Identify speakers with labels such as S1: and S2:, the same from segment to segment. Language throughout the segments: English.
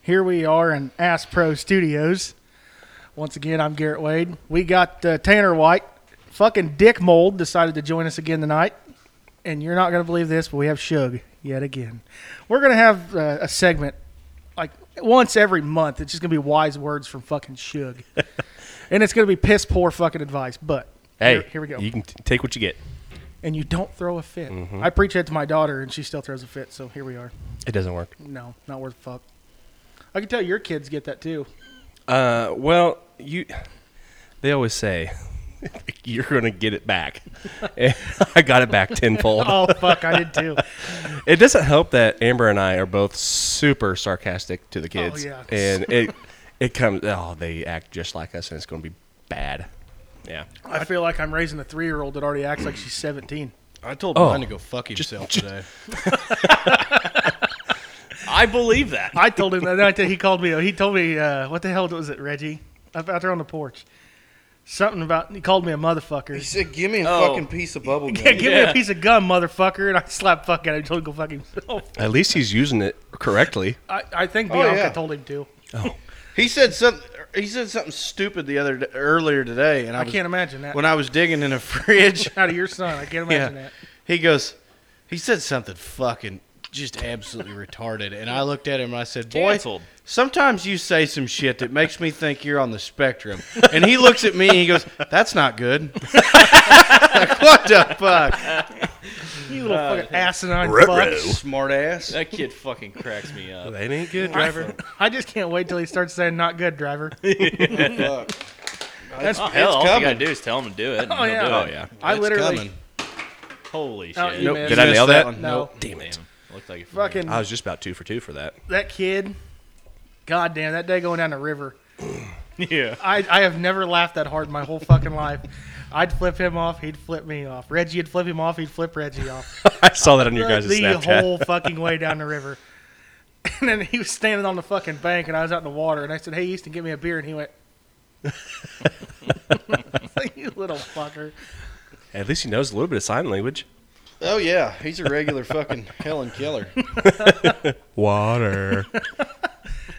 S1: Here we are in Ask Pro Studios. Once again, I'm Garrett Wade. We got uh, Tanner White. Fucking Dick Mold decided to join us again tonight. And you're not going to believe this, but we have Shug yet again. We're going to have uh, a segment like once every month. It's just going to be wise words from fucking Shug. and it's going to be piss poor fucking advice. But
S2: Hey,
S1: here, here we go.
S2: You Mm-hmm. can t- take what you get.
S1: and you don't throw a fit. I preach that to my daughter, and she still throws a fit. So here we are.
S2: It doesn't work.
S1: No, not worth a fuck. I can tell your kids get that too.
S2: Uh, well, you. They always say you're going to get it back. And I got it back tenfold.
S1: Oh fuck, I did too.
S2: It doesn't help that Amber and I are both super sarcastic to the kids,
S1: yeah.
S2: and it it comes. Oh, they act just like us, and it's going to be bad. Yeah.
S1: I feel like I'm raising a three year old that already acts like she's 17.
S3: I told
S2: Oh.
S3: mine to go fuck himself today.
S2: I believe that.
S1: I told him that night that he called me. He told me uh, what the hell was it, Reggie? Up out there on the porch, something about he called me a
S4: He
S1: motherfucker.
S4: said, "Give me a
S2: Oh.
S4: fucking piece of bubble gum."
S1: Yeah, give me
S2: Yeah.
S1: a piece of gum, motherfucker, and I slapped fuck at him. Told him to go fuck himself.
S2: At least he's using it correctly.
S1: I, I think Bianca
S4: yeah.
S1: told him to.
S4: He said something. He said something stupid the other d earlier today, and I,
S1: I
S4: was-
S1: can't imagine that.
S4: When I was digging in the fridge,
S1: Out of your son, I can't
S4: yeah,
S1: imagine that.
S4: he goes, he said
S3: Something fucking just absolutely retarded. And I looked at him and I said, "Boy,
S2: Canceled.
S4: Sometimes you say some shit that makes me think you're on the spectrum. And he looks at me and he goes, That's not good. like, what the fuck?
S1: You little fucking asinine fuck.
S2: Ruh-roh.
S4: Smart ass.
S5: That kid fucking cracks me up.
S2: That ain't good, driver.
S1: I just can't wait till he starts saying "not good, driver." That's
S5: Oh, hell, all you
S4: coming.
S5: gotta do is tell him to do it. and
S1: Oh,
S5: he'll
S1: yeah.
S5: do
S2: Oh
S5: it.
S2: yeah.
S1: I literally
S3: coming.
S5: Holy
S1: Oh,
S5: shit.
S1: you
S4: You
S1: missed.
S2: Did I
S4: missed
S2: nail that?
S4: one.
S1: No.
S4: Nope.
S2: Damn it.
S5: Looked like it for me.
S1: fucking
S2: I was just about two for two for that.
S1: that kid. God damn, that day going down the river.
S5: Yeah.
S1: I, I have never laughed that hard in my whole fucking life. I'd flip him off, he'd flip me off. Reggie would flip him off, he'd flip Reggie off.
S2: I saw that on your guys'
S1: the
S2: Snapchat.
S1: whole fucking way down the river. And then he was standing on the fucking bank and I was out in the water and I said, Hey Easton, get me a beer and he went You little fucker.
S2: At least he knows a little bit of sign language.
S4: Oh, yeah. He's a regular fucking Helen Keller.
S2: Water.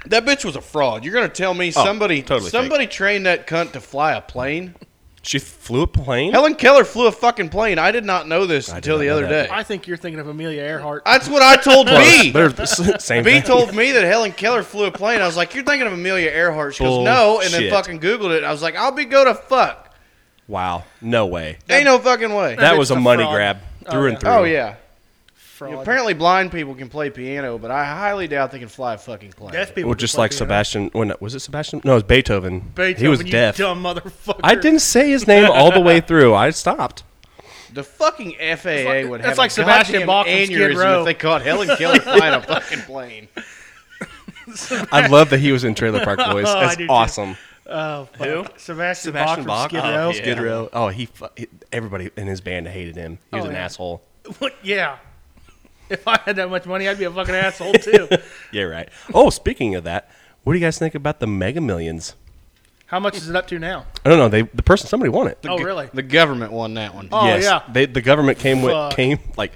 S4: That bitch was a fraud. You're going to tell me somebody
S2: Oh, totally
S4: somebody trained that cunt to fly a plane?
S2: she flew a plane.
S4: Helen Keller flew a fucking plane. I did not know this
S2: did
S4: until
S2: not
S4: the
S2: know
S4: other
S2: that.
S4: day.
S1: I think you're thinking of Amelia Earhart.
S4: That's what I told B.
S2: They're the s- same
S4: B
S2: thing.
S4: told me that Helen Keller flew a plane. I was like, "You're thinking of Amelia Earhart?" She goes, "No," and then
S2: Bullshit.
S4: fucking Googled it. I was like, "I'll be go to fuck."
S2: Wow. No way.
S4: Ain't no fucking way.
S2: That
S1: bitch
S2: was a
S1: the
S2: money
S1: fraud.
S2: grab through and through.
S4: oh yeah.
S1: Fraud.
S4: Apparently, blind people can play piano, but I highly doubt they can fly a fucking plane.
S1: Deaf people
S2: Well,
S1: can
S2: just
S1: play
S2: like
S1: piano.
S2: Sebastian. When was it Sebastian? No, it was Beethoven.
S1: Beethoven,
S2: he was
S1: you
S2: deaf.
S1: dumb motherfucker.
S2: I didn't say his name all the way through. I stopped.
S4: The fucking FAA
S1: like-
S4: would
S1: that's
S4: have
S1: like
S4: a
S1: Sebastian Bach
S4: goddamn
S1: from Skid
S4: aneurysm
S1: Row.
S4: if they caught Helen Keller flying a fucking plane.
S2: I love that he was in Trailer Park Boys.
S1: I
S2: That's
S1: do too.
S2: awesome.
S1: Oh, fuck. Sebastian,
S2: Sebastian
S1: Bach
S2: Bach.
S1: from Skid
S2: Oh,
S1: Row.
S5: yeah.
S2: Skid Row. Oh, he, fu- he- Everybody in his band hated him. He was
S1: Oh,
S2: an
S1: yeah.
S2: asshole.
S1: What? Yeah. If I had that much money, I'd be a fucking asshole too.
S2: Yeah, right. Oh, speaking of that, what do you guys think about the Mega Millions?
S1: How much is it up to now?
S2: I don't know. They the person somebody won it.
S1: oh, really?
S4: The government won that one.
S1: Oh,
S2: yes,
S1: yeah.
S2: They, the government came
S1: Fuck.
S2: with came like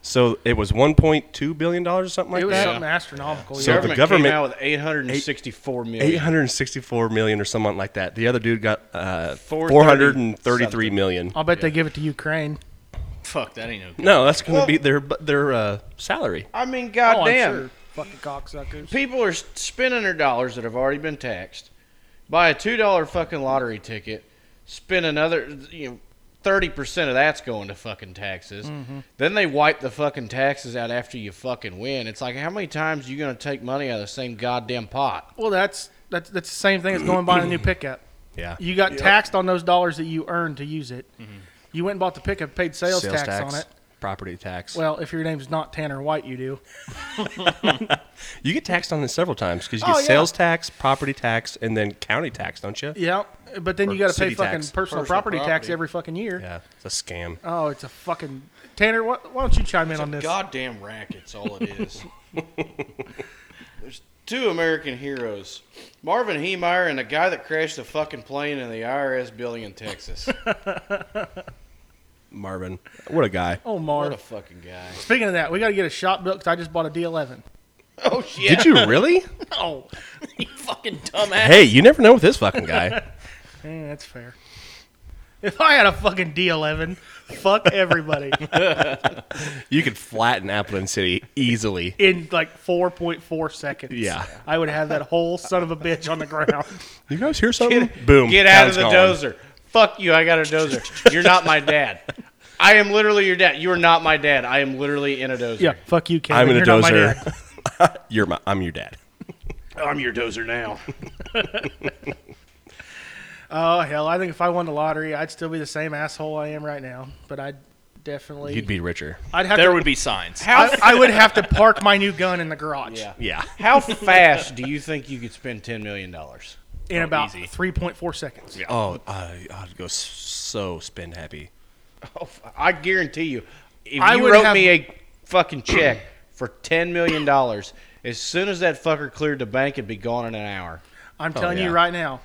S2: so it was 1.2 billion dollars or something like
S1: It was
S2: that.
S1: something astronomical.
S2: So
S1: yeah.
S2: the government-
S4: came out with 864 million.
S2: 864 million or something like that. The other dude got uh,
S4: 430
S2: 433 million.
S1: I'll bet they give it to Ukraine.
S5: Fuck, that ain't no good.
S2: No, that's going to
S4: Well-
S2: be their their uh, salary.
S4: I mean,
S1: Oh, I'm
S4: goddamn.
S1: sure. Fucking cocksuckers.
S4: people are spending their dollars that have already been taxed, buy a two dollar fucking lottery ticket, spend another you know thirty percent of that's going to fucking taxes. Then they wipe the fucking taxes out after you fucking win. It's like how many times you gonna take money out of the same goddamn pot?
S1: Well, that's that's that's the same thing as going buying a new pickup.
S2: Yeah. Mm-hmm.
S1: You got taxed on those dollars that you earned to use it. You went and bought the pickup, paid sales, tax, on it.
S2: property tax.
S1: Well, if your name's not Tanner White, you do.
S2: you get taxed on it several times because you get
S1: Oh, yeah.
S2: sales tax, property tax, and then county tax, don't you?
S1: Yeah, but then
S2: Or
S1: you got to pay
S2: city
S1: fucking
S2: tax.
S1: personal,
S4: Personal
S1: property, tax
S4: property.
S1: every fucking year.
S2: Yeah, it's a scam.
S1: Oh, it's a fucking Tanner. Why, why don't you chime in on this?
S4: Goddamn racket's all it is. There's two American heroes. Marvin Heemeyer and the guy that crashed the fucking plane in the IRS building in Texas.
S2: Marvin, what a guy.
S1: Oh,
S4: What
S1: Marv.
S4: a fucking guy.
S1: Speaking of that, we got to get a shop built 'cause I just bought a D11.
S5: Oh shit!
S2: Did you really?
S5: No, you fucking dumbass.
S2: hey, you never know with this fucking guy.
S1: Eh, that's fair. If I had a fucking D11, fuck everybody
S2: You could flatten Appleton City easily.
S1: in like 4.4 seconds.
S2: Yeah.
S1: I would have that whole son of a bitch on the ground.
S2: You guys hear something? Boom.
S4: Get out
S2: Town's
S4: of the
S2: gone.
S4: dozer. Fuck you. I got a dozer. You're not my dad. I am literally your dad. You are not my dad. I am literally in a dozer.
S1: Yeah, fuck you, Kevin.
S2: I'm in a
S1: You're Not my dad.
S2: dozer. You're my. I'm your dad.
S5: I'm your dozer now.
S1: Oh hell, I think if I won the lottery, I'd still be the same asshole I am right now. But I'd definitely,
S2: You'd be richer.
S1: I'd have
S5: There
S1: to,
S5: would be signs.
S1: I, I would have to park my new gun in the garage
S4: Yeah.
S2: Yeah.
S4: How fast do you think you could spend $10 million?
S1: in about
S5: easy.
S1: 3.4 seconds. Yeah.
S2: Oh, I, I'd go s- so spin happy.
S4: Oh, I guarantee you, if
S1: I
S4: you
S1: would
S4: wrote
S1: have-
S4: me a fucking check for $10 million, as soon as that fucker cleared the bank, it'd be gone in an hour.
S1: I'm telling
S2: yeah.
S1: you right now,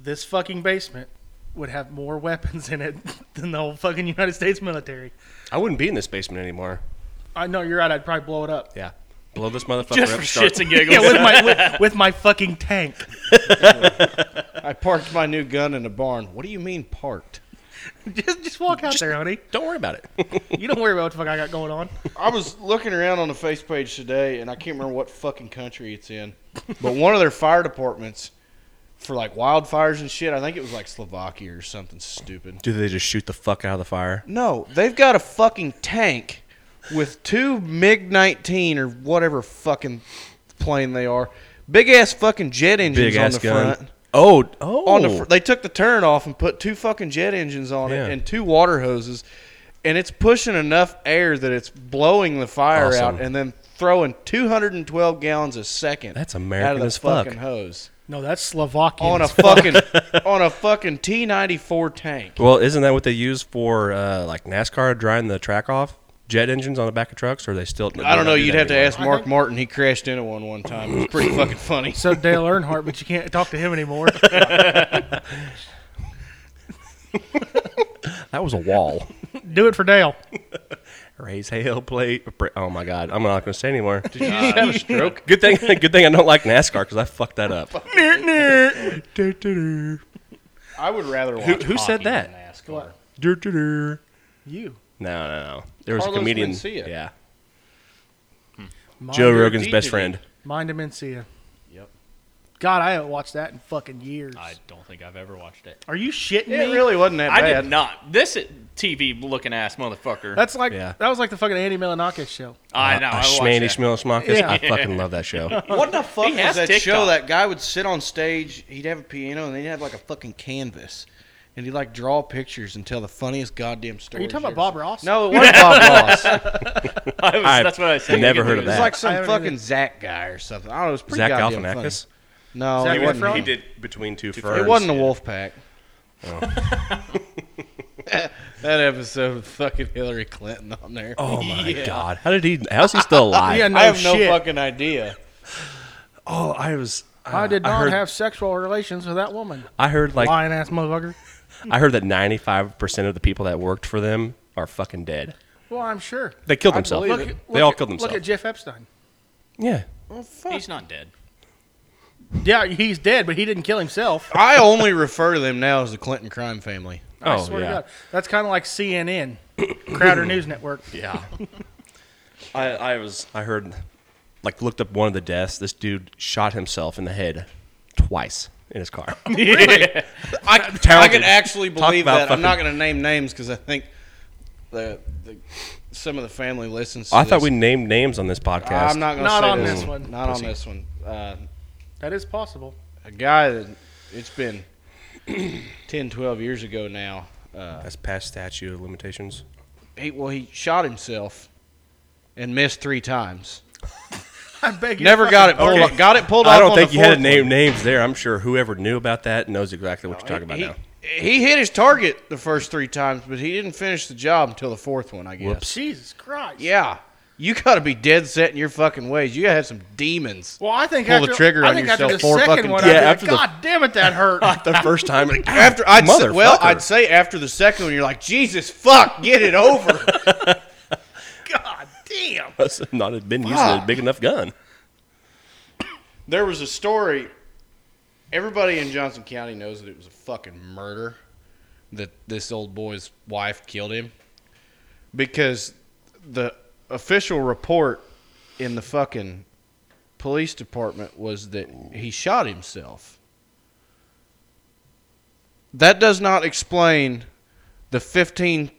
S1: this fucking basement would have more weapons in it than the whole fucking United States military.
S2: I wouldn't be in this basement anymore.
S1: I know you're right. I'd probably blow it up.
S2: Yeah. Blow this motherfucker
S5: Just
S2: up.
S5: for
S2: start-
S5: shits and giggles.
S1: Yeah, with my with, with my fucking tank.
S4: I parked my new gun in a barn. What do you mean parked?
S1: Just just walk out there, honey.
S2: Don't worry about it.
S1: You don't worry about what the fuck I got going on.
S4: I was looking around on the face page today, and I can't remember what fucking country it's in, but one of their fire departments for like wildfires and shit. I think it was like Slovakia or something stupid.
S2: Do they just shoot the fuck out of the fire?
S4: No, they've got a fucking tank with two MiG 19 or whatever fucking plane they are. Big ass fucking jet engines
S2: Big
S4: on
S2: ass
S4: the
S2: gun.
S4: front.
S2: Oh, oh.
S4: On the fr- they took the turn off and put two fucking jet engines on
S2: Yeah.
S4: it and two water hoses, and it's pushing enough air that it's blowing the fire
S2: Awesome.
S4: out and then throwing 212 gallons a second.
S2: That's American
S4: out of the
S2: as fuck.
S4: fucking hose
S1: No, that's Slovakian.
S4: on a fucking on a fucking T94 tank.
S2: well, isn't that what they use for uh, like NASCAR drying the track off? Jet engines on the back of trucks? Or are they still?
S4: I don't know.
S2: do
S4: You'd
S2: that
S4: have to
S2: anymore?
S4: ask Mark Martin. He crashed into one one time. It was pretty fucking funny.
S1: so Dale Earnhardt, but you can't talk to him anymore.
S2: That was a wall.
S1: Do it for Dale.
S2: Raise hail plate. Oh my god, I'm not going to say anymore.
S5: Did you just have a stroke?
S2: Good thing, good thing I don't like NASCAR because I fucked that up.
S4: I would rather watch.
S2: who said
S4: hockey
S2: that?
S4: than NASCAR.
S1: What?
S2: Du- du- du.
S1: You.
S2: No, no, no. There was
S4: Carlos
S2: a comedian.
S4: Mencia.
S2: Yeah,
S1: Mind
S2: Joe
S1: Dem-
S2: Rogan's
S5: did
S2: best
S5: he?
S2: friend.
S1: Mind Demencia.
S5: Yep.
S1: God, I haven't watched that in fucking years.
S5: I don't think I've ever watched it.
S1: Are you shitting
S4: It
S1: me?
S4: really wasn't that
S5: I
S4: bad.
S5: did not. This TV looking ass motherfucker.
S1: That's like
S2: Yeah.
S1: that was like the fucking Andy Milonakis show.
S5: I know.
S2: Uh,
S5: I
S2: Schmanny
S5: watched that.
S2: Schmilsmakis.
S1: Yeah.
S2: I fucking love that show.
S4: What the fuck
S5: He
S4: was
S5: has
S4: that
S5: TikTok.
S4: show? That guy would sit on stage. He'd have a piano, and then he'd have like a fucking canvas, and he'd like draw pictures and tell the funniest goddamn
S1: Are
S4: story.
S1: you talking about Bob Ross?
S4: No, it wasn't Bob Ross. It
S5: I was,
S2: I've
S5: that's what I said.
S2: never
S5: You can
S2: heard
S5: do
S2: of
S5: this.
S4: was
S2: that.
S4: like
S1: I
S4: some
S1: haven't
S4: fucking
S1: either.
S4: Zach guy or something. I don't know. It was pretty
S2: Zach
S4: goddamn funny.
S2: Galifianakis.
S4: No,
S1: Zach
S4: it wasn't.
S1: Efron?
S2: He
S1: He
S4: him.
S2: did between two ferns.
S4: It wasn't a wolf pack.
S2: Oh.
S4: that episode with fucking Hillary Clinton on there.
S2: Oh my god! How did he? How's he still alive?
S1: Yeah, no
S4: I have no
S1: shit.
S4: fucking idea.
S2: Oh, I was. uh,
S1: I did not
S2: heard,
S1: have sexual relations with that woman.
S2: I heard like
S1: Lying ass motherfucker.
S2: I heard that 95 percent of the people that worked for them are fucking dead.
S1: Well, I'm sure.
S2: They killed
S4: I
S2: themselves.
S4: believe
S1: Look,
S4: it.
S1: at-
S2: They
S1: look
S2: all
S1: at-
S2: killed themselves.
S1: Look at Jeff Epstein.
S2: Yeah.
S4: Oh, fuck.
S5: He's not dead.
S1: Yeah, he's dead, but he didn't kill himself.
S4: I only refer to them now as the Clinton crime family.
S1: I
S2: oh
S1: swear
S2: yeah.
S1: to God. That's kind of like CNN, Crowder News Network.
S2: Yeah. I I was I heard like looked up one of the deaths. This dude shot himself in the head twice in his car.
S4: I, I
S2: talented.
S4: could actually
S2: Talk
S4: believe
S2: about
S4: that. I'm not
S2: fucking-
S4: going to name names because I think the, the some of the family listens. To
S2: I thought we
S4: this.
S2: named names on this podcast.
S4: I'm not going to
S1: Not
S4: say
S1: on
S4: this.
S1: this one.
S4: Not
S2: Pussy.
S4: on this one. Uh,
S1: That is possible.
S4: a guy that it's been 10, 12 years ago now. Uh,
S2: That's past statute of limitations.
S4: he, well, he shot himself and missed three times.
S1: I beg you.
S4: Never got it pulled.
S2: Okay.
S4: off- Got it pulled off.
S2: I don't
S4: on
S2: think
S4: the
S2: you had to
S4: fourth
S2: name
S4: one.
S2: names there. I'm sure whoever knew about that knows exactly what you're talking about
S4: he,
S2: now.
S4: he hit his target the first three times, but he didn't finish the job until the fourth one. I guess.
S2: Whoops.
S1: Jesus Christ.
S4: Yeah. You got to be dead set in your fucking ways. You got to have some demons.
S1: Well, I think
S4: Pull the
S1: after,
S4: trigger
S1: I
S4: on
S1: think
S4: yourself
S1: after the
S4: four
S1: second
S4: fucking
S1: one,
S2: times.
S1: I'd
S2: Yeah,
S1: be
S2: after the-
S1: like, God damn it, that hurt.
S2: the first time, like, ah,
S4: After I'd say,
S2: motherfucker.
S4: well, I'd say after the second one, you're like, Jesus, fuck, get it over.
S1: God damn.
S2: must have not have been using a big enough gun.
S4: There was a story. Everybody in Johnson County knows that it was a fucking murder that this old boy's wife killed him because the official report in the fucking police department was that he shot himself. That does not explain the 15,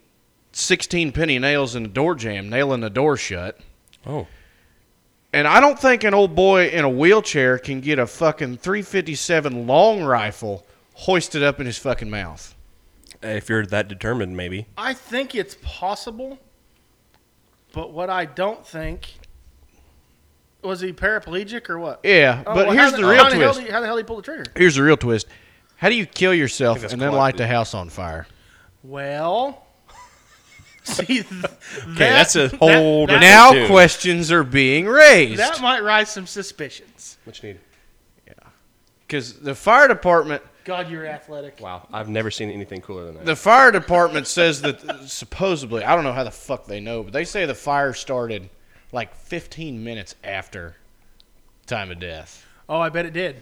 S4: 16 penny nails in the door jam, nailing the door shut.
S2: Oh.
S4: And I don't think an old boy in a wheelchair can get a fucking 357 long rifle hoisted up in his fucking mouth.
S2: If you're that determined, maybe.
S1: I think it's possible, but what I don't think was he paraplegic or what?
S4: Yeah,
S1: Oh,
S4: but
S1: well,
S4: here's
S1: how
S4: the real
S1: how hell
S4: twist.
S1: do you- how the hell did he pull the trigger?
S4: here's the real twist. How do you kill yourself
S2: that's
S4: and then light the house on fire?
S1: Well, see, th- that,
S2: Okay, that's a whole
S1: that,
S2: different-
S4: Now
S2: Dude.
S4: questions are being raised.
S1: that might rise some suspicions.
S2: What you need?
S4: Because the fire department,
S1: God, you're athletic.
S2: Wow, I've never seen anything cooler than that.
S4: the fire department says that supposedly, I don't know how the fuck they know, but they say the fire started like 15 minutes after time of death.
S1: Oh, I bet it did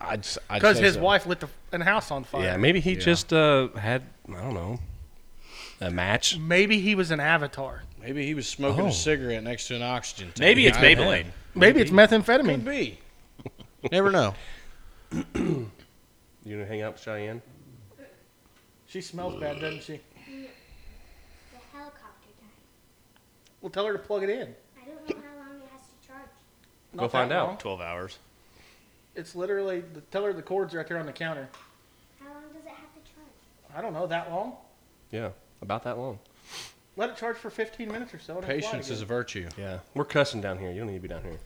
S4: I'd, s- I'd
S1: because
S4: say
S1: his
S4: so.
S1: wife lit the an house on fire.
S2: yeah, maybe he just uh, had I don't know a match.
S1: Maybe he was an avatar.
S4: Maybe he was smoking
S2: Oh.
S4: a cigarette next to an oxygen tank.
S5: Maybe it's
S4: I-
S5: Maybelline.
S1: Maybe, it's methamphetamine.
S4: Could be. Never know.
S2: You gonna hang out with Cheyenne?
S1: She smells bad, doesn't she?
S6: The helicopter died.
S1: Well, tell her to plug it in.
S6: I don't know how long it has to charge.
S2: Go
S1: that
S2: find out.
S1: long.
S5: Twelve hours.
S1: It's literally the, tell her the cords right there on the counter.
S6: How long does it have to charge?
S1: I don't know that long.
S2: Yeah, about that long.
S1: Let it charge for 15 minutes or so. and it'll fly
S4: Patience
S1: again.
S4: is a virtue.
S2: Yeah, we're cussing down here. You don't need to be down here.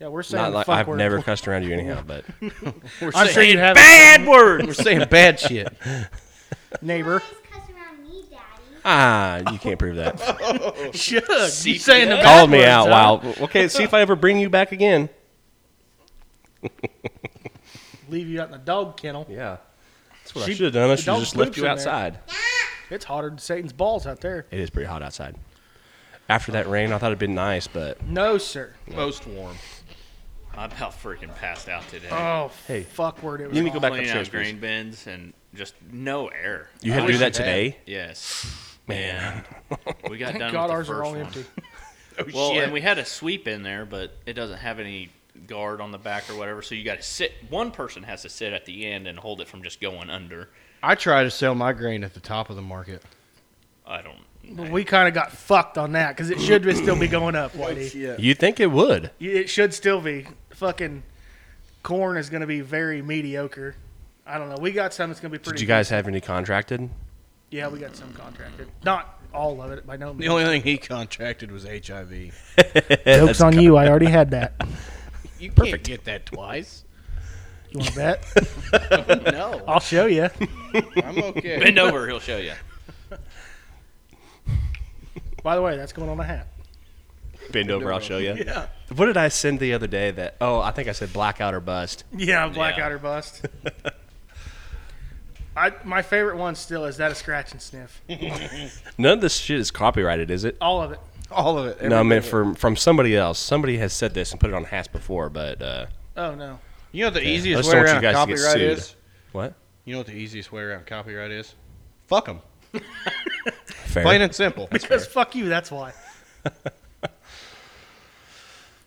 S1: yeah. We're saying
S2: Not like
S1: fuck
S2: I've
S1: word.
S2: never cussed around you anyhow, but
S4: We're
S1: I'm sure
S4: saying,
S1: you have
S5: Bad word.
S4: we're saying bad shit.
S1: neighbor.
S6: Please cuss around me, Daddy.
S2: ah, you can't prove that.
S1: Should you saying the bad
S2: Called me
S1: words,
S2: out.
S1: huh?
S2: Wow. Okay, see if I ever bring you back again.
S1: Leave you out in the dog kennel.
S2: Yeah, that's what
S1: She-
S2: I should have done. I
S1: the
S2: should
S1: dog
S2: have just left
S1: poops
S2: you
S1: in there.
S2: outside.
S1: It's hotter than Satan's balls out there.
S2: It is pretty hot outside. After that rain, I thought it'd been nice, but
S1: No, sir.
S4: Most warm.
S5: I'm about freaking passed out today.
S1: Oh,
S2: Hey.
S1: fuck word. It was
S2: you need to go back
S5: Cleaning
S2: upstairs.
S5: out
S2: please.
S5: grain bins and just no air.
S2: You had to do
S4: wish
S2: that
S4: you had.
S2: today.
S5: Yes, man. We got
S1: Thank
S5: done.
S1: God
S5: with the
S1: ours
S5: first
S1: are all
S5: one.
S1: empty.
S5: Well, and we had a sweep in there, but it doesn't have any guard on the back or whatever. So you got to sit. One person has to sit at the end and hold it from just going under.
S4: I try to sell my grain at the top of the market.
S5: I don't.
S1: But we kind of got fucked on that because it should be- still be going up, Whitey.
S2: You'd think it would.
S1: Y- It should still be. Fucking corn is going to be very mediocre. I don't know. We got some that's going to be pretty.
S2: Did you guys have any contracted?
S1: Yeah, we got some contracted. Not all of it by no means.
S4: The only thing he contracted was HIV.
S1: Joke's on you. I already had that.
S4: You can't get that twice.
S1: You want to bet?
S4: no,
S1: I'll show you.
S4: I'm okay.
S5: Bend over. He'll show you.
S1: By the way, that's going on a hat.
S2: Bend over, I'll show you. Yeah. What did I send the other day? That oh, I think I said blackout or bust.
S1: Yeah, blackout
S5: Yeah.
S1: or bust. I my favorite one still is that a scratch and sniff.
S2: None of this shit is copyrighted, is it?
S1: All of it.
S4: All of it.
S2: no, I
S4: everything.
S2: meant from from somebody else. Somebody has said this and put it on Hass before, but uh,
S1: Oh no.
S4: You know what the
S2: I
S4: easiest
S2: just
S4: way
S2: don't want you
S4: around
S2: guys to get
S4: copyright
S2: sued.
S4: is?
S2: what?
S4: You know what the easiest way around copyright is? Fuck them.
S2: Fair.
S4: Plain and simple.
S1: Because fuck you, that's why.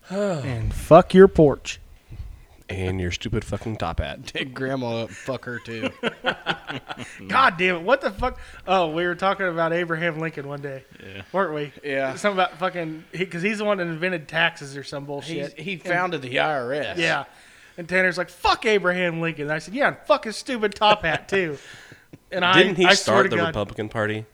S1: and fuck your porch.
S2: and your stupid fucking top hat.
S4: Take grandma up and fuck her too.
S1: God damn it. What the fuck? Oh, we were talking about Abraham Lincoln one day.
S5: Yeah.
S1: Weren't we?
S4: Yeah.
S1: Something about fucking, because he's the one that invented taxes or some
S4: He's,
S1: bullshit.
S4: he founded the IRS.
S1: yeah. And Tanner's like, fuck Abraham Lincoln. And I said, yeah, and fuck his stupid top hat, too. And I
S2: Didn't he
S1: I swear to
S2: start the
S1: God,
S2: Republican Party?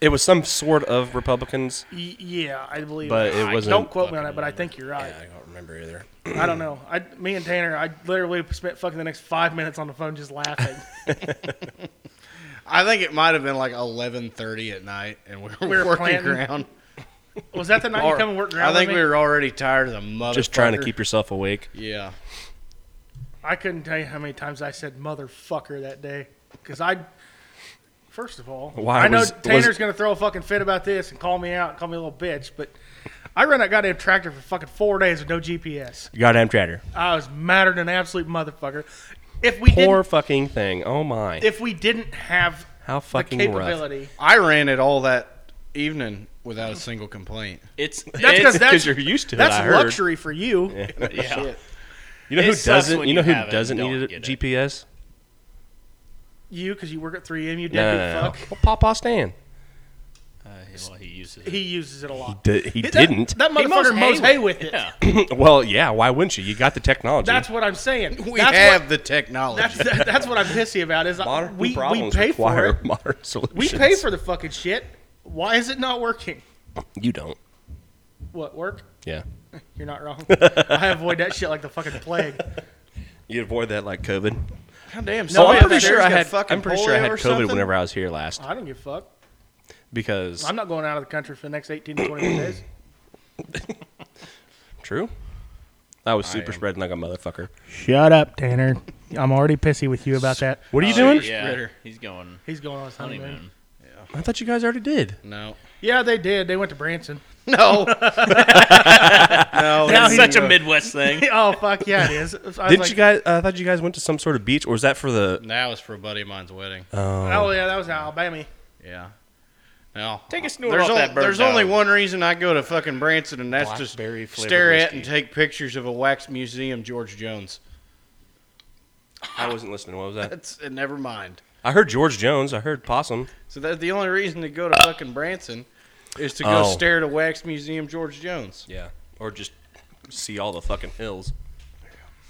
S2: It was some sort of Republicans.
S1: Y- Yeah, I believe.
S2: But
S1: it.
S2: it
S1: I-
S2: wasn't
S1: Don't quote me on that, but I think you're right.
S2: I don't remember either.
S1: I don't know. I, me and Tanner, I literally spent fucking the next five minutes on the phone just laughing.
S4: I think it might have been like 11:30 at night, and we were,
S1: were
S4: working
S1: planting.
S4: ground.
S1: Was that the night you
S4: Or-
S1: come and work ground?
S4: I think
S1: with
S4: we
S1: me?
S4: were already tired of the motherfucker.
S2: Just trying to keep yourself awake.
S4: Yeah.
S1: I couldn't tell you how many times I said motherfucker that day because I First of all,
S2: Why
S1: I know
S2: was-
S1: Tanner's
S2: was-
S1: gonna throw a fucking fit about this and call me out and call me a little bitch, but I ran that goddamn tractor for fucking four days with no GPS.
S2: Goddamn tractor.
S1: I was madder than an absolute motherfucker. If we
S2: Poor
S1: didn't,
S2: fucking thing. Oh my.
S1: if we didn't have
S2: How
S1: the
S2: fucking rough.
S1: capability,
S4: I ran it all that.
S3: Evening without a single complaint.
S5: It's
S1: That's 'cause
S5: it's-
S1: that's-
S2: Because you're used to it. I
S1: that's
S2: heard.
S1: luxury for you.
S5: yeah.
S2: You know who
S5: It sucks
S2: doesn't?
S5: when
S2: You know
S5: you
S2: who
S5: have it and
S2: doesn't
S5: don't
S2: need a
S5: get it.
S2: GPS?
S1: You because you work at 3M, you deadbeat
S2: No, no, no.
S1: fuck.
S2: Well, Papa Stan.
S5: Uh, well, he uses
S1: He
S5: it.
S1: uses it a lot.
S2: Did, he
S1: That-
S2: didn't.
S1: That,
S5: He mows
S1: motherfucker mows
S5: hay
S1: hay with it.
S5: Yeah.
S2: well, yeah. Why wouldn't you? You got the technology.
S1: That's what I'm saying.
S3: We
S1: that's
S3: have
S1: What,
S3: the technology.
S1: that's, that, that's what I'm pissy about. Is I-
S2: modern
S1: we we
S2: problems
S1: pay for
S2: require
S1: it.
S2: modern solutions.
S1: We pay for the fucking shit. Why is it not working?
S2: You don't.
S1: What work?
S2: Yeah.
S1: You're not wrong. I avoid that shit like the fucking plague.
S2: You avoid that like COVID.
S3: God damn.
S2: So
S3: somebody
S2: Oh, I'm pretty
S3: upstairs
S2: sure I
S3: got
S2: had.
S3: fucking
S2: I'm pretty sure I
S3: polio
S2: had
S3: or
S2: COVID
S3: something?
S2: whenever I was here last
S1: I don't give a fuck.
S2: because
S1: I'm not going out of the country for the next 18 to 21 days.
S2: true. I was super spreading like a motherfucker.
S1: Shut up, Tanner. I'm already pissy with you about that.
S2: What are you
S5: Oh,
S2: doing?
S5: Yeah, he's going
S1: He's going on his honeymoon.
S5: honeymoon.
S2: I thought you guys already did.
S3: No.
S1: Yeah, they did. They went to Branson.
S3: No. no.
S5: That's such a Midwest thing.
S1: oh fuck yeah, it is. I was
S2: Didn't
S1: like,
S2: you guys? I thought you guys went to some sort of beach, or was that for the?
S3: That was for a buddy of mine's wedding.
S1: Oh yeah, that was in Alabama.
S3: Yeah. Now,
S5: Take a snort
S3: there's
S5: off
S3: on-
S5: that bird
S3: There's
S5: dog.
S3: only one reason I go to fucking Branson, and that's just
S4: Blackberry flavored
S3: stare at
S4: whiskey.
S3: and take pictures of a wax museum, George Jones.
S2: I wasn't listening. What was that?
S3: That's uh, never mind.
S2: I heard George Jones. I heard Possum.
S3: So that's the only reason to go to fucking Branson is to go
S2: Uh. Oh.
S3: stare at a wax museum, George Jones,
S2: Yeah, or just see all the fucking hills.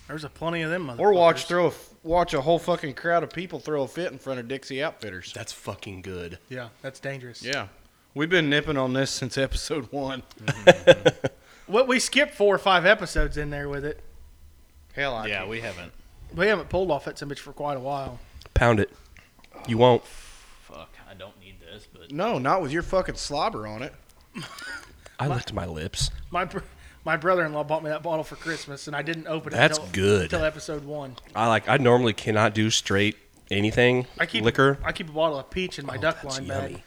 S1: There's a plenty of them. Motherfuckers.
S3: or watch throw a f watch a whole fucking crowd of people throw a fit in front of Dixie Outfitters.
S2: That's fucking good.
S1: Yeah, that's dangerous.
S3: Yeah, we've been nipping on this since episode one.
S1: What we skipped four or five episodes in there with it.
S3: Hell, I
S5: Yeah, we haven't.
S1: We haven't pulled off that some bitch for quite a while.
S2: Pound it. You won't.
S5: Fuck, I don't need this, but
S3: no, not with your fucking slobber on it.
S2: I licked my lips.
S1: My br- my brother-in-law bought me that bottle for Christmas, and I didn't open it.
S2: That's
S1: until,
S2: good.
S1: Until episode one,
S2: I like. I normally cannot do straight anything.
S1: I keep
S2: liquor.
S1: I keep a bottle of peach in my
S2: Oh,
S1: duck
S2: that's
S1: line bag.
S2: yummy.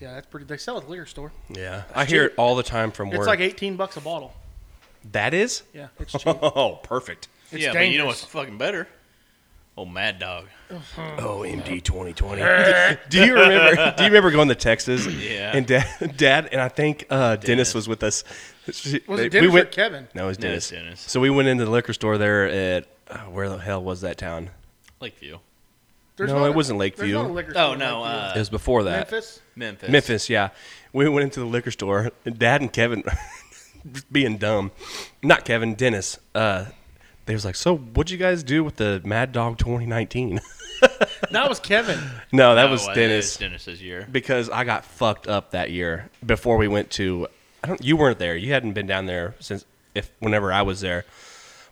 S1: Yeah, that's pretty. They sell it at the liquor store.
S2: Yeah, I hear it all the time from work.
S1: It's like eighteen bucks a bottle.
S2: that is.
S1: Yeah, it's cheap.
S2: Oh, perfect.
S1: It's
S5: yeah, but you know
S1: dangerous.
S5: what's fucking better? Oh, Mad Dog.
S2: Oh, MD twenty twenty. Do you remember? Do you remember going to Texas?
S5: Yeah.
S2: And dad, dad and I think uh, Dennis. was with us. She-
S1: Was
S2: they-
S1: it Dennis or Kevin?
S2: No, it was
S5: No, it's
S2: Dennis.
S5: Dennis.
S2: So we went into the liquor store there at uh, where the hell was that town?
S5: Lakeview.
S1: There's
S2: No,
S1: not
S2: it
S1: a-
S2: wasn't
S1: there's
S2: Lakeview.
S1: not a liquor store
S5: Oh
S1: in
S5: no,
S1: Lakeview.
S5: uh,
S2: It was before that.
S1: Memphis.
S5: Memphis.
S2: Memphis, yeah. We went into the liquor store. and Dad and Kevin, just being dumb, not Kevin, Dennis. Uh, they was like, "So what'd you guys do with the Mad Dog 2019?"
S1: That was Kevin.
S2: no, that
S5: No,
S2: was
S5: uh,
S2: Dennis
S5: it's Dennis's year.
S2: because I got fucked up that year before we went to. I don't. You weren't there. You hadn't been down there since if whenever I was there.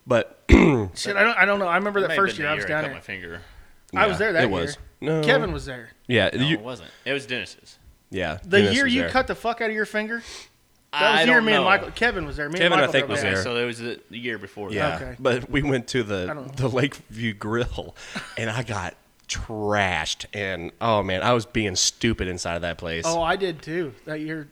S2: But
S1: Shit, I don't, I don't know. I remember
S5: May
S1: that
S5: have
S1: first
S5: been
S1: year
S5: the
S1: I was
S5: year
S1: down
S5: cut
S1: there.
S5: my finger.
S1: I was
S2: Yeah,
S1: there that
S2: it was.
S1: year.
S2: No.
S1: Kevin was there.
S2: yeah,
S5: No,
S2: you,
S5: it wasn't. It was Dennis's.
S2: yeah.
S1: The
S2: Dennis
S1: year
S2: was
S1: you
S2: there.
S1: cut the fuck out of your finger. That was
S5: I
S1: the year
S5: don't
S1: me
S5: know.
S1: and Michael. Kevin was there. Me
S2: Kevin,
S1: and
S2: I
S1: Michael
S2: think,
S1: drove
S2: was
S1: back.
S5: Okay,
S2: there.
S5: so it was the the year before. that.
S2: Yeah,
S1: Okay.
S2: but we went to the
S1: don't know.
S2: the Lakeview Grill, and I got trashed. And oh man, I was being stupid inside of that place.
S1: Oh, I did too. That year,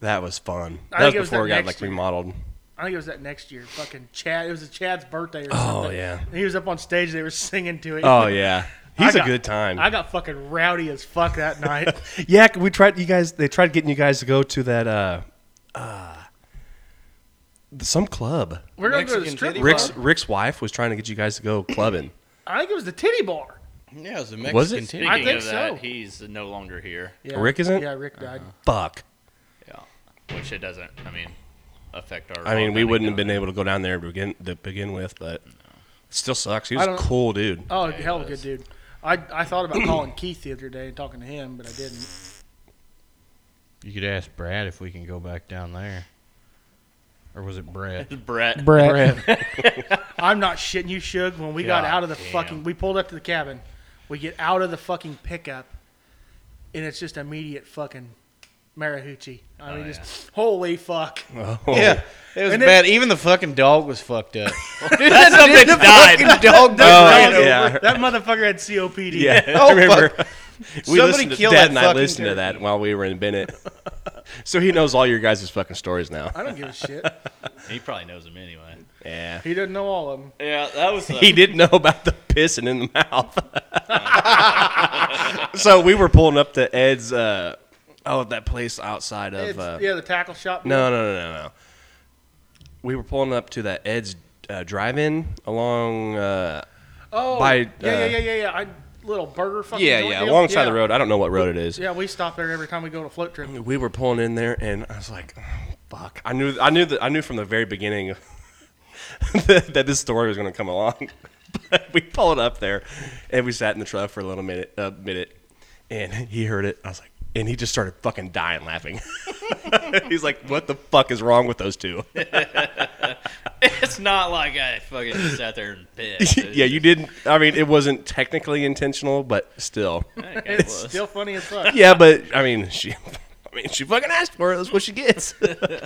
S2: that was fun.
S1: I
S2: that was
S1: think it was
S2: before
S1: that
S2: it got
S1: next
S2: like
S1: year.
S2: remodeled.
S1: I think it was that next year. Fucking Chad. It was Chad's birthday or
S2: Oh,
S1: something.
S2: yeah.
S1: And he was up on stage. They were singing to it.
S2: Oh yeah, he's
S1: I
S2: a
S1: got-
S2: good time.
S1: I got fucking rowdy as fuck that night.
S2: yeah, we tried. You guys, they tried getting you guys to go to that uh, uh some club.
S1: We're gonna go to the
S3: Mexican
S1: strip
S3: titty
S1: club.
S2: Rick's Rick's wife was trying to get you guys to go clubbing.
S1: I think it was the titty bar.
S3: Yeah, it was a Mexican
S2: Was it?
S3: titty.
S5: Speaking
S1: I think
S5: of that,
S1: so.
S5: he's no longer here.
S1: Yeah.
S2: Rick isn't?
S1: Yeah, Rick died.
S2: Fuck.
S5: Yeah, which it doesn't. I mean, affect our.
S2: I mean, we
S5: homecoming
S2: wouldn't have
S5: down
S2: been able to go down there to begin to begin with, but still sucks. He
S1: I
S2: was a
S1: don't-
S2: cool dude.
S1: Oh,
S5: he
S1: hell of a good
S5: was.
S1: dude. I, I thought about calling Keith the other day and talking to him, but I didn't.
S3: You could ask Brad if we can go back down there, or was it Brad?
S5: there. Brett.
S1: Brett. I'm not shitting you, Suge. When we got
S5: God
S1: out of the
S5: damn.
S1: fucking, we pulled up to the cabin. We get out of the fucking pickup, and it's just immediate fucking marihuchi. I mean, just holy fuck.
S2: Oh.
S3: Yeah,
S4: It was
S1: And then-
S4: bad. Even the fucking dog was fucked up.
S5: That son of a bitch died.
S4: Fucking dog
S2: Oh,
S1: Dog over.
S2: yeah.
S1: That motherfucker had COPD.
S2: Yeah,
S4: Oh,
S2: I remember. We
S4: Somebody
S2: listened to,
S4: kill
S2: Dad
S4: that
S2: and I
S4: fucking
S2: listened to
S4: turkey.
S2: that while we were in Bennett. so he knows all your guys' fucking stories now.
S1: I don't give a shit.
S5: He probably knows him anyway.
S2: Yeah.
S1: He doesn't know all of them.
S5: Yeah, that was.
S2: He didn't know about the pissing in the mouth. so we were pulling up to Ed's, uh, oh, that place outside of.
S1: It's,
S2: Uh,
S1: yeah, the tackle shop.
S2: No, no, no, no, no. We were pulling up to that Ed's uh, drive in along. Uh,
S1: Oh,
S2: by,
S1: yeah, yeah,
S2: uh,
S1: yeah, yeah, yeah. I little burger fucking.
S2: yeah,
S1: joint
S2: yeah,
S1: deal.
S2: alongside the
S1: Yeah.
S2: road. I don't know what road it is.
S1: Yeah, we stop there every time we go on a float trip.
S2: we were pulling in there, and I was like, oh, "Fuck!" I knew, I knew that, I knew from the very beginning that, that this story was going to come along. but we pulled up there, and we sat in the truck for a little minute, a minute, and he heard it. I was like, and he just started fucking dying laughing. He's like, "What the fuck is wrong with those two?
S5: It's not like I fucking just sat there and pissed.
S2: yeah, you didn't. I mean, it wasn't technically intentional, but still.
S5: It
S1: It's
S5: was.
S1: still funny as fuck.
S2: yeah, but I mean, she. I mean, she fucking asked for it. That's what she gets.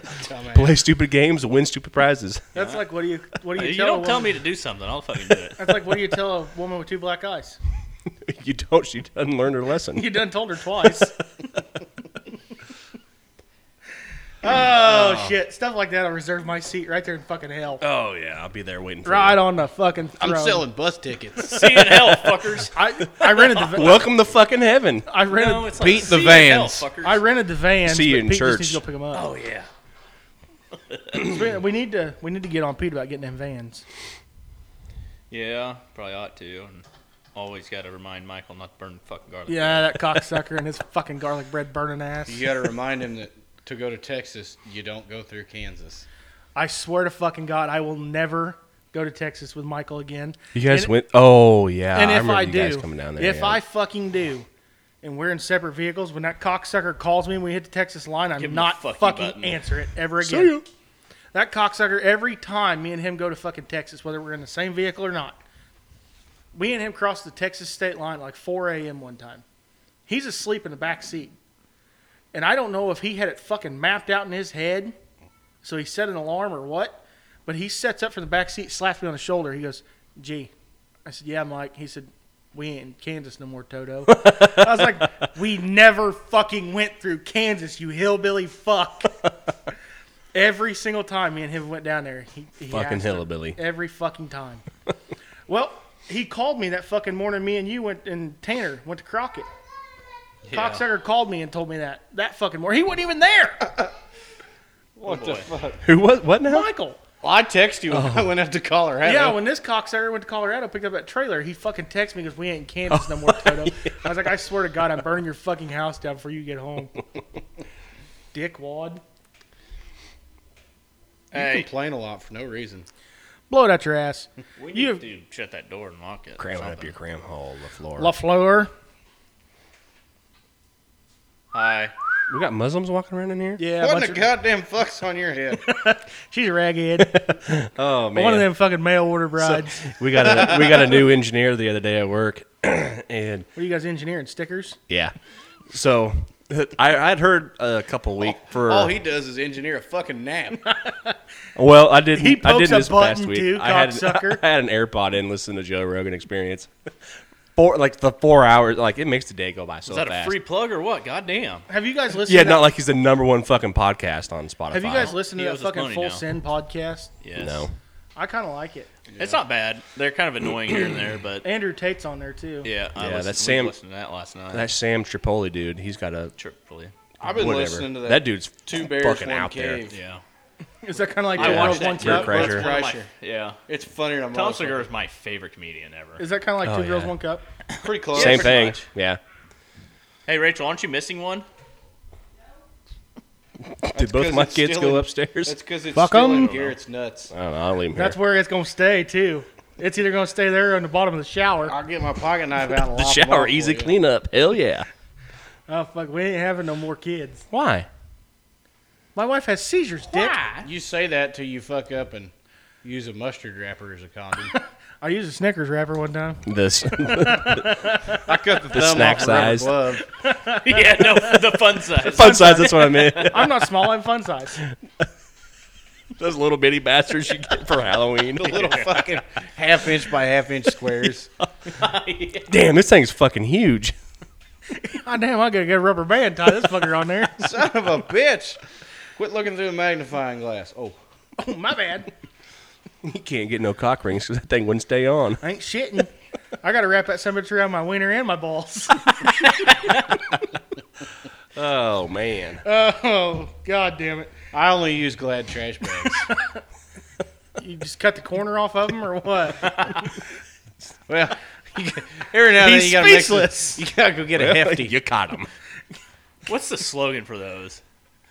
S2: Play stupid games, win stupid prizes.
S1: That's like what do you what do you,
S5: You
S1: tell a
S5: don't
S1: woman?
S5: tell me to do something, I'll fucking do it.
S1: That's like what do you tell a woman with two black eyes?
S2: You don't. She doesn't learn her lesson.
S1: You done told her twice. oh shit! Stuff like that. I reserve my seat right there in fucking hell.
S2: Oh yeah, I'll be there waiting for
S1: Right on the fucking.
S4: I'm
S1: throne.
S4: selling bus tickets.
S5: See you in hell, fuckers.
S1: I I rented the.
S2: you. Welcome to fucking heaven.
S1: I rented.
S5: No, it's
S4: Beat
S5: like,
S4: the
S5: "See you in hell,
S4: vans."
S5: fuckers.
S1: I rented the van.
S2: See you in
S1: Pete just
S2: church.
S1: needs to go pick 'em up.
S5: oh yeah.
S1: We- We need to we need to get on Pete about getting them vans.
S5: Yeah, probably ought to. And always got to remind Michael not to burn the fucking garlic.
S1: Yeah, that cocksucker and his fucking garlic bread burning ass.
S4: you got to remind him that to go to Texas, you don't go through Kansas.
S1: I swear to fucking God, I will never go to Texas with Michael again.
S2: You guys
S1: And-
S2: went. Oh yeah,
S1: And
S2: I
S1: if
S2: remember
S1: I
S2: you
S1: do,
S2: guys coming down there.
S1: if
S2: yeah.
S1: I fucking do, and we're in separate vehicles, when that cocksucker calls me and we hit the Texas line, I'm
S5: Give him the
S1: not
S5: fuck you
S1: fucking
S5: button.
S1: answer it ever
S2: See
S1: again.
S2: ya.
S1: That cocksucker, every time me and him go to fucking Texas, whether we're in the same vehicle or not, me and him crossed the Texas state line at like 4 a.m. one time. He's asleep in the back seat. And I don't know if he had it fucking mapped out in his head, so he set an alarm or what, but he sets up from the back seat, slaps me on the shoulder. He goes, Gee. I said, Yeah, Mike. He said, We ain't in Kansas no more, Toto. I was like, We never fucking went through Kansas, you hillbilly fuck. Every single time me and him went down there, he, he
S2: Fucking
S1: asked him.
S2: hillbilly.
S1: Every fucking time. well, he called me that fucking morning. Me and you went and Tanner went to Crockett.
S5: Yeah.
S1: Cocksucker called me and told me that that fucking morning. He wasn't even there.
S4: What
S5: the
S4: fuck?
S2: Who was what now?
S1: Michael.
S4: Well, I text you when I went out to Colorado.
S1: Yeah, when this cocksucker went to Colorado, picked up that trailer, he fucking texted me because we ain't in Kansas no more, Toto. I was like, I swear to God, I'm burning your fucking house down before you get home. Dickwad.
S4: you complain a lot for no reason.
S1: Blow it out your ass.
S5: We
S1: You-
S5: need to shut that door and lock it. or
S2: Cramming up
S5: something.
S2: your cram hole, Lafleur.
S1: LaFleur.
S5: Hi.
S2: we got Muslims walking around in here.
S1: Yeah,
S4: What
S1: bunch
S4: in the
S1: of-
S4: goddamn fuck's on your head?
S1: she's ragged.
S2: Oh man,
S1: One of them fucking mail order brides.
S2: we got a we got a new engineer the other day at work, and
S1: what are you guys engineering? Stickers?
S2: yeah, so I I'd heard a couple week for
S1: Oh,
S4: All he does is engineer a fucking nap.
S2: Well, I didn't.
S1: He
S2: I
S1: pokes
S2: didn't
S1: a
S2: this past
S1: button,
S2: week.
S1: too,
S2: I, had an,
S1: cocksucker.
S2: I had an AirPod in, listening to Joe Rogan Experience. Four like the four hours, like it makes the day go by so
S5: Is that
S2: fast.
S5: a free plug or what? Goddamn.
S1: Have you guys listened?
S2: yeah,
S1: to
S2: not
S1: that-
S2: like he's the number one fucking podcast on Spotify.
S1: Have you guys listened to
S5: He
S1: that
S5: owes us
S1: fucking
S5: money
S1: Full
S5: now.
S1: Sin podcast?
S5: Yes.
S2: No.
S1: I kind of like it.
S5: It's not bad. They're kind of annoying here and there, but yeah,
S1: Andrew Tate's on there too.
S5: I
S2: Yeah,
S5: listened,
S2: that's
S5: we
S2: Sam-
S5: listened to that last night.
S2: That Sam Tripoli dude, he's got a
S5: Tripoli.
S4: I've been
S2: whatever.
S4: listening to that.
S2: dude's
S4: Two Bears
S2: fucking
S4: One
S2: out
S4: Cave.
S5: Yeah.
S1: Is that kind of like
S5: I
S1: the
S5: watched
S1: World
S5: that
S1: One
S5: too.
S1: Cup?
S2: Beer
S4: Buzz
S2: Kreischer.
S5: One of my-
S4: Kreischer.
S5: yeah.
S4: It's funnier than
S5: Tom
S4: I'm
S5: Segura is my favorite comedian ever.
S1: Is that kind of like
S2: Oh,
S1: Two
S2: yeah.
S1: Girls One Cup?
S4: Pretty
S2: there.
S4: close.
S2: Same
S5: pretty
S2: thing.
S5: much.
S2: Yeah.
S5: Hey, Rachel, aren't you missing one?
S2: Did both
S4: 'cause
S2: my
S4: it's
S2: kids
S4: still
S2: go
S4: in-
S2: upstairs?
S4: That's because it's
S1: Fuck
S4: still
S1: 'em.
S4: in here. It's nuts.
S2: I don't know. I'll leave him
S1: That's
S2: here.
S1: where it's gonna stay too. It's either gonna stay there or in the bottom of the shower.
S4: I'll get my pocket knife out. And
S2: The
S4: lop 'em off
S2: shower,
S4: for
S2: easy
S4: you.
S2: cleanup. Hell yeah.
S1: Oh fuck, we ain't having no more kids.
S2: Why?
S1: My wife has seizures, dick.
S5: Ah.
S4: You say that till you fuck up and use a mustard wrapper as a condom.
S1: I used a Snickers wrapper one time.
S2: This
S4: I cut the, thumb
S2: snack
S4: off a rubber
S2: size.
S4: glove.
S5: yeah, no, the fun size.
S2: fun size. That's what I meant.
S1: I'm not small. I'm fun size.
S2: Those little bitty bastards you get for Halloween.
S4: Little fucking half inch by half inch squares.
S2: Damn, this thing's fucking huge.
S1: God Ah, damn, I gotta get a rubber band tie this fucker on there.
S4: Son of a bitch. Quit looking through a magnifying glass. Oh,
S1: oh, my bad.
S2: You can't get no cock rings because that thing wouldn't stay on.
S1: I ain't shitting. I gotta wrap that sandwich around my wiener and my balls.
S2: Oh man,
S1: oh god damn it!
S4: I only use Glad trash bags.
S1: You just cut the corner off of them or what?
S4: well, you got- every now and then
S1: He's
S4: you gotta mix it-
S1: speechless.
S4: You gotta go get a hefty.
S2: you caught him.
S5: What's the slogan for those?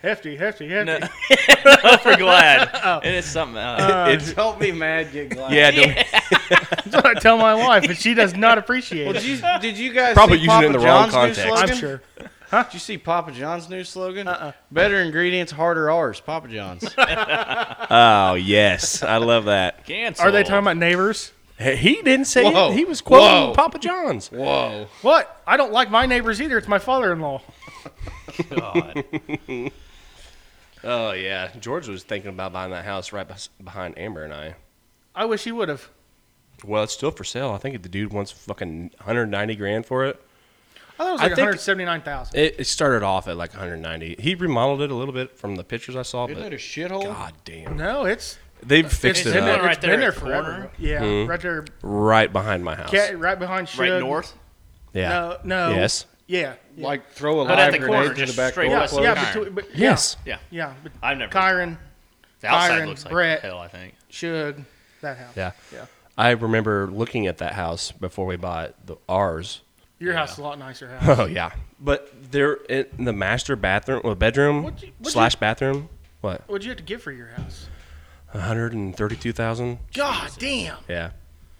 S1: Hefty, hefty, hefty.
S5: No, for glad,
S1: Oh.
S5: and it's something. Uh,
S2: It's-
S4: Don't be mad. Get Glad.
S2: yeah, don't-
S1: That's what I tell my wife, and she does not appreciate
S4: Well,
S1: it.
S4: did you, did you guys
S2: Probably
S4: see
S2: using it
S4: Papa
S2: in the wrong
S4: John's
S2: context.
S4: New slogan?
S1: I'm sure.
S4: Did you see Papa John's new slogan? Uh-uh. Better ingredients, harder R's. Papa John's.
S2: Oh yes, I love that.
S5: cancel.
S1: Are they talking about neighbors?
S2: He didn't say
S4: Whoa.
S2: it. He was quoting
S4: Whoa.
S2: Papa John's.
S4: Whoa.
S1: What? I don't like my neighbors either. It's my father-in-law.
S5: God.
S2: Oh yeah, George was thinking about buying that house right bes- behind Amber and I.
S1: I wish he would have.
S2: Well, it's still for sale. I think the dude wants fucking 190 grand for it.
S1: I thought it was
S2: I
S1: like
S2: think-
S1: 179,000.
S2: It, it started off at like 190. He remodeled it a little bit from the pictures I saw,
S4: Isn't it
S2: but
S4: a shithole?
S2: god damn,
S1: No, it's
S2: they've fixed
S1: it's
S2: it
S1: been
S2: up Mm-hmm.
S1: there,
S5: Right
S1: it's
S5: there
S1: been
S5: at
S1: there
S5: the
S1: forever.
S5: corner?
S1: Yeah, right there,
S2: right behind my house.
S1: cat, right behind. Shug.
S5: right north?
S2: yeah.
S1: No, no.
S2: Yes.
S1: Yeah. yeah.
S4: Like throw a live
S5: But at the
S4: grenade
S5: corner,
S4: to
S5: just
S4: the back
S5: straight
S4: door.
S5: up.
S1: yeah, yeah,
S5: Kyron.
S1: between, but,
S2: Yes.
S5: Yeah,
S1: Yeah, yeah but
S5: I've never.
S1: Kyron,
S5: the outside
S1: Kyron,
S5: looks like
S1: Brett.
S5: hell. I think.
S1: Shug, that house.
S2: Yeah.
S1: Yeah.
S2: I remember looking at that house before we bought the ours.
S1: Your house is a lot nicer house.
S2: Oh yeah, but there in the master bathroom or bedroom
S1: What'd you- what'd
S2: slash
S1: you-
S2: bathroom. What?
S1: What'd you have to give for your house?
S2: One hundred and thirty-two thousand.
S1: God damn.
S2: Yeah,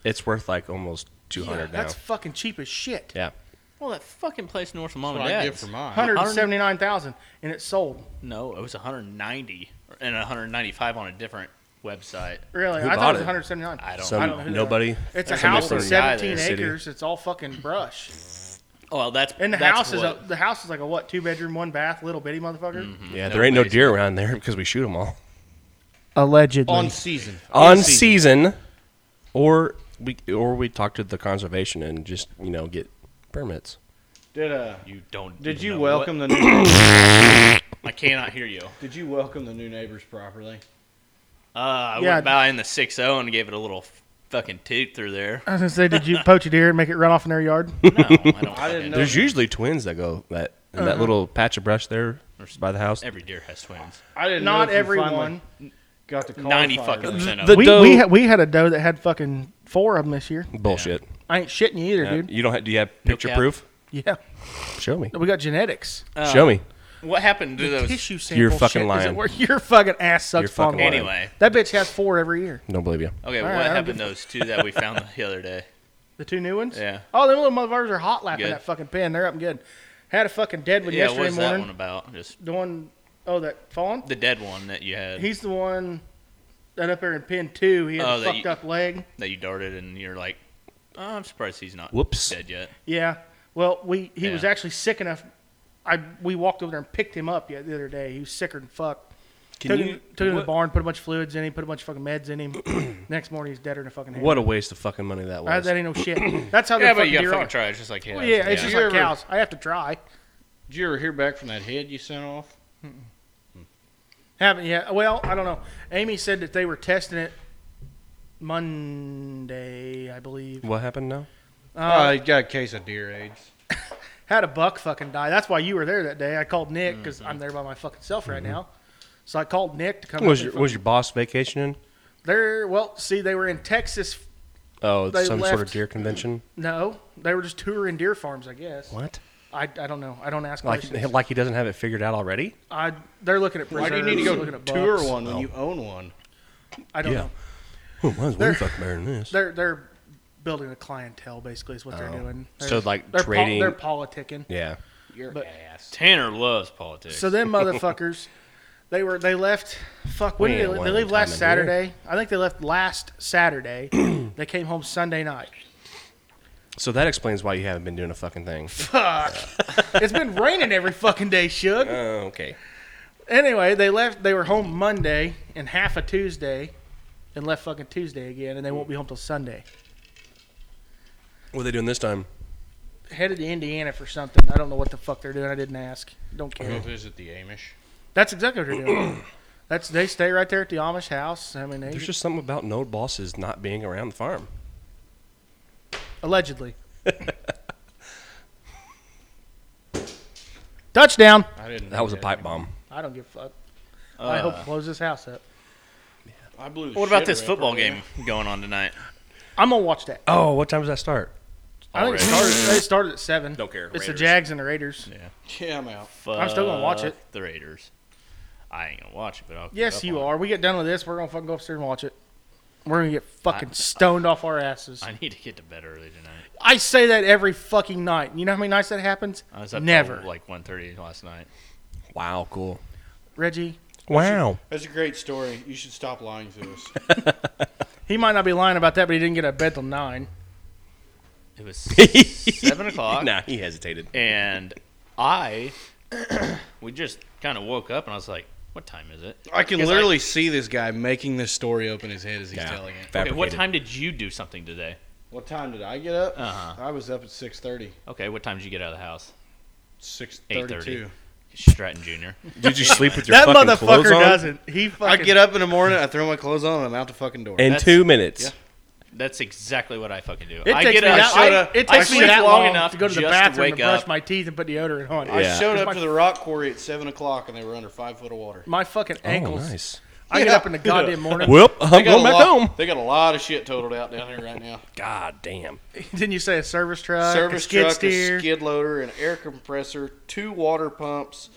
S2: it's worth like almost two
S1: Yeah,
S2: hundred now.
S1: that's fucking cheap as shit.
S2: yeah.
S5: Well, that fucking place north of mom
S4: What
S5: and
S4: I get
S5: dad's.
S4: for mine.
S1: 179,000 and it sold.
S5: No, it was 190 and 195 on a different website.
S1: Really?
S2: Who
S1: I thought
S2: bought
S1: it was
S2: it?
S1: 179.
S5: I don't
S2: Some
S1: I don't know who they are.
S2: nobody.
S1: It's a
S5: Somebody
S1: house
S5: from
S1: with
S5: the guy
S1: 17
S5: there.
S2: City.
S1: acres. It's all fucking brush.
S5: Oh, well, that's
S1: And the
S5: that's
S1: house is
S5: what-
S1: a, the house is like a what two bedroom one bath little bitty motherfucker.
S2: Yeah, there ain't no
S5: Nobody's-
S2: deer around there because we shoot them all
S1: Allegedly.
S4: On season.
S2: on season, or we or we talk to the conservation and just you know get permits.
S4: Did uh
S5: You don't.
S4: did
S5: even
S4: you
S5: know
S4: welcome the new,
S5: what- I cannot hear you.
S4: did you welcome the new neighbors properly?
S5: Uh, I
S1: Yeah.
S5: went by in the 6-0 and gave it a little fucking toot through there.
S1: I was gonna say, did you poach a deer and make it run off in their yard?
S5: No, I don't.
S4: I didn't
S1: Oh,
S5: fucking-
S4: know.
S2: There's usually twins that go that in
S1: Uh-huh.
S2: that little patch of brush there by the house.
S5: Every deer has twins.
S4: I didn't
S1: Not
S4: know if you
S1: everyone.
S4: finally got the call
S5: 90
S4: fire.
S5: fucking percent of
S2: the
S5: them.
S1: we
S2: doe-
S1: we, had, we had a doe that had fucking four of them this year.
S2: Bullshit.
S1: I ain't shitting you either,
S2: Yeah.
S1: dude.
S2: You don't have? Do you have picture
S5: cap.
S2: proof?
S1: Yeah,
S2: Show me.
S1: we got genetics.
S5: Uh,
S2: Show me.
S5: What happened to those?
S1: Tissue sample.
S2: You're fucking
S1: shit. Does it
S2: lying.
S1: work? Your fucking ass sucks.
S2: You're fucking
S1: Paul.
S2: lying.
S5: Anyway.
S1: that bitch has four every year.
S2: Don't believe you.
S5: Okay,
S1: All
S5: what
S1: right, I don't
S5: happened
S1: give
S5: to those two that we found the other day?
S1: The two new ones.
S5: Yeah.
S1: Oh, them little motherfuckers are hot lapping
S5: Good.
S1: that fucking pen. They're up and good. Had a fucking dead one
S5: Yeah, what
S1: yesterday
S5: was that
S1: morning.
S5: one about? Just
S1: The one, oh, that fawn.
S5: the dead one that you had
S1: He's the one that up there in pin two. He had
S5: Oh,
S1: a
S5: that
S1: fucked
S5: you-
S1: up leg.
S5: that you darted, and you're like, oh, I'm surprised he's not
S2: Whoops.
S5: dead yet.
S1: Yeah. Well, we he was
S5: Yeah.
S1: actually sick enough. I we walked over there and picked him up yet the other day. He was sicker than fuck.
S2: Can
S1: took
S2: you-
S1: him, took him to the
S2: what-
S1: barn, put a bunch of fluids in him, put a bunch of fucking meds in him. Next morning he's deader than a fucking hand.
S2: What a waste of fucking money that was.
S1: I, that ain't no shit. That's how they're
S5: Yeah, but
S1: fucking
S5: you gotta
S1: deer
S5: fucking
S1: are.
S5: try. It's just like yeah,
S1: Well, yeah, it's
S4: Yeah.
S1: just
S4: You
S1: like
S4: ever-
S1: cows. I have to try.
S4: Did you ever hear back from that head you sent off?
S1: Haven't yet. Well, I don't know. Amy said that they were testing it Monday, I believe.
S2: What happened now?
S4: Oh, he got a case of deer AIDS.
S1: Had a buck fucking die. That's why you were there that day. I called Nick because I'm there by my fucking self right now. So I called Nick to come.
S2: Mm-hmm. Was
S1: up
S2: your
S1: and
S2: was your boss vacationing?
S1: They're well, see, they were in Texas.
S2: Oh,
S1: They
S2: some sort of
S1: left-
S2: deer convention.
S1: No, they were just touring deer farms, I guess.
S2: What?
S1: I, I don't know. I don't ask
S2: Like
S1: questions.
S2: like he doesn't have it figured out already?
S1: I they're looking at
S4: Why
S1: preserves.
S4: do you need to
S1: they're
S4: go
S1: looking at
S4: tour
S1: bucks.
S4: one when you own one?
S1: I don't
S2: Yeah.
S1: know.
S2: Well, mine's
S1: They're-
S2: way fucking better than this.
S1: They're they're building a clientele basically is what they're doing. They're,
S2: Oh. So, like,
S1: they're pol-
S2: trading-
S1: they're politicking.
S2: Yeah.
S4: Your
S1: But-
S4: ass.
S5: Tanner loves politics.
S1: So them motherfuckers, they were they left. Fuck, when did
S2: We
S1: they,
S2: ain't
S1: leave?
S2: one
S1: they leave
S2: time in
S1: last
S2: here.
S1: Saturday? I think they left last Saturday. they came home Sunday night.
S2: So that explains why you haven't been doing a fucking thing.
S1: Fuck, it's been raining every fucking day, Shug.
S2: Oh, okay.
S1: Anyway, they left. They were home Monday and half a Tuesday, and left fucking Tuesday again, and they won't be home till Sunday.
S2: What are they doing this time?
S1: Headed to Indiana for something. I don't know what the fuck they're doing. I didn't ask. Don't
S4: Go
S2: Mm-hmm.
S1: care.
S4: visit the Amish.
S1: That's exactly what they're doing. That's they stay right there at the Amish house. I mean, they,
S2: There's just something about node bosses not being around the farm.
S1: allegedly. Touchdown.
S4: I didn't.
S2: That was a pipe bomb.
S1: I don't give a fuck.
S5: Uh.
S1: I hope close this house up.
S4: I blew. the
S5: What about
S4: shit
S5: this
S4: right
S5: football
S4: from there.
S5: game going on tonight?
S1: I'm gonna watch that.
S2: Oh, what time does that start?
S1: I think it started, it started at seven.
S2: Don't care.
S1: It's the
S2: Raiders.
S1: Jags and the Raiders.
S4: Yeah, I'm out.
S1: I'm still gonna watch it.
S5: Fuck The Raiders. I ain't gonna watch it, but I'll. keep
S1: Yes,
S5: up
S1: you
S5: on
S1: are. We get done with this, we're gonna fucking go upstairs and watch it. We're gonna get fucking stoned off our asses.
S5: It.
S1: I,
S5: I need to get to bed early tonight.
S1: say that every fucking night. You know how many nights that happens?
S5: I was up
S1: Never.
S5: till like 1.30 last night.
S2: Wow, cool.
S1: Reggie,
S2: Wow.
S4: That's a great story. You should stop lying to us.
S1: he might not be lying about that, but he didn't get out of bed till nine.
S5: It was seven o'clock,
S2: Nah, he hesitated.
S5: and I we just kind of woke up, and I was like, "What time is it?
S4: I can
S5: Because I-
S4: literally see this guy making this story up in his head as he's telling it.
S5: Okay, what
S2: Fabricated.
S5: time did you do something today?
S4: What time did I get up?
S5: Uh-huh.
S4: I was up at 6:30.
S5: Okay, what time did you get out of the house?
S4: 6:32.
S5: Stratton Jr.
S2: Did you sleep with your
S1: that
S2: fucking clothes
S1: motherfucker
S2: on?
S1: doesn't. He
S4: I
S1: fucking
S4: get up in the morning. I throw my clothes on. and I'm out the fucking door.
S2: In
S5: That's-
S2: two minutes.
S4: Yeah.
S5: That's exactly what I fucking do.
S1: It
S5: I
S1: takes
S5: get
S1: me
S5: up,
S1: that,
S5: I,
S1: I, it
S5: I
S1: takes me
S5: sleep
S1: that
S5: long
S1: long
S5: enough
S1: to go to the
S5: just to
S1: bathroom
S5: wake
S1: and brush
S5: up.
S1: my teeth and put deodorant on.
S4: I
S1: I,
S2: Yeah.
S4: showed up
S1: My-
S4: to the rock quarry at seven o'clock, and they were under five foot of water.
S1: my fucking
S2: Oh,
S1: ankles.
S2: nice.
S1: I get
S4: Yeah.
S1: up in the goddamn morning.
S2: Well, I'm
S4: They got
S2: going
S4: a
S2: back
S4: lot-
S2: home.
S4: They got a lot of shit totaled out down here right now.
S2: God damn.
S1: Didn't you say a service truck, a
S4: Service
S1: skid
S4: truck,
S1: steer?
S4: a Uh, skid loader, an air compressor, two water pumps,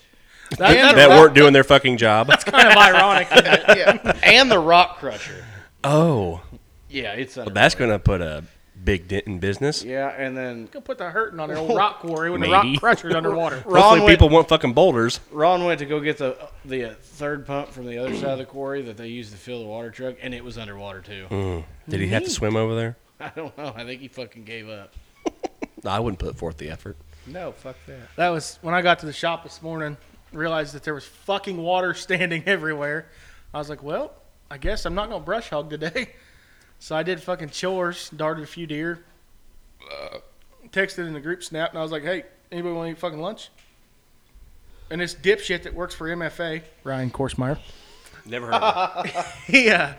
S1: That-
S4: And
S2: That weren't doing their fucking job.
S1: kind of ironic.
S4: yeah, and the rock crusher.
S2: Oh,
S4: Yeah, it's under.
S2: that's going to put a big dent in business.
S4: yeah, and then
S1: Gonna put the hurting on their old rock quarry when the rock
S2: Maybe.
S1: crusher's underwater.
S4: Ron
S2: Hopefully,
S4: went,
S2: people want fucking boulders.
S4: Ron went to go get the the uh, third pump from the other side of the quarry that they used to fill the water truck, and it was underwater too.
S2: Did he have to swim over there?
S4: I don't know. I think he fucking gave up.
S2: No, I wouldn't put forth the effort.
S4: No, fuck that.
S1: That was when I got to the shop this morning. Realized that there was fucking water standing everywhere. I was like, well, I guess I'm not gonna brush hog today. So I did fucking chores, darted a few deer, texted in the group snap, and I was like, hey, anybody want to eat fucking lunch? And this dipshit that works for MFA, Ryan Korsmeyer.
S2: Never heard of
S1: yeah,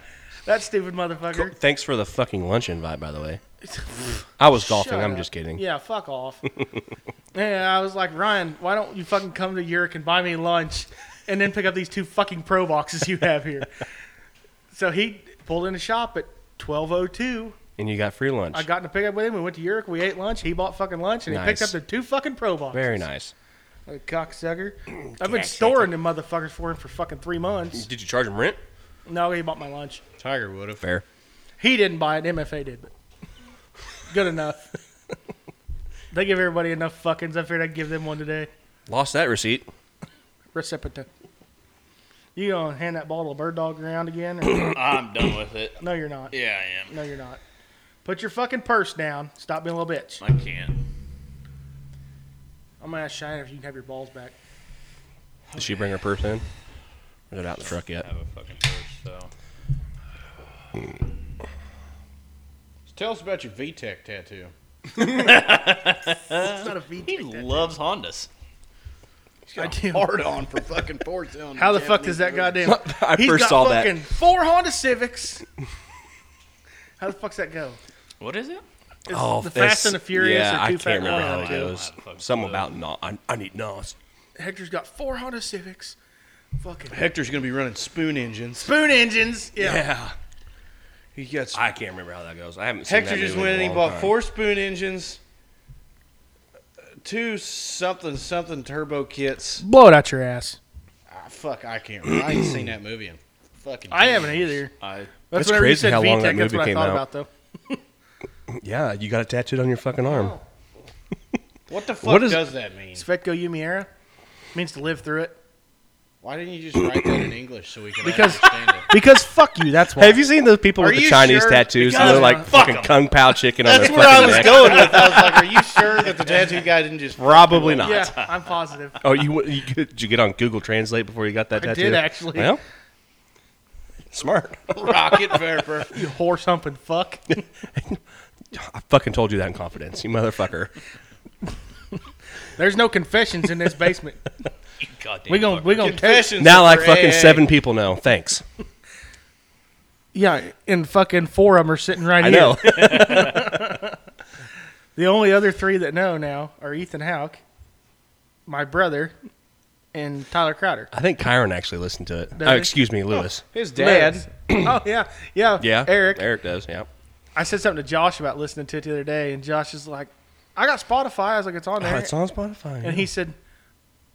S1: that stupid motherfucker.
S2: Thanks for the fucking lunch invite, by the way. I was golfing.
S1: Shut
S2: I'm
S1: up.
S2: just kidding.
S1: Yeah, fuck off. and I was like, Ryan, why don't you fucking come to Europe and buy me lunch and then pick up these two fucking pro boxes you have here? so he pulled in the shop at 1202.
S2: And you got free lunch.
S1: I got in a pickup with him. We went to Europe. We ate lunch. He bought fucking lunch and he picked up
S2: Nice.
S1: the two fucking pro boxes.
S2: Very nice.
S1: Like a cocksucker. I've been storing them motherfuckers for him for fucking three months.
S2: Did you charge him rent?
S1: No, he bought my lunch.
S4: Tiger would have.
S2: Fair.
S1: He didn't buy it. MFA did, but good enough. they give everybody enough fuckings. I figured I'd give them one today.
S2: Lost that receipt.
S1: Recepta. You gonna hand that bottle of bird dog around again? or-
S5: I'm done with it.
S1: no, you're not.
S5: Yeah, I am.
S1: No, you're not. Put your fucking purse down. Stop being a little bitch.
S5: I can't.
S1: I'm gonna ask Shiner if you can have your balls back.
S2: Did she bring her purse in? Is it out in the truck yet?
S5: I have a fucking purse, so
S4: Tell us about your VTech tattoo.
S1: It's not a V.
S5: he loves Hondas.
S1: I do.
S4: Hard on for fucking four cylinder.
S1: How the fuck does
S4: Japanese
S1: that
S4: motor.
S1: goddamn?
S2: I
S1: He's
S2: first
S1: got
S2: saw that.
S1: fucking four Honda Civics. How the fuck's that go?
S5: What is it?
S1: Is
S2: Oh,
S1: the
S2: that's-
S1: Fast and the Furious
S2: Yeah,
S1: or
S2: I
S1: Too Fat
S2: can't remember
S1: One
S2: how
S1: of
S2: it
S1: them two?
S2: goes.
S5: I don't
S2: Something
S5: know.
S2: about not. I, I need nos.
S1: Hector's got four Honda Civics. Fucking
S4: Hector's gonna be running spoon engines.
S1: spoon engines. Yeah.
S4: He got sp-
S2: I can't remember how that goes. I haven't. Seen
S4: Hector
S2: that
S4: just
S2: movie
S4: went
S2: in
S4: and
S2: a
S4: he
S2: long
S4: bought
S2: time.
S4: four spoon engines, two something something turbo kits.
S1: Blow it out your ass.
S4: Ah, fuck, I can't. remember. I ain't seen that movie in fucking.
S1: I
S4: years.
S1: haven't either.
S5: I
S1: That's
S2: That's
S1: whenever you
S2: crazy
S1: said
S2: how long
S1: VTech,
S2: that
S1: that's
S2: movie
S1: what I
S2: came
S1: thought
S2: out.
S1: about though.
S2: Yeah, you got it tattooed on your fucking arm.
S4: What the fuck
S2: What is-
S4: does that mean?
S1: Svetko Umiera means to live through it.
S4: Why didn't you just write that in English so we can
S1: Because-
S4: understand it?
S1: because fuck you. That's why.
S2: Have you seen those people
S4: Are
S2: with the
S4: you
S2: Chinese
S4: sure?
S2: tattoos?
S1: Because-
S2: And they're like
S1: Fuck
S2: fucking
S5: 'em.
S2: kung pao chicken on
S4: That's
S2: their
S4: where I
S2: fucking
S4: was
S2: neck.
S4: going with. I was like, "Are you sure that the tattoo guy didn't just
S2: Probably not.
S1: Yeah, I'm positive.
S2: Oh, you, you did you get on Google Translate before you got that
S1: I
S2: tattoo?
S1: did, actually.
S2: Well, smart.
S4: rocket Verper?"
S1: You whore something fuck.
S2: I fucking told you that in confidence, you motherfucker.
S1: There's no confessions in this basement.
S5: You goddamn
S1: we gon' we gon' catch.
S4: Confessions
S2: now,
S4: are
S2: like
S4: for
S2: fucking
S4: AA.
S2: seven people know. Thanks.
S1: Yeah, and fucking four of them are sitting right
S2: I
S1: here.
S2: know.
S1: The only other three that know now are Ethan Hauk, my brother, and Tyler Crowder.
S2: I think Kyron actually listened to it.
S1: Does
S2: Oh,
S1: he?
S2: excuse me, Lewis.
S4: His dad.
S1: oh yeah, yeah,
S2: Yeah,
S1: Eric.
S2: Eric does. Yeah.
S1: I said something to Josh about listening to it the other day, and Josh is like, "I got Spotify." I was like, "It's on there,"
S2: Oh, it's on Spotify.
S1: and he said,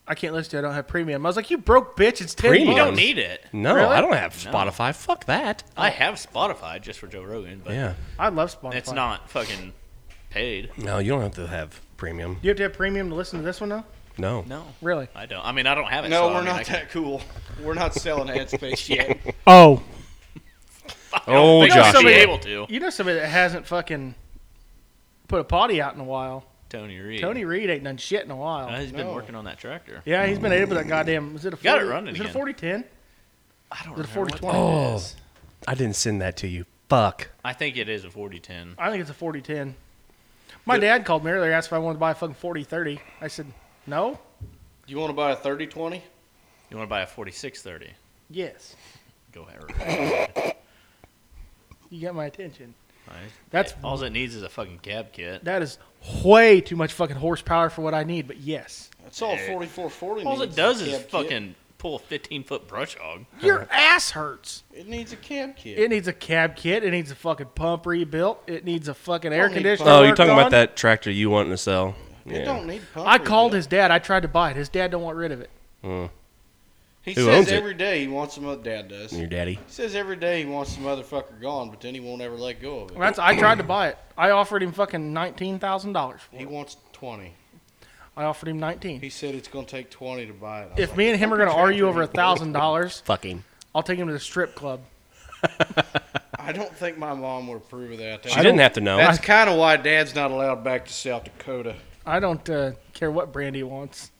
S1: "I can't listen to it. I don't have premium." I was like, "You broke bitch! It's ten
S2: Premium?
S5: You don't
S1: bucks."
S5: need it.
S2: no,
S1: Really?
S2: I don't have Spotify. Fuck that.
S5: I have Spotify just for Joe Rogan, but
S2: Yeah.
S1: I love Spotify.
S5: it's not fucking paid.
S2: No, you don't have to have premium.
S1: You have to have premium to listen to this one, though.
S2: No.
S5: No,
S1: Really?
S5: I don't. I mean, I don't have it.
S4: No,
S5: so, I
S4: we're
S5: mean, I
S4: not
S5: can-
S4: that cool. We're not selling ad space yet.
S1: Oh,
S2: Oh,
S5: I don't think I'd
S2: Josh.
S5: be
S1: Joshua.
S5: able to.
S1: you know somebody that hasn't fucking put a potty out in a while.
S5: Tony Reed.
S1: Tony Reed ain't done shit in a while.
S5: Uh, he's been working on that tractor.
S1: Yeah, he's been able to that goddamn. Is it a 40,
S5: Got it running
S1: Is it a
S5: again.
S1: forty ten?
S5: I don't
S1: Is it a
S5: remember
S1: 40-20?
S5: what that
S2: Oh.
S5: is.
S2: I didn't send that to you. Fuck.
S5: I think it is a 4010.
S1: I think it's a forty ten. My dad called me earlier, asked if I wanted to buy a fucking forty thirty. I said no.
S4: You want to buy a 3020?
S5: You want to buy a 4630?
S1: Yes,
S5: Go ahead.
S1: you got my attention.
S5: Nice.
S1: That's
S5: All it needs is a fucking cab kit.
S1: that is way too much fucking horsepower for what I need. But yes,
S4: That's all 4440
S5: All
S4: needs
S5: it does
S4: a
S5: is
S4: cab kit.
S5: fucking pull a 15 foot brush hog.
S1: your ass hurts.
S4: It needs a cab kit.
S1: It needs a cab kit. It needs a fucking pump rebuilt. It needs a fucking air
S4: need
S1: conditioner.
S2: Oh, you're
S1: worked
S2: talking
S1: on.
S2: about that tractor you wanting to sell?
S4: It don't need pump.
S1: I called
S4: rebuild.
S1: his dad. I tried to buy it. His dad don't want rid of it.
S4: He
S2: Who
S4: says
S2: owns it?
S4: every day he wants some other dad does.
S2: Your daddy.
S4: He says every day he wants the motherfucker gone, but then he won't ever let go of it.
S1: That's I tried to buy it. I offered him fucking nineteen thousand dollars for
S4: He
S1: it.
S4: wants 20.
S1: I offered him nineteen.
S4: He said it's going to take 20 to buy it. I was
S1: If
S4: like,
S1: me and him are going to argue over a thousand dollars,
S2: Fucking.
S1: I'll take him to the strip club.
S4: I don't think my mom would approve of that.
S2: She didn't have to know.
S4: That's kind of why dad's not allowed back to South Dakota.
S1: I don't uh, care what Brandy wants.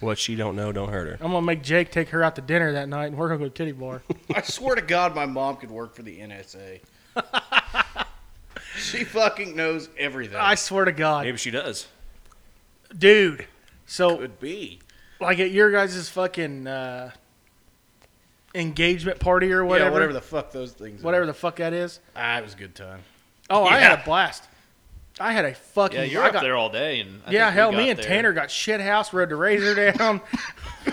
S2: What she don't know don't hurt her.
S1: I'm gonna make Jake take her out to dinner that night, and we're gonna go to titty bar.
S4: I swear to God, my mom could work for the NSA. she fucking knows everything.
S1: I swear to God,
S5: Maybe she does.
S1: dude. So
S4: could be.
S1: like at your guys' fucking uh, engagement party or whatever,
S4: yeah, whatever the fuck those things. are.
S1: whatever the fuck that is.
S4: Ah, it was a good time.
S1: Oh, I had a
S5: Yeah.
S1: blast. I had a fucking.
S5: Yeah, you're
S1: I
S5: up
S1: got-
S5: there all day. and I
S1: Yeah,
S5: think we
S1: hell,
S5: got
S1: me and
S5: there.
S1: Tanner got shit house, rode the razor down.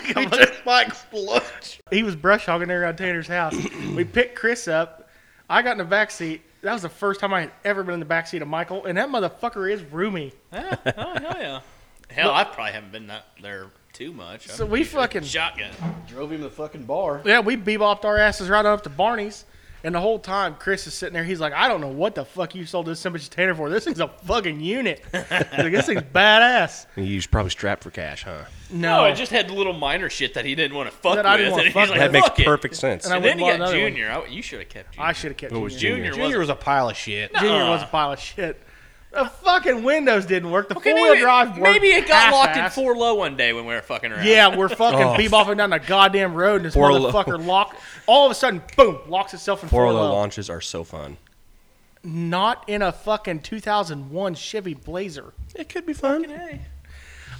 S4: He took Mike's lunch.
S1: he was brush hogging there around Tanner's house. we picked Chris up. I got in the back seat. That was the first time I had ever been in the back seat of Michael, and that motherfucker is roomy.
S5: Yeah, oh, hell yeah. Hell, I probably haven't been that there too much.
S1: So
S5: I'm
S1: we
S5: usually
S1: fucking-
S5: shotgun.
S4: Drove him to the fucking bar.
S1: Yeah, we bebopped our asses right up to Barney's, and the whole time Chris is sitting there. He's like, "I don't know what the fuck you sold this so much to Tanner for. This thing's a fucking unit. like, this thing's badass."
S2: You was probably strapped for cash, huh?
S5: No,
S1: No,
S5: I Oh, just had little minor shit that he didn't want to fuck
S1: That
S5: with.
S1: I didn't wanna
S5: and
S1: fuck
S5: he's like,
S2: that makes
S5: "Fuck it."
S2: perfect sense.
S1: And I
S5: And
S1: wouldn't
S5: then you
S1: want
S5: got
S1: another one.
S5: Junior. I, you should have kept Junior.
S1: I should have kept
S2: What
S1: Junior.
S2: was Uh.
S1: Junior.
S2: Junior?
S5: Junior was
S4: a pile of shit.
S1: was a pile of shit. The fucking windows didn't work. The
S5: Okay,
S1: four wheel drive worked.
S5: maybe it got locked in
S1: half-assed.
S5: four low one day when we were fucking around.
S1: Yeah, we're fucking
S2: Oh.
S1: bebopping down the goddamn road, and this
S2: Four low.
S1: motherfucker lock. All of a sudden, boom, locks itself in four
S2: Four
S1: low.
S2: launches are so fun.
S1: Not in a fucking 2001 Chevy Blazer.
S2: It could be fun.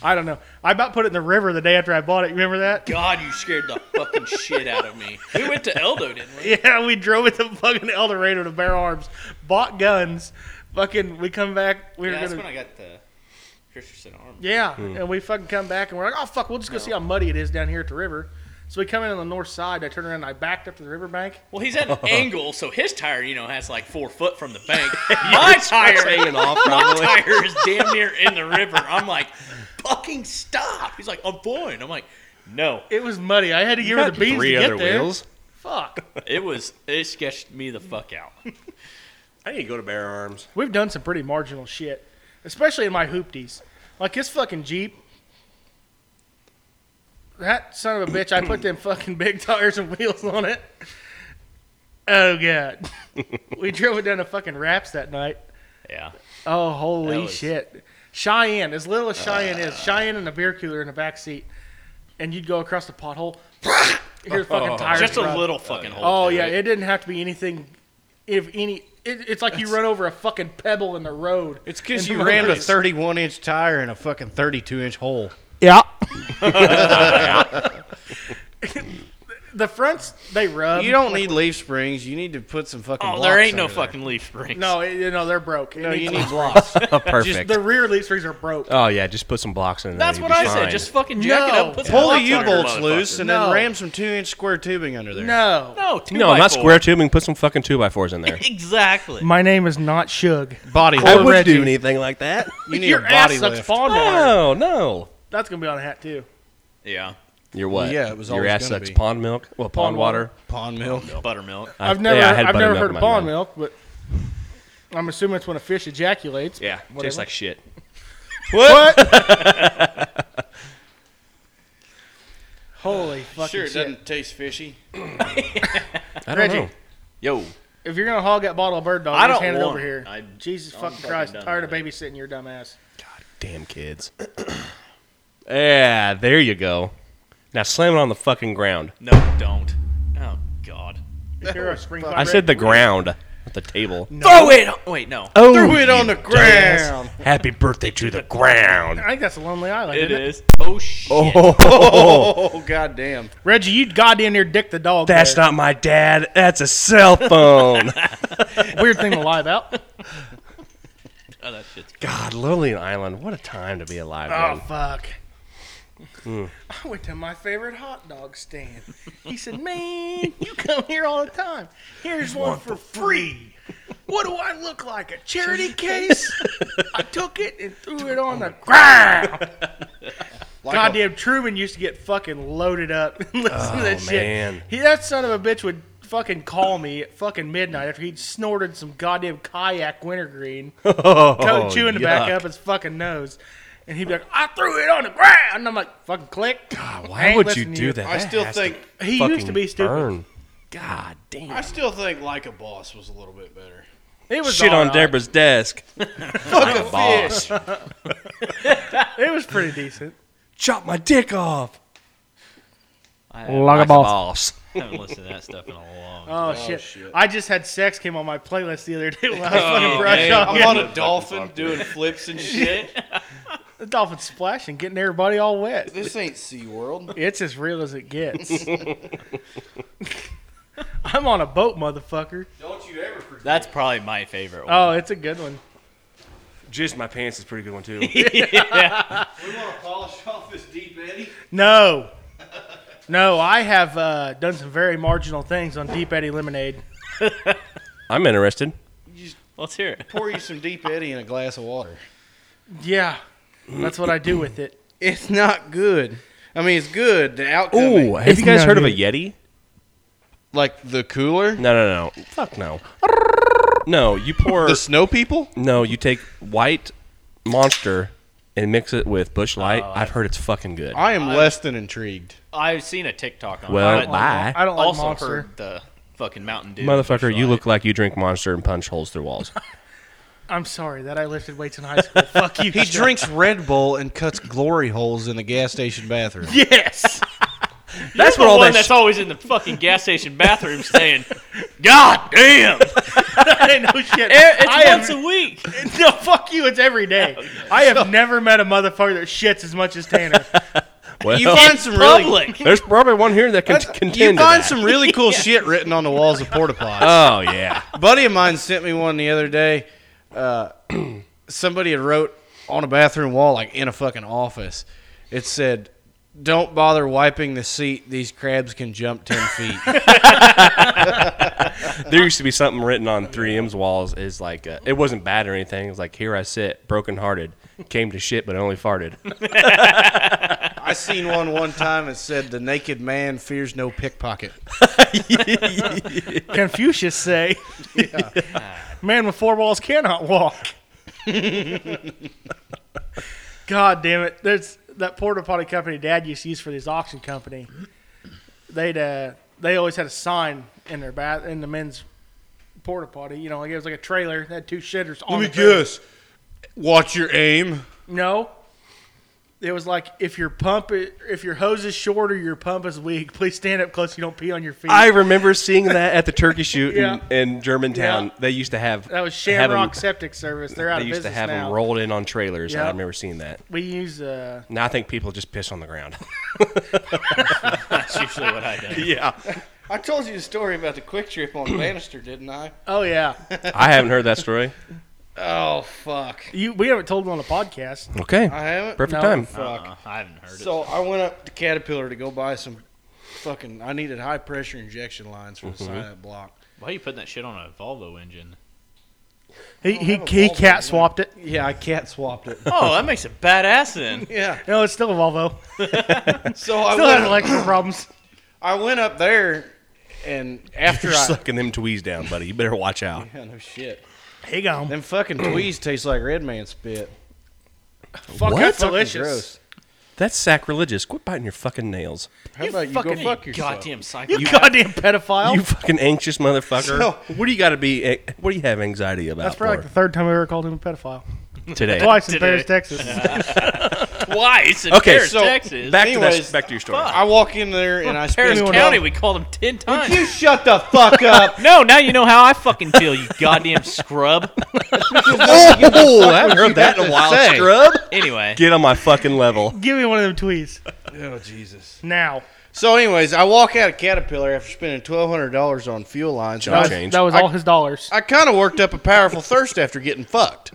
S1: I don't know. I about put it in the river the day after I bought it. You remember that?
S5: God, you scared the fucking shit out of me. We went to Eldo, didn't we?
S1: Yeah, we drove it to fucking El Dorado to Bear Arms, bought guns. Fucking, we come back. We
S5: Yeah,
S1: were
S5: that's when
S1: gonna.
S5: I got the Christensen arm.
S1: Yeah,
S2: Hmm.
S1: and we fucking come back and we're like, oh fuck, we'll just go see how muddy it is down here at the river. So we come in on the north side. I turned around and I backed up to the riverbank.
S5: Well, he's at an angle, so his tire, you know, has like four foot from the bank. My tire,
S2: Hanging off
S5: my
S2: probably.
S5: tire is damn near in the river. I'm like, fucking stop. He's like, I'm fine. I'm like, no.
S1: It was muddy. I had to give her the beans
S2: Three
S1: to get
S2: other
S1: there.
S2: wheels.
S1: Fuck.
S5: It was it sketched me the fuck out.
S2: I need to go to Bear Arms.
S1: We've done some pretty marginal shit, especially in my hoopties. Like this fucking Jeep. that son of a bitch, I put them fucking big tires and wheels on it. Oh god, we drove it down to fucking Raps that night.
S5: Yeah.
S1: Oh holy
S5: That was- Uh.
S1: shit! Cheyenne, as little as Cheyenne is, Cheyenne and a beer cooler in the back seat, and you'd go across the pothole. Hear the fucking tires.
S5: Just a
S1: rub.
S5: little fucking hole.
S1: Oh
S5: dude.
S1: yeah, it didn't have to be anything. If any, it, it's like you run over a fucking pebble in the road.
S4: It's because
S1: And
S4: you rammed a
S1: nobody's-
S4: 31 inch tire in a fucking 32 inch hole.
S1: Yeah. the fronts they rub.
S4: You don't need leaf springs. You need to put some fucking.
S5: Oh, there ain't no
S4: blocks under
S5: fucking leaf springs.
S1: No, it, you know they're broke. It
S4: there. No,
S1: needs
S4: you
S1: to-
S4: need blocks.
S2: Oh, perfect.
S1: the rear leaf springs are broke.
S2: oh yeah, just put some blocks in there.
S5: That's
S2: you'll
S5: what
S2: be
S5: I said.
S2: fine.
S5: Just fucking jack it
S1: No.
S5: up. Put some
S4: Pull the
S5: bolts on
S4: U
S5: it,
S4: bolts
S5: motherfucker.
S4: loose and then
S1: No.
S4: ram some two inch square tubing under there.
S1: No.
S5: No, two
S2: no,
S5: by
S2: not
S5: four.
S2: square tubing. Put some fucking two by fours in there.
S5: Exactly.
S1: My name is not Shug.
S4: Body
S2: I
S4: lift.
S2: wouldn't do anything like that.
S4: You need
S1: Your
S4: a body
S1: ass sucks
S4: lift.
S1: pond water.
S2: No, no.
S1: Ah. That's gonna be on a hat too.
S5: Yeah.
S2: You're what?
S4: yeah, it was
S2: your
S4: always
S2: ass
S4: gonna
S2: sucks
S4: be.
S2: pond milk. Well, pond,
S1: Pond water.
S2: water.
S4: Pond milk.
S5: Buttermilk.
S2: I-
S1: I've never,
S2: yeah, I had
S1: I've never
S2: buttermilk
S1: heard
S2: in
S1: of
S2: my
S1: pond
S2: mouth.
S1: milk, but I'm assuming it's when a fish ejaculates.
S2: Yeah, tastes
S1: Whatever.
S2: like shit.
S1: Holy fucking
S4: Sure, it
S1: shit!
S4: doesn't taste fishy.
S2: I don't
S1: Reggie.
S2: know.
S5: Yo.
S1: If you're gonna hog that bottle of bird dog,
S5: I
S1: just
S5: don't
S1: hand it
S5: want
S1: over
S5: it.
S1: here.
S5: I-
S1: Jesus
S5: I'm
S1: fucking
S5: fucking
S1: Christ!
S5: done
S1: Tired of
S5: with
S1: babysitting your dumb ass.
S2: Damn kids. yeah, there you go. Now slam it on the fucking ground.
S5: No, don't. Oh God.
S1: Here are spring
S2: I said the ground, not the table.
S5: Throw it. Wait, no.
S2: Oh,
S4: Threw it on the ground.
S2: Happy birthday to the ground.
S1: I think that's a lonely island.
S5: It
S1: isn't it?
S5: is. Oh shit.
S4: Oh, goddamn.
S1: Reggie, you goddamn near dick the dog.
S2: That's
S1: there.
S2: not my dad. That's a cell phone.
S1: weird thing to lie about.
S5: Oh, that shit's.
S2: God, Lillian Island. What a time to be alive.
S1: Oh
S2: man.
S1: fuck. I went to my favorite hot dog stand. He said, Man, you come here all the time. Here's one for free. What do I look like? A charity case? I took it and threw it on the ground. Goddamn Truman used to get fucking loaded up and listen to that shit.
S2: man.
S1: He, that son of a bitch would fucking call me at fucking midnight after he'd snorted some goddamn kayak wintergreen
S2: Oh,
S1: oh, chewing the back
S2: yuck.
S1: up his fucking nose. And he'd be like, I threw it on the ground. And I'm like, fucking click.
S2: God,
S1: I
S2: why
S1: ain't
S2: would you
S1: listening to
S2: do that?
S4: I
S2: That
S4: still
S2: has to
S4: think-
S1: He used to
S2: fucking
S1: be stupid.
S2: burn. God damn.
S4: I still think like a boss was a little bit better.
S1: It was
S2: Shit on
S1: alright.
S2: Deborah's desk. Fuck a boss.
S1: It was pretty decent.
S2: Chop my dick off.
S5: I
S1: Like a boss.
S2: boss.
S5: haven't listened to that stuff in a long. time.
S1: Oh, shit. Oh, I just had sex came on my playlist the other day when I was fucking brush
S4: Man,
S1: off.
S4: I'm on a dolphin doing flips and shit.
S1: The dolphin splashing, getting everybody all wet.
S4: This ain't SeaWorld.
S1: It's as real as it gets. I'm on a boat, motherfucker.
S4: Don't you ever forget.
S5: That's probably my favorite one.
S1: Oh, it's a good one.
S2: Jizz my pants is a pretty good one too.
S4: We want to polish off this deep eddy.
S1: No. No, I have uh, done some very marginal things on Deep Eddy Lemonade.
S2: I'm interested.
S5: Let's hear it.
S4: Pour you some deep eddy in a glass of water.
S1: Yeah, that's what I do with it.
S4: It's not good. I mean, it's good. The outcome,
S2: Ooh, have
S1: It's
S2: you guys
S1: not
S2: heard of a
S1: good.
S2: Yeti?
S4: like the cooler,
S2: No, no, no. Fuck no. No, you pour.
S4: the snow people.
S2: no, you take white monster and mix it with Bush
S1: Oh,
S2: Light. I've heard it's fucking good.
S4: I am less than intrigued.
S5: I've seen a TikTok on.
S2: Well,
S5: it.
S2: bye. I-
S1: I don't like
S5: also
S1: Monster.
S5: heard the fucking Mountain Dew.
S2: Motherfucker, you
S5: Bushlight.
S2: look like you drink Monster and punch holes through walls.
S1: I'm sorry that I lifted weights in high school. Fuck you.
S4: He drinks Red Bull and cuts glory holes in the gas station bathroom.
S1: Yes.
S2: that's what
S5: the
S2: all
S5: one
S2: that.
S5: that's
S2: Sh-
S5: always in the fucking gas station bathroom saying, "God damn, it-
S1: I know shit.
S5: it's
S1: I
S5: once
S1: have,
S5: a week."
S1: no, fuck you. It's every day. I have never met a motherfucker that shits as much as Tanner.
S2: well,
S4: You find some really,
S5: Public.
S2: there's probably one here that can contend.
S4: you
S2: to
S4: find
S2: that.
S4: some really cool shit written on the walls of porta potties.
S2: Oh yeah.
S4: A buddy of mine sent me one the other day. Uh, somebody had wrote on a bathroom wall, like in a fucking office. It said, "Don't bother wiping the seat. These crabs can jump ten feet."
S2: There used to be something written on 3M's walls. Is like uh, it wasn't bad or anything. It was like here I sit, broken hearted, came to shit but only farted.
S4: I seen one one time. It said, "The naked man fears no pickpocket."
S1: Confucius say, "Man with four walls cannot walk." God damn it! There's that porta potty company Dad used to use for this auction company, they'd uh, they always had a sign in their bath in the men's porta potty. You know, like it was like a trailer that had two shitters on. the trailer.
S3: Watch your aim.
S1: No. It was like if your pump, i- if your hose is short or your pump is weak, please stand up close. so You don't pee on your feet.
S2: I remember seeing that at the turkey shoot
S1: Yeah.
S2: in, in Germantown. They used to have
S1: that was
S2: have 'em-
S1: Shamrock Septic Service. They're out
S2: They
S1: of
S2: used to
S1: business
S2: have
S1: now.
S2: them rolled in on trailers. I
S1: Yep.
S2: remember seeing that.
S1: We use uh,
S2: Now I think people just piss on the ground.
S5: That's usually what I do.
S2: yeah,
S4: I told you the story about the quick trip on Bannister, didn't I?
S1: oh yeah,
S2: I haven't heard that story.
S4: Oh fuck.
S1: you we haven't told them on the podcast.
S2: Okay,
S4: I haven't.
S2: perfect
S1: No.
S2: time.
S4: Fuck.
S5: Uh-uh, I haven't heard
S4: So I went up to Caterpillar to go buy some fucking. I needed high pressure injection lines for
S3: Mm-hmm.
S4: the sign up block.
S5: it. Why are you putting that shit on a Volvo engine?
S1: He he,
S4: have a
S1: he
S4: Volvo,
S1: cat
S4: do we?
S1: swapped it.
S4: Yeah, I cat swapped it.
S5: Oh, that makes it badass then.
S4: yeah.
S1: No, it's still a Volvo.
S4: So I
S1: Still has
S4: went,
S1: electrical problems.
S4: I went up there, and after
S2: You're
S4: I.
S2: sucking them tweez down, buddy. You better watch out.
S4: Yeah, no shit.
S1: He gone.
S4: Them fucking tweez taste like Red Man spit.
S1: Fuck,
S2: What?
S1: that's
S4: Fucking
S1: delicious.
S4: gross.
S2: That's sacrilegious. Quit biting your fucking nails.
S4: How about you go
S5: fucking
S4: fuck yourself?
S5: goddamn psycho.
S1: You goddamn pedophile.
S2: You fucking anxious motherfucker.
S4: So-
S2: what do you got to be? eh, What do you have anxiety about?
S1: that's probably like the
S2: for
S1: third time we ever called him a pedophile.
S2: today.
S1: Twice in Paris,
S5: Today.
S1: Texas.
S5: Twice in
S2: Okay,
S5: Paris,
S2: so
S5: Texas.
S2: Back to
S4: Anyways,
S2: that, back to your story.
S4: I walk in there and I
S5: Paris
S4: spend.
S5: County, we called him ten times.
S4: You shut the fuck up.
S5: no, now you know how I fucking feel, you goddamn scrub.
S2: Oh, I haven't heard that in a while.
S4: say.
S2: Scrub.
S5: Anyway,
S2: Get on my fucking level.
S1: Give me one of them tweets
S4: oh Jesus.
S1: now.
S4: So, anyways, I walk out of Caterpillar after spending twelve hundred dollars on fuel lines.
S2: Jump
S1: That was,
S2: change.
S1: that was all his dollars.
S4: I kind of worked up a powerful thirst after getting fucked.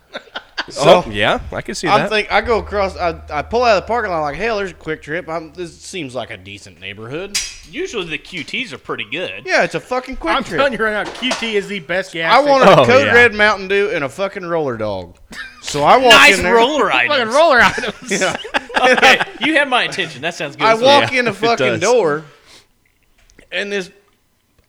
S4: So
S2: Oh, yeah, I can see
S4: I'm
S2: that.
S4: think I go across. I, I pull out of the parking lot like, hell, there's a quick trip. I'm, this seems like a decent neighborhood.
S5: usually the QTs are pretty good.
S4: Yeah, it's a fucking quick
S1: I'm
S4: trip.
S1: telling you right now, QT is the best gas.
S4: I
S1: station.
S4: wanted a
S2: Oh,
S4: code
S2: yeah.
S4: red Mountain Dew and a fucking roller dog. So I walk
S5: Nice
S4: in there.
S5: roller
S1: fucking
S5: items.
S1: roller items.
S4: Yeah.
S5: okay, you had my attention. That sounds good.
S4: I
S5: as well.
S4: walk in the
S2: it
S4: fucking
S2: does.
S4: door, and this,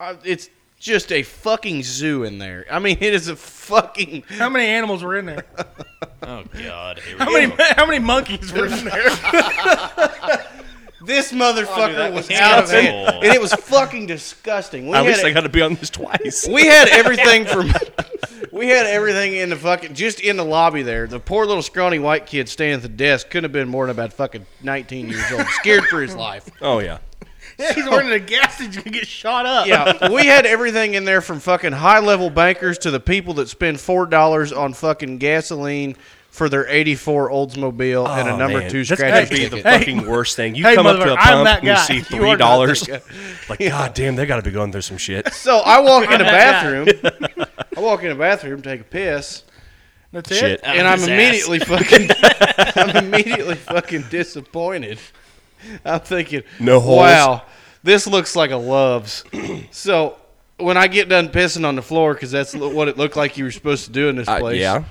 S4: I it's just a fucking zoo in there. I mean, it is a fucking.
S1: How many animals were in there?
S5: Oh god, here we
S1: How
S5: go.
S1: many how many monkeys were in there?
S4: This motherfucker was
S5: was
S4: out of hand,
S5: terrible.
S4: and it was fucking disgusting. We
S2: At
S4: had
S2: least I
S4: it-
S2: got to be on this twice.
S4: we had everything from we had everything in the fucking just in the lobby there. The poor little scrawny white kid standing at the desk couldn't have been more than about fucking nineteen years old, scared for his life.
S2: Oh yeah.
S1: He's running a gas station to get shot up.
S4: Yeah, we had everything in there from fucking high level bankers to the people that spend four dollars on fucking gasoline for their eighty four Oldsmobile and a
S2: Oh,
S4: number
S2: man.
S4: two
S2: That's
S4: scratch
S2: gotta be the
S4: ticket.
S1: Hey.
S2: fucking worst thing. You
S1: Hey,
S2: come up to a
S1: motherfucker, I'm
S2: pump
S1: that
S2: and you
S1: guy.
S2: see
S4: You
S2: three
S4: are not that
S2: dollars.
S4: guy.
S2: Like, god damn, they got to be going through some shit.
S4: So I walk in the bathroom. I walk in the bathroom, take a piss.
S1: That's
S2: shit.
S1: it.
S5: Out of
S4: and I'm
S5: his ass.
S4: immediately fucking I'm immediately fucking disappointed. I'm thinking,
S2: No holes.
S4: Wow, this looks like a Love's. so when I get done pissing on the floor, because that's lo- what it looked like you were supposed to do in this
S2: Uh,
S4: place.
S2: yeah.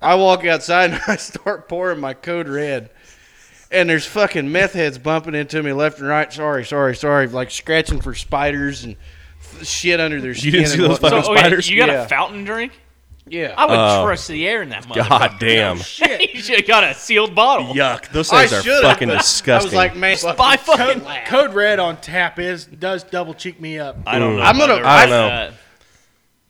S4: I walk outside and I start pouring my code red. And there's fucking meth heads bumping into me left and right. Sorry, sorry, sorry. Like scratching for spiders and f- shit under their skin.
S2: didn't see
S4: and
S2: those
S4: whatnot.
S5: So,
S2: fucking
S5: okay,
S2: spiders?
S5: you got
S4: Yeah.
S5: a fountain drink?
S4: yeah.
S5: I would
S2: Oh.
S5: trust the air in that motherfucker.
S2: God damn.
S5: you should have got a sealed bottle.
S2: Yuck. Those
S4: I
S2: things are
S4: should've,
S2: fucking
S4: but I
S2: disgusting.
S4: was like, man,
S5: By fucking
S1: Code red on tap is does double cheek me up.
S5: I don't know.
S4: I'm gonna-
S5: whether
S4: I
S5: it's,
S2: don't
S5: uh,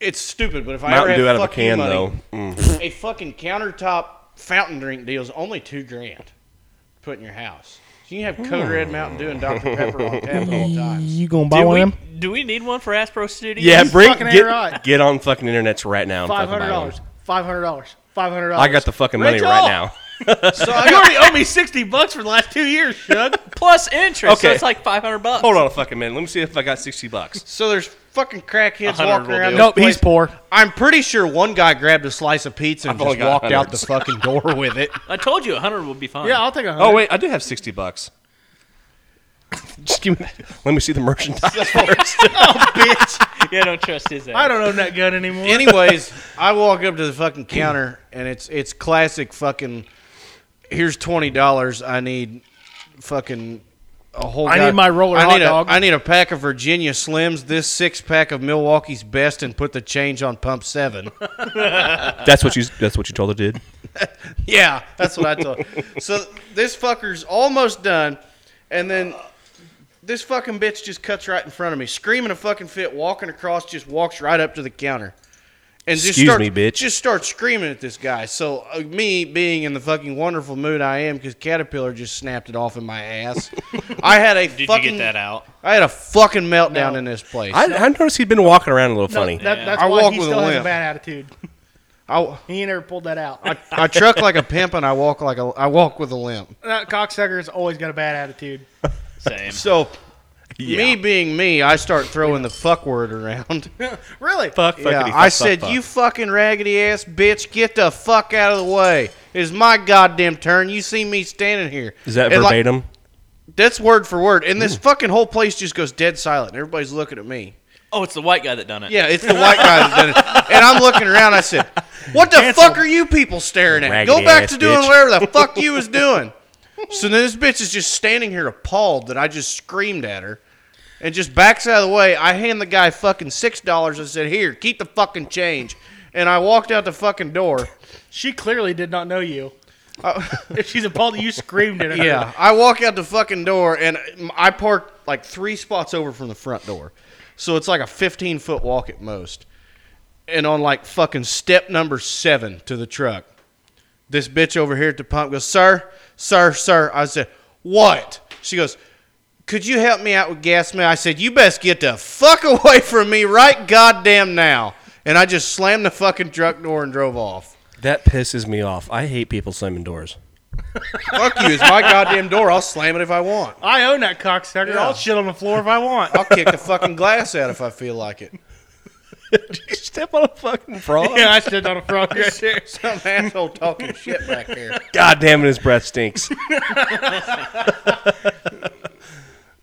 S4: It's stupid, but if I ever
S2: Mountain
S4: have
S2: Dew out of a
S4: fucking
S2: can
S4: money,
S2: though. Mm.
S4: a fucking countertop fountain drink deal is only two grand. to Put in your house, so you can have Code Red Mountain Dew and Dr Pepper on tap at all times.
S1: You gonna buy
S5: Do
S1: one of
S5: we,
S1: them?
S5: do we need one for Aspro Studios?
S2: Yeah, bring
S1: fucking ain't
S2: get,
S1: right.
S2: get on fucking internets right now. and
S1: Five
S2: fucking buy
S1: hundred dollars.
S2: one.
S1: Five hundred dollars. Five hundred dollars.
S2: I got the fucking money
S1: Rachel!
S2: right now.
S4: So I
S1: You
S4: got,
S1: already owe me sixty bucks for the last two years, Shug.
S5: Plus interest, so
S2: Okay.
S5: it's like 500 bucks.
S2: Hold on a fucking minute. Let me see if I got sixty bucks.
S4: so there's fucking crackheads
S5: 100
S4: walking
S5: will
S4: around.
S5: do.
S4: this
S1: nope, he's
S4: place.
S1: poor.
S4: I'm pretty sure one guy grabbed a slice of pizza and
S2: I've only
S4: just
S2: got
S4: walked out the
S2: hundreds.
S4: fucking door with it.
S5: I told you 100 would be fine.
S1: Yeah, I'll take a hundred.
S2: Oh wait, I do have sixty bucks. Just give me. Let me see the merchandise first.
S5: yeah, don't trust his ass.
S1: I don't own that gun anymore.
S4: Anyways, I walk up to the fucking counter and it's it's classic fucking. Here's twenty dollars. I need fucking a whole.
S1: I need
S4: god-
S1: my roller
S4: I
S1: hot
S4: need a-
S1: dog.
S4: I need a pack of Virginia Slims. This six pack of Milwaukee's Best, and put the change on pump seven.
S2: that's what you. That's what you told her did.
S4: yeah, that's what I told. so this fucker's almost done, and then this fucking bitch just cuts right in front of me, screaming a fucking fit, walking across, just walks right up to the counter, and just
S2: Excuse
S4: starts,
S2: me, bitch.
S4: just starts screaming at this guy. So uh, me being in the fucking wonderful mood I am, because Caterpillar just snapped it off in my ass. I had a
S5: Did
S4: fucking,
S5: you get that out?
S4: I had a fucking meltdown
S1: No.
S4: in this place.
S2: I, I noticed he'd been walking around a little
S1: No,
S2: funny.
S1: that, that's
S4: I
S1: why
S4: walk
S1: he
S4: with a
S1: still has a
S4: limp.
S1: bad attitude.
S4: I,
S1: He ain't ever pulled that out.
S4: I, I truck like a pimp and I walk like a I walk with a limp.
S1: that cocksucker's always got a bad attitude.
S5: Same.
S4: So
S2: Yeah.
S4: me being me, I start throwing the fuck word around.
S1: really?
S2: fuck, fuckity,
S4: yeah,
S2: fuck,
S4: I
S2: fuck,
S4: said
S2: fuck.
S4: you fucking raggedy ass bitch, get the fuck out of the way. It's my goddamn turn. You see me standing here.
S2: Is that
S4: And, like,
S2: verbatim?
S4: that's word for word. And this fucking whole place just goes dead silent. Everybody's looking at me.
S5: Oh, it's the white guy that done it.
S4: Yeah, it's the white guy that's done it. And I'm looking around. I said, "What the fuck are you people staring at? Go
S2: Raggedy
S4: back
S2: ass
S4: to doing
S2: bitch."
S4: whatever the fuck you was doing." So then this bitch is just standing here appalled that I just screamed at her, and just backs out of the way. I hand the guy fucking six dollars. I said, "Here, keep the fucking change." And I walked out the fucking door.
S1: She clearly did not know you.
S4: Oh.
S1: if she's appalled that you screamed at her.
S4: Yeah, I walk out the fucking door, and I park like three spots over from the front door, so it's like a fifteen foot walk at most. And on like fucking step number seven to the truck, this bitch over here at the pump goes, "Sir, sir, sir." I said, "What?" She goes, "Could you help me out with gas, man?" I said, "You best get the fuck away from me right goddamn now." And I just slammed the fucking truck door and drove off.
S2: That pisses me off. I hate people slamming doors.
S4: Fuck you! It's my goddamn door. I'll slam it if I want.
S1: I own that cocksucker.
S4: Yeah.
S1: I'll shit on the floor if I want.
S4: I'll kick the fucking glass out if I feel like it.
S2: Did you step on a fucking frog?
S1: yeah, I stood on a frog right there.
S4: Some asshole talking shit back there.
S2: God damn it, his breath stinks.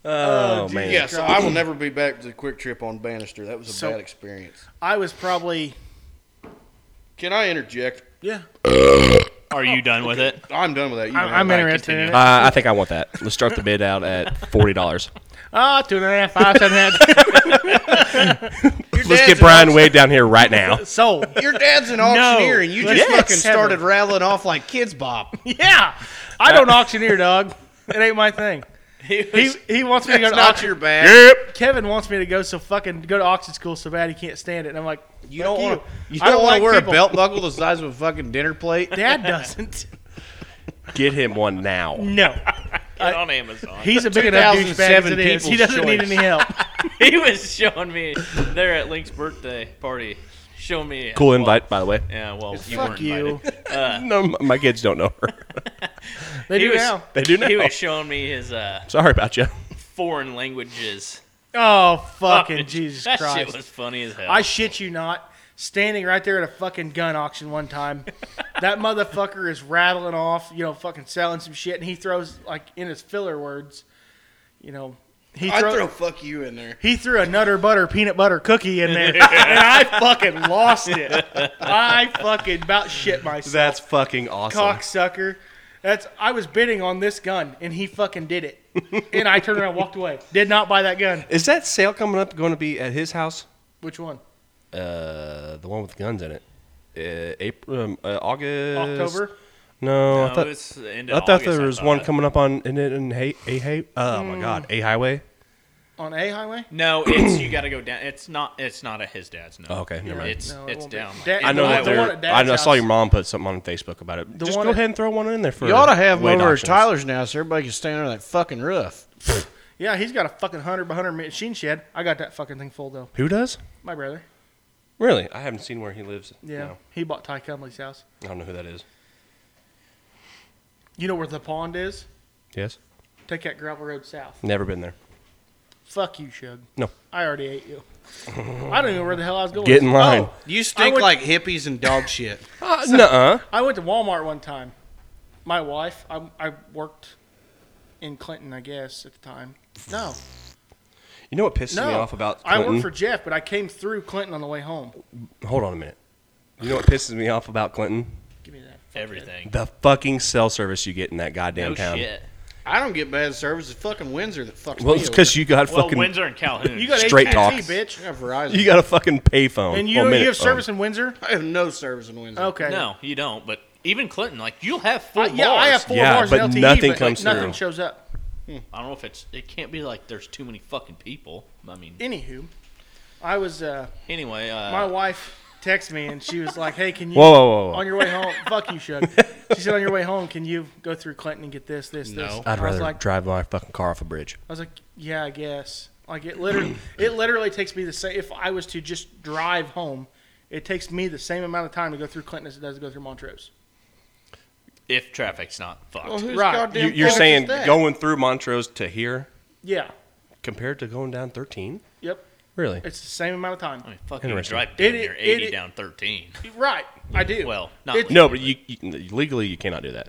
S2: oh, man.
S4: Yeah, so I will never be back to the quick trip on Bannister. That was a
S1: So-
S4: bad experience.
S1: I was probably
S4: Can I interject?
S1: yeah.
S5: Are you done with it?
S4: I'm done with that. You can
S1: I'm,
S4: have
S1: I'm
S4: it.
S1: interested in
S5: continue.
S1: it.
S2: Uh, I think I want that. Let's start the bid out at forty dollars.
S1: Ah, two and a half, five, seven and a half.
S4: Your
S2: Let's
S4: dad's
S2: get
S4: an
S2: Brian
S4: auction-
S2: Wade down here right now.
S1: Sold.
S4: Your dad's an auctioneer, and you just
S1: Yes.
S4: fucking started rattling off like kids bop.
S1: Yeah, I don't auctioneer, dog. It ain't my thing.
S5: He
S1: He he wants me to go to
S4: That's not
S1: auction.
S4: your bag.
S2: Yep.
S1: Kevin wants me to go so fucking go to auction school so bad he can't stand it, and I'm like,
S4: You don't
S1: want
S4: want to. You don't, want to wear a belt buckle the size of a fucking dinner plate.
S1: Dad doesn't.
S2: Get him one now.
S1: No,
S5: Get on Amazon.
S1: he's a big enough
S4: 2007
S1: douchebag as it is. He
S4: people's
S1: doesn't need
S4: choice.
S1: any help.
S5: he was showing me there at Link's birthday party. Show me.
S2: Cool
S5: well,
S2: invite, by the way.
S5: Yeah, well, you
S1: Fuck
S5: weren't
S1: you.
S5: invited.
S2: No, m- my kids don't know her.
S1: They
S5: He
S1: do
S5: was-
S1: now.
S2: They do now.
S5: He was showing me his uh,
S2: Sorry about you.
S5: foreign languages.
S1: Oh fucking Jesus
S5: that
S1: Christ!
S5: shit was funny as hell.
S1: I shit you not. Standing right there at a fucking gun auction one time, that motherfucker is rattling off, you know, fucking selling some shit, and he throws like in his filler words, you know, he
S4: I
S1: throw,
S4: throw fuck you in there.
S1: he threw a nutter butter peanut butter cookie in there, and I fucking lost it. I fucking about shit myself.
S2: That's fucking awesome.
S1: cocksucker. That's I was bidding on this gun, and he fucking did it, and I turned around, and walked away, did not buy that gun.
S2: Is that sale coming up going to be at his house?
S1: Which one?
S2: Uh, the one with guns in it. Uh, April, um, uh, August,
S1: October.
S2: No,
S5: No,
S2: I thought,
S5: it's the end
S2: I
S5: of
S2: thought
S5: August,
S2: there was
S5: I
S2: one
S5: thought. Mm.
S2: coming up on in it in Hay, a Hay. Oh my God, a highway.
S1: On A highway?
S5: No, it's you got to go down. It's not. It's not at his dad's. No.
S2: Oh, okay, never mind.
S5: It's
S1: No, it
S5: it's
S1: won't be.
S5: down. like,
S1: Dad-
S5: in
S2: I know
S1: The
S2: that
S1: one- the
S5: Iowa.
S2: they're.
S1: one at
S2: I,
S1: Dad's
S2: I saw
S1: house.
S2: your mom put something on Facebook about it. Just
S1: one
S2: go
S1: at-
S2: ahead and throw one in there for.
S4: You ought to have them
S2: Wade
S4: over at
S2: auctions.
S4: Tyler's now, so everybody can stand under that fucking roof.
S1: Yeah, he's got a fucking hundred by hundred machine shed. I got that fucking thing full though.
S2: Who does?
S1: My brother.
S2: Really? I haven't seen where he lives.
S1: Yeah,
S2: No.
S1: he bought Ty Cumley's house.
S2: I don't know who that is.
S1: You know where the pond is?
S2: Yes.
S1: Take that gravel road south.
S2: Never been there.
S1: Fuck you, Shug.
S2: No.
S1: I already ate you. I don't even know where the hell I was going.
S2: Get in line.
S1: Oh,
S4: You stink
S1: would-
S4: like hippies and dog shit.
S2: Uh, nuh-uh.
S1: I went to Walmart one time. My wife, I, I worked in Clinton, I guess, at the time. No,
S2: You know what pisses
S1: no.
S2: me off about
S1: I
S2: Clinton?
S1: worked for Jeff, but I came through Clinton on the way home.
S2: Hold on a minute. You know what pisses me off about Clinton?
S1: Give me that.
S5: everything.
S2: The fucking cell service you get in that goddamn
S5: No
S2: town.
S5: shit.
S4: I don't get bad service. It's fucking Windsor that fucks
S2: Well,
S4: me.
S2: it's because you got
S5: Well,
S2: fucking
S5: Windsor and Calhoun.
S1: You got
S2: Straight
S1: AT&T,
S2: talk.
S1: bitch.
S4: over. I have Verizon.
S2: you got a fucking payphone
S1: And you,
S2: or
S1: you
S2: Oh, minute
S1: have
S2: phone.
S1: service in Windsor?
S4: I have no service in Windsor.
S1: Okay.
S5: no, you don't. But Even Clinton, like you'll have full
S1: I- yeah, I have
S5: bars.
S1: four
S2: Yeah,
S1: bars
S2: but
S1: in LTE,
S2: nothing
S1: but
S2: comes
S1: nothing
S2: through.
S1: shows up.
S5: I don't know if it's. It can't be like there's too many fucking people. I mean,
S1: Anywho, I was uh,
S5: anyway, uh,
S1: my wife texted me and she was like, "Hey, can you
S2: Whoa, whoa, whoa, whoa.
S1: on your way home? fuck you, Shug." She said, "On your way home, can you go through Clinton and get this, this, this?"
S4: No.
S1: I was like,
S2: drive my fucking car off a bridge.
S1: I was like, yeah, I guess. Like it literally, it literally takes me the same. If I was to just drive home, it takes me the same amount of time to go through Clinton as it does to go through Montrose.
S5: if traffic's not fucked,
S4: Well, who's
S1: Right.
S4: goddamn
S2: You, you're
S4: fuck
S2: saying
S4: is that?
S2: going through Montrose to here
S1: Yeah.
S2: compared to going down 13?
S1: Yep.
S2: Really?
S1: It's the same amount of time.
S5: I mean, fucking
S2: Interesting.
S5: drive down
S1: It-
S5: near
S1: it-
S5: eighty
S1: it-
S5: down thirteen.
S1: Right. I do.
S5: Well, not
S1: It's-
S2: No, but you, you legally you cannot do that.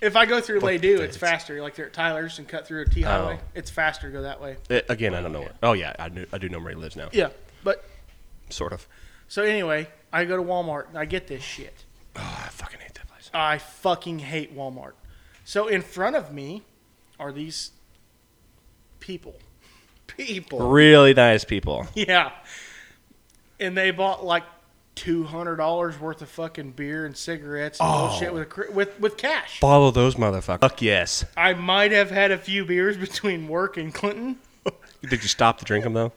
S1: if I go through Ladue, it's faster. Like they're at Tyler's and cut through a T highway.
S2: Oh.
S1: It's faster to go that way.
S2: Uh, again, I don't know where. Oh yeah, I do. I do know where he lives now.
S1: Yeah. But
S2: Sort of.
S1: so anyway, I go to Walmart and I get this shit.
S2: Oh, I fucking hate that place.
S1: I fucking hate Walmart. So in front of me are these people. People.
S2: Really nice people.
S1: Yeah. And they bought like two hundred dollars worth of fucking beer and cigarettes and
S2: Oh.
S1: bullshit with a, cr- with with cash.
S2: Follow those motherfuckers. Fuck yes.
S1: I might have had a few beers between work and Clinton.
S2: Did you stop to drink them though?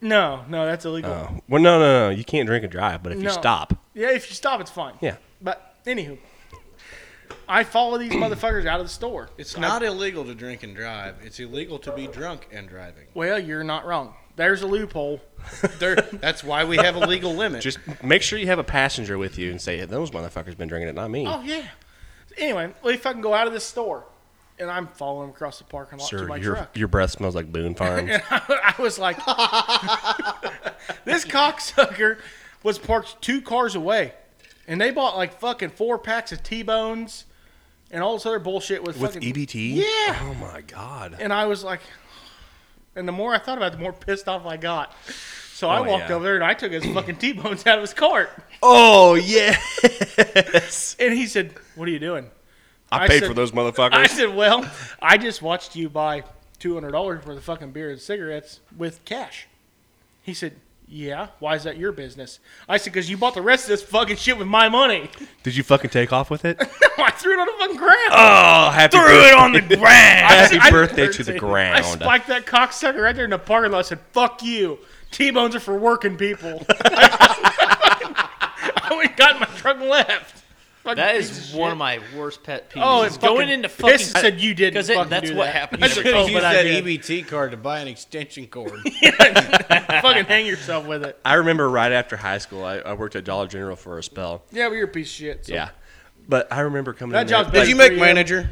S1: No, no, that's illegal.
S2: Oh. Well, no, no, no. You can't drink and drive, but if
S1: No.
S2: you stop,
S1: Yeah, if you stop, it's fine.
S2: yeah.
S1: But anywho, I follow these motherfuckers out of the store.
S4: It's not illegal to drink and drive. It's illegal to be drunk and driving.
S1: Well, you're not wrong. There's a loophole.
S4: There, that's why we have a legal limit.
S2: Just make sure you have a passenger with you and say, "Those motherfuckers been drinking it, not me."
S1: Oh yeah. Anyway, if I can go out of this store, and I'm following them across the parking lot to
S2: Sir,
S1: my
S2: your
S1: truck.
S2: your breath smells like Boone Farms.
S1: I was like, this cocksucker was parked two cars away, and they bought like fucking four packs of T-bones and all this other bullshit with,
S2: With E
S1: fucking.
S2: EBT?
S1: Yeah.
S2: Oh my god.
S1: and I was like, and the more I thought about it, the more pissed off I got. So I
S2: Oh,
S1: walked
S2: yeah.
S1: over there and I took his fucking T-bones out of his cart,
S2: Oh yeah.
S1: and he said, "What are you doing?"
S2: I,
S1: I
S2: paid
S1: said-
S2: for those
S1: I
S2: motherfuckers.
S1: said, "Well, I just watched you buy two hundred dollars worth of fucking beer and cigarettes with cash." He said, "Yeah, why is that your business?" I said, "Because you bought the rest of this fucking shit with my money."
S2: Did you fucking take off with it?
S1: I threw it on the fucking ground.
S2: Oh, happy threw it on the ground. happy
S1: I-
S2: birthday to the
S1: I
S2: ground.
S1: spiked that cocksucker right there in the parking lot. I said, "Fuck you." T-bones are for working people. I went and got in my truck and left. Fucking
S5: That
S1: piece
S5: is
S1: of
S5: one
S1: shit.
S5: of my worst pet peeves.
S1: Oh,
S5: is
S1: it
S5: going
S1: fucking
S5: into
S1: pissed
S5: fucking
S1: and said you didn't
S5: because
S1: fucking
S5: that's
S1: do
S5: what
S1: that.
S5: happened.
S1: I
S5: to
S1: said,
S5: me.
S1: "Oh, but I did."
S4: EBT E card to buy an extension cord.
S1: fucking hang yourself with it.
S2: I remember right after high school, I, I worked at Dollar General for a spell.
S1: Yeah, but you're a piece of shit. so-
S2: Yeah. But I remember coming
S1: That
S2: in there-
S1: job's
S4: Did
S1: Like,
S4: you make
S1: three, uh,
S4: manager?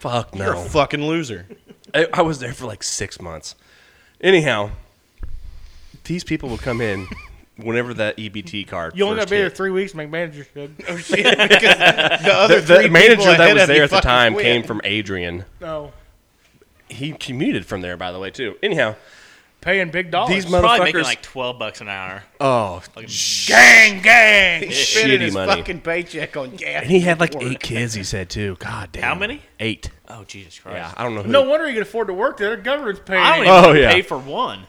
S2: Fuck
S4: You're a
S2: no.
S4: fucking loser.
S2: I, I was there for like six months. Anyhow, these people would come in whenever that EBT card.
S1: You only got
S2: first
S1: to be there
S2: hit.
S1: three weeks, make manager should.
S4: Oh shit! Because the other
S2: The,
S4: three people
S2: manager that
S4: ahead
S2: was
S4: of you
S2: there at the
S4: fucking
S2: time
S4: quit.
S2: came from Adrian.
S1: No,
S2: He commuted from there, by the way, too. Anyhow,
S1: paying big dollars.
S2: these
S5: Probably making
S2: motherfuckers.
S5: like twelve bucks an hour.
S2: oh,
S1: gang, gang.
S4: Spending
S2: shitty
S4: his
S2: money.
S4: fucking paycheck on gas.
S2: And he had like eight kids, he said, too. God damn.
S5: How many?
S2: Eight.
S5: Oh Jesus Christ!
S2: Yeah, I don't know. Who.
S1: No wonder you can afford to work there. The government's paying.
S5: I don't
S1: you.
S5: even
S2: Oh, yeah.
S5: pay for one.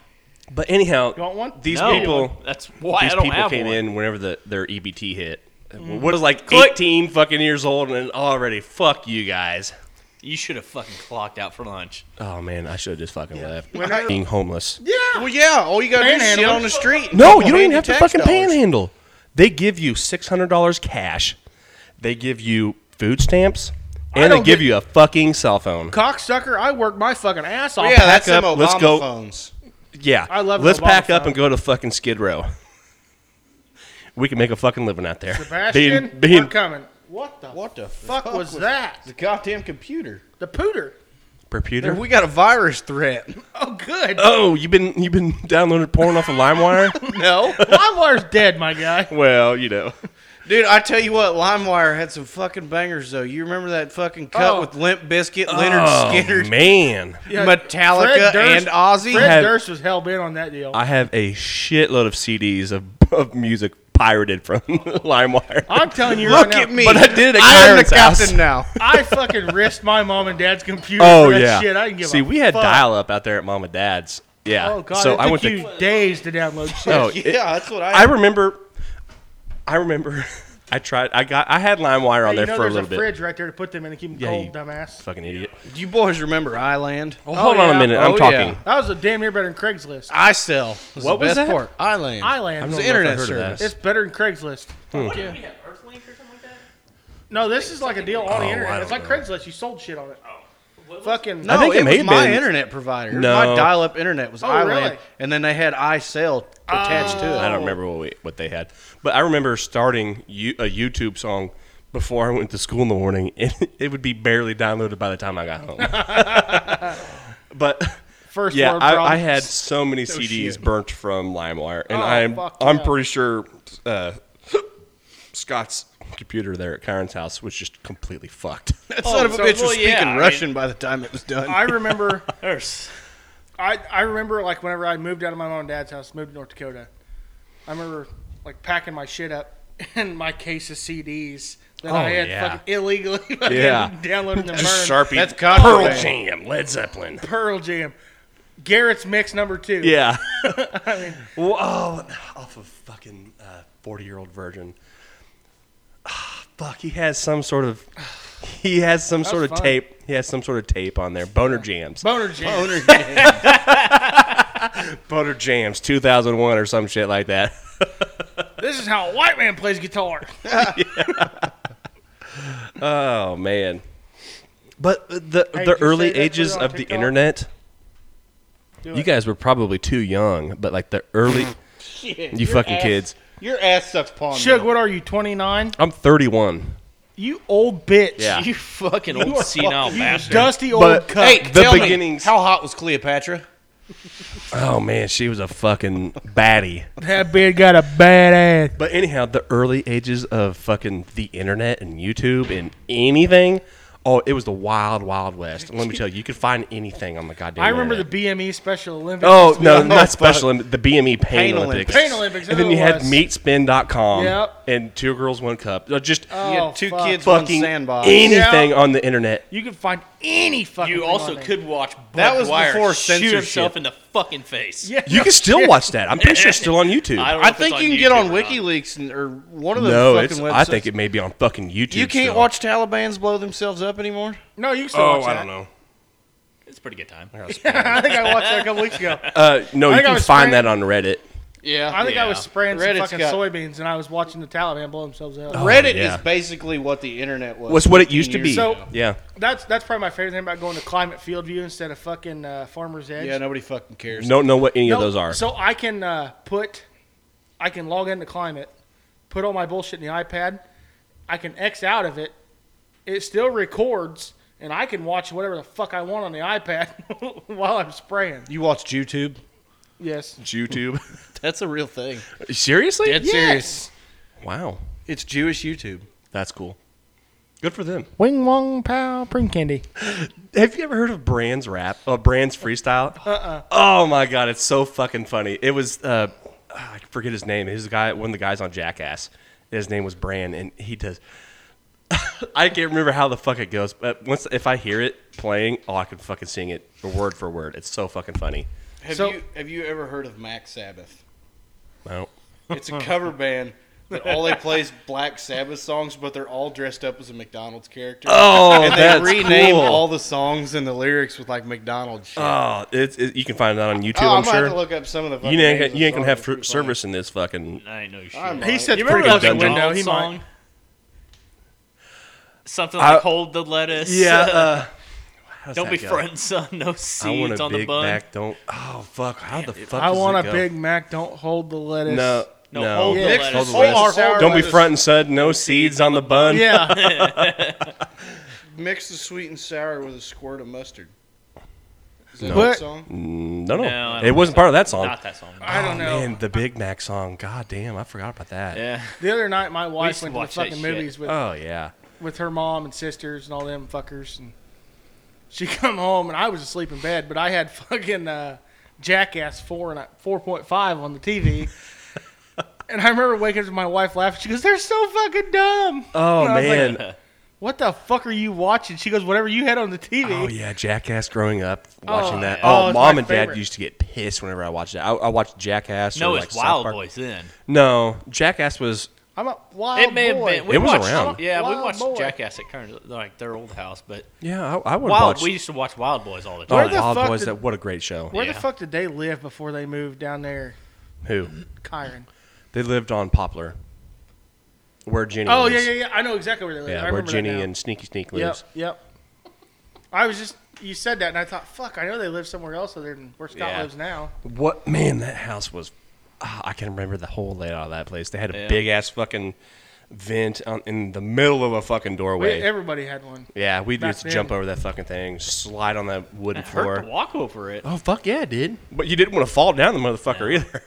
S2: But anyhow,
S1: You want one?
S2: these
S5: No,
S2: people,
S5: That's why
S2: these
S5: I don't
S2: people
S5: have
S2: came
S5: one. Mm.
S2: in whenever the, their EBT hit. What is like
S5: Click.
S2: 18 fucking years old and already fuck you guys.
S5: You should have fucking clocked out for lunch.
S2: Oh man, I should have just fucking left.
S1: When I-
S2: Being homeless.
S4: Well, yeah. All you gotta do is
S1: Panhandling.
S4: shit on the street.
S2: No,
S4: People
S2: you don't
S4: hand
S2: even have to
S4: tax
S2: fucking
S4: dollars.
S2: panhandle. They give you $600 cash. They give you food stamps and they
S1: don't
S2: give
S1: get-
S2: you a fucking cell phone.
S1: Cocksucker, I work my fucking ass off.
S4: Yeah, that's
S2: up,
S4: them Obama
S2: let's go.
S4: phones.
S2: Yeah.
S1: I love
S2: Let's
S1: Obama
S2: pack up
S1: phone.
S2: and go to fucking Skid Row. We can make a fucking living out there.
S1: Sebastian,
S2: Being- being-
S1: we're coming. What the
S4: What the
S1: fuck, was that?
S4: The goddamn computer.
S1: The pooter.
S2: Computer?
S4: We got a virus threat.
S1: Oh, good.
S2: Oh, you've been you've been downloading porn off of LimeWire?
S4: no.
S1: Limewire's dead, my guy.
S2: well, you know.
S4: Dude, I tell you what, LimeWire had some fucking bangers though. You remember that fucking cut
S1: Oh.
S4: with Limp Biscuit, Leonard Skinner,
S2: man.
S1: Yeah,
S4: Metallica,
S1: Fred Durst-
S4: and Ozzy?
S1: Fred
S2: Have-
S1: Durst was hell bent on that deal.
S2: I have a shitload of CDs of, of music pirated from LimeWire.
S1: I'm telling you
S4: Look
S1: right now,
S4: at me.
S2: But I did at
S4: I am the
S2: Kyron's house.
S4: captain now.
S1: I fucking risked my mom and dad's computer
S2: oh
S1: for that
S2: yeah.
S1: shit. I didn't give
S2: See,
S1: a
S2: we had
S1: fuck.
S2: dial up out there at mom and dad's. Yeah.
S1: Oh god,
S2: so
S1: it
S2: I
S1: took
S2: went
S1: you
S2: to
S1: days to download shit.
S2: Oh,
S4: yeah,
S2: it-
S4: that's what I.
S2: I remember I remember I tried. I got. I had LimeWire on
S1: Hey, you
S2: there
S1: know
S2: for a
S1: there's
S2: little
S1: a
S2: bit.
S1: fridge right there to put them in to keep them
S2: Yeah,
S1: cold,
S2: you-
S1: dumbass.
S2: Fucking idiot.
S4: Do you boys remember Island?
S2: Well, hold on
S1: yeah.
S2: a minute. I'm
S4: Oh,
S2: talking.
S4: yeah.
S1: That was a damn near better than Craigslist.
S4: I sell. Was
S2: What
S4: the
S2: was
S4: best
S2: that?
S4: part. Island.
S1: Island.
S2: I
S4: It was
S2: don't know if I've
S4: an internet
S2: heard of that.
S4: service.
S1: It's better than Craigslist.
S5: What did we have? Earthlink or something like that?
S1: No, this is like a deal on the internet.
S2: Oh, don't
S1: It's like Craigslist. You sold shit on it.
S5: Oh. What was-
S1: Fucking.
S4: No,
S2: I think
S4: it,
S2: it may
S4: was
S2: have
S4: my
S2: been-
S4: internet provider. It was
S2: No.
S4: My dial-up internet was
S1: Oh,
S4: Island,
S1: really?
S4: and then they had iCell attached to it.
S2: I don't remember what we, what they had, but I remember starting you, a YouTube song before I went to school in the morning, and it would be barely downloaded by the time I got home. but
S1: First
S2: yeah,
S1: world
S2: I, I
S1: problems.
S2: had so many CDs burnt from LimeWire, and
S1: Oh,
S2: I'm
S1: fuck
S2: I'm
S1: yeah.
S2: pretty sure uh, Scott's computer there at Kyron's house was just completely fucked.
S4: That
S5: Oh,
S4: son of a
S5: so-
S4: bitch was
S5: well,
S4: speaking
S5: yeah, I mean-
S4: Russian by the time it was done.
S1: I remember.
S5: There's
S1: I, I remember like whenever I moved out of my mom and dad's house, moved to North Dakota. I remember like packing my shit up and my case of CDs that I had
S2: Oh, yeah.
S1: fucking illegally fucking
S2: Yeah.
S1: downloading the
S2: Just
S1: burn
S2: Sharpie,
S4: That's
S2: Pearl
S4: contraband.
S2: Jam, Led Zeppelin.
S1: Pearl Jam, Garrett's mix number two.
S2: Yeah. Whoa, off of fucking uh, forty-year-old virgin. Ah, fuck, he has some sort of, he has some sort of
S1: fun.
S2: tape. He has some sort of tape on there. Boner jams,
S1: Boner Jam.
S2: Boner jams, two thousand one or some shit like that.
S1: This is how a white man plays guitar.
S2: Oh man. But the
S1: Hey,
S2: the
S1: did you
S2: early
S1: say that
S2: ages
S1: we were on
S2: of the
S1: TikTok?
S2: internet.
S1: Do
S2: You
S1: it.
S2: guys were probably too young, but like the early, you fucking kids.
S4: Your ass sucks pawn.
S1: Shug, what are you? Twenty nine.
S2: I'm 31.
S1: You old bitch.
S2: Yeah. Oh,
S5: you fucking old senile bastard.
S1: Dusty old
S2: But-
S1: cunt.
S4: Hey,
S2: The
S4: tell
S2: beginnings-
S4: me, how hot was Cleopatra?
S2: Oh man, she was a fucking baddie.
S1: That bitch got a bad ass.
S2: But anyhow, the early ages of fucking the internet and YouTube and anything, oh, it was the wild, wild west. And let me tell you, you could find anything on the goddamn.
S1: I remember the
S2: internet.
S1: BME Special Olympics.
S2: Oh no,
S4: Oh,
S2: not
S4: fuck.
S2: special. Olymp- The BME Pain,
S4: Pain
S2: Olympics.
S4: Olympics.
S1: Pain Olympics, oh,
S2: And then
S1: that's
S2: you
S1: what it
S2: had
S1: was.
S2: meatspin.com
S1: Yep.
S2: and Two Girls One Cup. Uh, Just
S1: Oh,
S4: You had two
S1: fuck.
S4: kids, one
S2: fucking
S4: sandbox.
S2: anything on the internet.
S1: You could find any fucking.
S5: You
S1: thing
S5: also
S1: on there.
S5: could watch Bud
S4: That was
S5: Dwyer
S4: before
S5: shoot
S4: censorship.
S5: himself in the fucking face.
S1: Yeah.
S2: You can still watch that. I'm pretty sure it's still on YouTube.
S5: I don't know
S4: I
S5: if it's
S4: think
S5: on
S4: you can get on
S5: YouTube or not.
S4: WikiLeaks and, or one of those
S2: no,
S4: fucking
S2: it's,
S4: websites.
S2: I think it may be on fucking YouTube.
S4: You can't
S2: still.
S4: watch Taliban's blow themselves up anymore.
S1: No, you can still
S2: Oh,
S1: watch
S2: I
S1: that.
S2: don't know.
S5: It's a pretty good time.
S1: I think I watched that a couple weeks ago.
S2: Uh, no,
S1: I think
S2: you
S1: I
S2: can
S1: was spraying-
S2: find that on Reddit.
S4: Yeah,
S1: I think I was
S5: Yeah.
S1: spraying
S4: Reddit's
S1: some fucking
S4: got-
S1: soybeans and I was watching the Taliban blow themselves up.
S2: Oh.
S4: Reddit
S2: yeah.
S4: is basically what the internet was.
S2: Was what it
S4: 15
S2: used to
S4: years
S2: be.
S1: So-
S4: ago.
S2: yeah.
S1: That's that's probably my favorite thing about going to Climate Field View instead of fucking uh, Farmer's Edge.
S4: yeah, nobody fucking cares.
S2: Don't know what any
S1: No,
S2: of those are.
S1: So I can uh, put, I can log into Climate, put all my bullshit in the iPad, I can X out of it, it still records, and I can watch whatever the fuck I want on the iPad while I'm spraying.
S4: You watch YouTube?
S1: Yes.
S2: YouTube.
S4: That's a real thing.
S2: Seriously?
S4: Dead serious.
S2: Wow.
S4: It's Jewish YouTube.
S2: That's cool. Good for them.
S1: Wing Wong Pow Prune Candy.
S2: Have you ever heard of Brands rap? Uh, Brands freestyle? Uh-uh. Oh my god, it's so fucking funny. It was uh, I forget his name. He's the guy, one of the guys on Jackass. His name was Brand, and he does. I can't remember how the fuck it goes, but once if I hear it playing, oh, I can fucking sing it word for word. It's so fucking funny.
S4: Have
S1: So-
S4: you have you ever heard of Mac Sabbath?
S2: No.
S4: It's a cover band that all they play is Black Sabbath songs, but they're all dressed up as a McDonald's character.
S2: Oh,
S4: and they
S2: that's
S4: rename
S2: cool.
S4: all the songs and the lyrics with like McDonald's. Shit.
S2: Oh, it's it, you can find that on YouTube.
S4: Oh,
S2: I'm
S4: I'm gonna have to
S2: sure.
S4: look up some of the. fucking
S2: You ain't
S4: names of
S2: you ain't gonna
S4: songs.
S2: have
S4: It's
S2: fr-
S4: pretty funny.
S2: service in this fucking.
S5: I ain't know shit.
S4: I'm
S1: He
S4: right.
S1: said
S5: You
S1: pretty
S5: remember
S1: good
S5: that
S1: dungeon.
S5: window
S1: He
S5: song?
S1: might.
S5: Something
S2: I-
S5: like hold the lettuce.
S2: Uh, how's
S5: Don't
S2: that
S5: be
S2: go?
S5: friends, son. No
S2: I want
S5: seeds
S2: a
S5: on the
S2: big
S5: bun.
S2: Mac. Don't. Oh fuck! How the fuck?
S1: I
S2: does
S1: want
S2: it
S1: a
S2: go?
S1: Big Mac. Don't hold the lettuce.
S2: No,
S5: No,
S2: no.
S5: hold the
S4: Mixed
S5: lettuce.
S4: with
S2: Hold the
S4: whole
S2: lettuce.
S4: sour
S2: Don't be
S4: lettuce-
S2: front and sud. No seeds on the bun.
S1: Yeah.
S4: Mix the sweet and sour with a squirt of mustard. Is that
S2: No.
S4: that
S1: But-
S4: song?
S2: Mm, No, no.
S5: No, I don't
S2: it wasn't part of that song. Oh,
S5: Not that song.
S1: I don't know.
S2: Man, the Big Mac song. God damn, I forgot about that.
S5: Yeah.
S1: The other night, my wife
S5: used to
S1: went to the
S5: watch that
S1: fucking
S5: shit.
S1: movies with
S2: Oh yeah.
S1: with her mom and sisters and all them fuckers, and she come home and I was asleep in bed, but I had fucking uh, Jackass four and four point five on the TV. And I remember waking up to my wife laughing. She goes, "They're so fucking dumb."
S2: Oh
S1: And I was like,
S2: man.
S1: what the fuck are you watching? She goes, "Whatever you had on the TV."
S2: Oh yeah, Jackass. Growing up, watching that.
S1: yeah. Oh,
S2: Oh,
S1: it's
S2: mom
S1: my
S2: and dad
S1: favorite.
S2: used to get pissed whenever I watched that. I, I watched Jackass.
S5: No,
S2: or
S5: it's
S2: like South
S5: Wild
S2: Park.
S5: Boys then.
S2: No, Jackass was.
S1: I I'm a wild
S5: It may
S1: boy.
S5: have been. We
S2: It was
S5: watched,
S2: around.
S5: Yeah, we
S1: Wild
S5: watched
S1: Boy.
S5: Jackass at kind of like their old house, but
S2: Yeah, I, I would
S5: Wild.
S2: watch.
S5: We used to watch Wild Boys all the
S2: oh,
S5: time.
S1: the
S2: Wild
S1: fuck
S2: Boys!
S1: did-
S2: That what a great show.
S1: Where
S5: Yeah.
S1: the fuck did they live before they moved down there,
S2: Who?
S1: Kyron?
S2: They lived on Poplar, where Jenny.
S1: Oh yeah,
S2: lives.
S1: yeah, yeah. I know exactly where they live. I
S2: Yeah, where
S1: remember that
S2: Jenny
S1: now.
S2: and Sneaky Sneak
S1: Yep,
S2: lives.
S1: yep. I was just you said that, and I thought, fuck, I know they live somewhere else other than where Scott
S5: Yeah.
S1: lives now.
S2: What man? That house was. ah, I can remember the whole layout of that place. They had a
S5: Yeah.
S2: big ass fucking vent on, in the middle of a fucking
S1: We,
S2: doorway.
S1: everybody had one.
S2: yeah, we would
S1: back
S2: used to
S1: then-
S2: jump over that fucking thing, slide on that wooden
S5: It hurt to
S2: floor.
S5: walk over it.
S2: Oh fuck yeah, dude! But you didn't want to fall down the motherfucker either.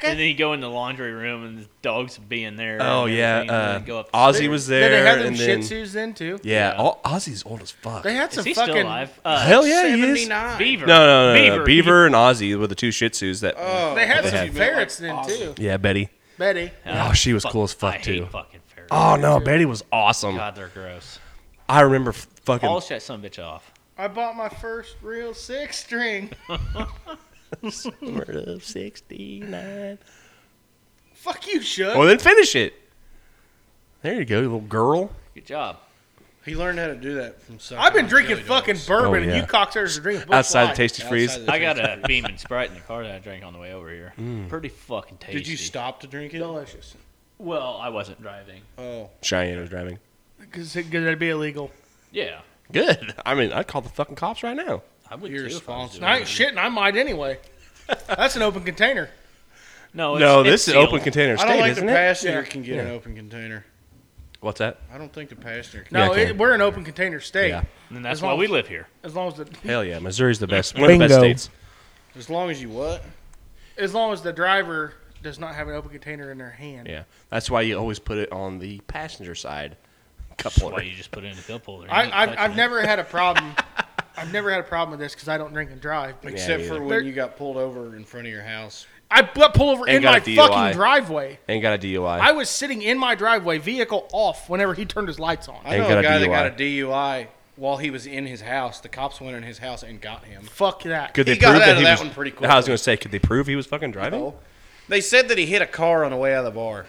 S5: And then you go in the laundry room and the dogs being there.
S2: oh
S5: and
S2: yeah,
S5: everything, and
S2: uh,
S5: then go up.
S2: Ozzy was there,
S1: yeah, they had them
S2: and
S1: Shih
S2: then
S1: Tzus then too.
S2: yeah,
S5: Yeah.
S2: all, Ozzy's old as fuck.
S1: They had
S5: Is
S1: some
S5: he
S1: fucking.
S5: still alive? Uh,
S2: Hell yeah, he is.
S4: 79.
S5: Beaver.
S2: No, no, no, no,
S5: Beaver.
S2: Beaver, and Ozzy were the two Shih Tzus that.
S4: Oh,
S1: They had
S4: those
S1: some
S4: have been, like,
S1: ferrets then
S4: awesome.
S1: too.
S2: yeah, Betty.
S1: Betty.
S2: Oh, she was cool as fuck,
S5: I hate
S2: too.
S5: fucking ferrets.
S2: Oh no, Betty was awesome.
S5: God, they're gross.
S2: I remember f- fucking.
S5: I'll shut some bitch off.
S1: I bought my first real six string.
S2: Summer of '69.
S1: Fuck you, Shug.
S2: Well, then finish it. There you go, you little girl.
S5: Good job.
S4: He learned how to do that from sucking
S1: I've been
S4: on
S1: drinking
S4: chili dogs.
S1: fucking bourbon,
S2: Oh,
S1: and
S2: yeah.
S1: you cocksuckers are drinking. Bush
S2: Outside
S1: Light.
S2: of Tasty
S4: Outside
S2: Freeze.
S4: the
S5: I got
S4: freezer.
S5: a Beam and Sprite in the car that I drank on the way over here. Pretty fucking tasty.
S4: Did you stop to drink it?
S1: Delicious.
S5: Well, I wasn't driving.
S4: Oh,
S2: Cheyenne was driving.
S1: Because that'd be illegal.
S5: Yeah,
S2: Good. I mean, I'd call the fucking cops right now.
S5: I would
S4: You're
S5: too. if I was
S4: responsible.
S5: doing
S1: I ain't shitting. I might anyway. That's an open container.
S5: it. No, it's,
S2: No,
S5: Oh, it's
S2: this is
S5: sealed.
S2: open container
S4: I
S2: state,
S4: don't like the
S2: isn't it?
S4: passenger
S1: Yeah.
S4: can get an
S2: Yeah.
S4: open container.
S2: What's that?
S4: I don't think the passenger can.
S1: No,
S2: Yeah, okay.
S1: it, we're an open container state.
S2: Yeah.
S5: And that's
S1: As
S5: why
S1: long
S5: we
S1: as-
S5: live here.
S1: As long as the
S2: Hell yeah, Missouri's the best. One of the best
S1: Bingo.
S2: states.
S4: As long as you what?
S1: as long as the driver does not have an open container in their hand.
S2: Yeah, that's why you always put it on the passenger side. Cup
S5: That's why
S2: holder.
S5: you just put it in the cup holder.
S1: I,
S5: You ain't
S1: I've,
S5: touching
S1: I've
S5: it.
S1: never had a problem. I've never had a problem with this because I don't drink and drive. But
S4: Except
S2: me
S4: for
S2: either.
S4: when you got pulled over in front of your house.
S1: I bu- pull over
S2: And
S1: in
S2: got
S1: my
S2: a DUI.
S1: fucking driveway.
S2: Ain't got a DUI.
S1: I was sitting in my driveway, vehicle off, whenever he turned his lights on.
S4: I
S2: And
S4: know
S2: got
S4: a
S2: a
S4: guy that got a DUI while he was in his house. The cops went in his house and got him.
S1: Fuck that.
S2: could they
S4: he got
S2: prove
S4: out
S2: that
S4: of
S2: he
S4: that
S2: was?
S4: one pretty Oh,
S2: I was
S4: quickly.
S2: gonna say, could they prove he was fucking driving?
S4: They said that he hit a car on the way out of the bar.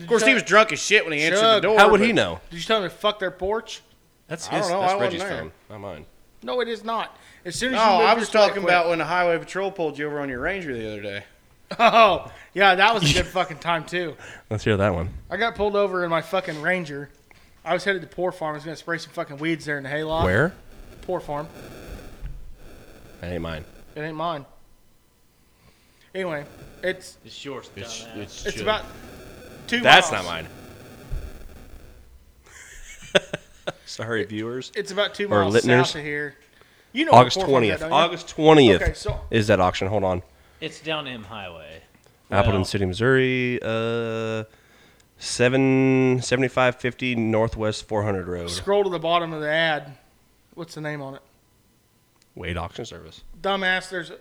S4: Of course, he was drunk as shit when he answered the
S1: Chug.
S4: door.
S2: How would he
S4: but-
S2: know?
S1: Did you tell him to fuck their porch?
S2: That's
S4: I don't
S2: his.
S4: know, I
S2: That's
S4: wasn't
S2: Reggie's
S4: there.
S2: phone, not mine.
S1: No, it is not. As soon as
S4: No,
S1: you move
S4: Oh, I
S1: your
S4: was
S1: slight
S4: talking
S1: whip-
S4: about when the highway patrol pulled you over on your Ranger the other day.
S1: Oh, yeah, that was a good fucking time too.
S2: Let's hear that one.
S1: I got pulled over in my fucking Ranger. I was headed to Poor Farm. I was gonna spray some fucking weeds there in the hayloft.
S2: Where?
S1: Poor Farm.
S2: That ain't mine.
S1: It ain't mine. Anyway, it's
S5: It's yours,
S3: It's,
S5: dumbass.
S3: it's,
S1: it's
S3: chili.
S1: about two.
S2: That's
S1: miles.
S2: not mine. Sorry, viewers.
S1: It's about two
S2: Or
S1: miles
S2: listeners.
S1: south of here. You know where
S2: August
S1: Poor Farm's at,
S2: twentieth.
S1: don't you?
S2: August twentieth
S1: Okay, so-
S2: is that auction. Hold on.
S5: It's down M Highway.
S2: Appleton
S5: Well,
S2: City, Missouri. Uh, seven seventy-five fifty Northwest four hundred Road.
S1: Scroll to the bottom of the ad. What's the name on it?
S2: Wade Auction Service.
S1: Dumbass. There's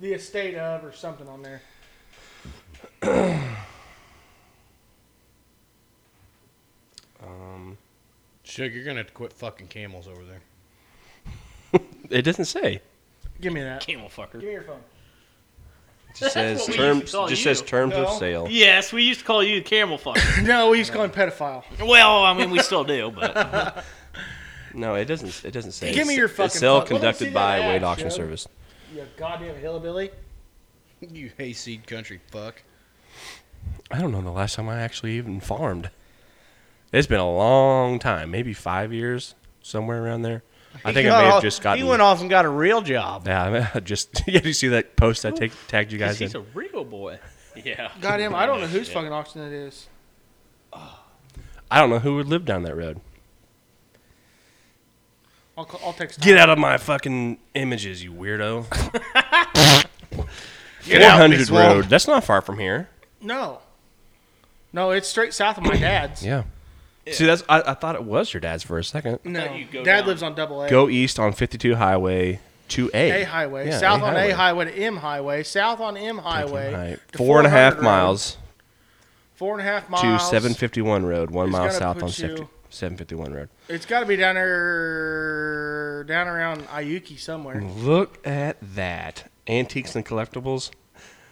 S1: the estate of or something on there.
S4: Shug, you're gonna have to quit fucking camels over there.
S2: It doesn't say.
S1: Give me that.
S5: Camel
S1: Give
S5: fucker.
S1: me your phone.
S2: It just says
S5: what we used to
S2: terms.
S5: call
S2: Just
S5: you.
S2: says terms of
S1: No.
S2: sale.
S5: Yes, we used to call you camel fucker.
S1: No, we used to call him pedophile.
S5: well, I mean, we still do, but
S2: No, it doesn't. It doesn't say.
S1: Give me your
S2: It's
S1: fucking phone.
S2: sale
S1: Let me see
S2: conducted
S1: that
S2: by
S1: ad,
S2: Wade Auction
S1: Joe.
S2: Service.
S1: You goddamn hillbilly.
S4: You hayseed country fuck.
S2: I don't know the last time I actually even farmed. It's been a long time, maybe five years, somewhere around there. I think I may have just gotten.
S4: He went off and got a real job.
S2: Yeah, I just yeah. You see that post I take, tagged you guys in?
S5: he's a real boy. Yeah.
S1: Goddamn, I don't know whose fucking auction it is.
S2: I don't know who would live down that road.
S1: I'll, call, I'll text.
S2: Get out of my fucking images, you weirdo.
S4: Get
S2: Four
S4: out, big
S2: hundred
S4: swamp.
S2: road. That's not far from here.
S1: No. No, it's straight south of my dad's.
S2: Yeah. See, that's I, I thought it was your dad's for a second.
S1: No,
S5: you go
S1: dad
S5: down.
S1: lives on double A.
S2: Go east on 52 Highway to A.
S1: A highway,
S2: Yeah,
S1: south on A highway to M highway, south on M highway. to
S2: Four and a
S1: 400
S2: half
S1: road,
S2: miles
S1: Four and a half
S2: to
S1: miles
S2: 751 Road, one
S1: It's
S2: mile
S1: gotta
S2: south
S1: put
S2: on
S1: you-
S2: 50, 751 Road.
S1: It's got to be down there,
S2: Mm.
S1: down around Ayuki somewhere.
S2: Look at that. Antiques and collectibles.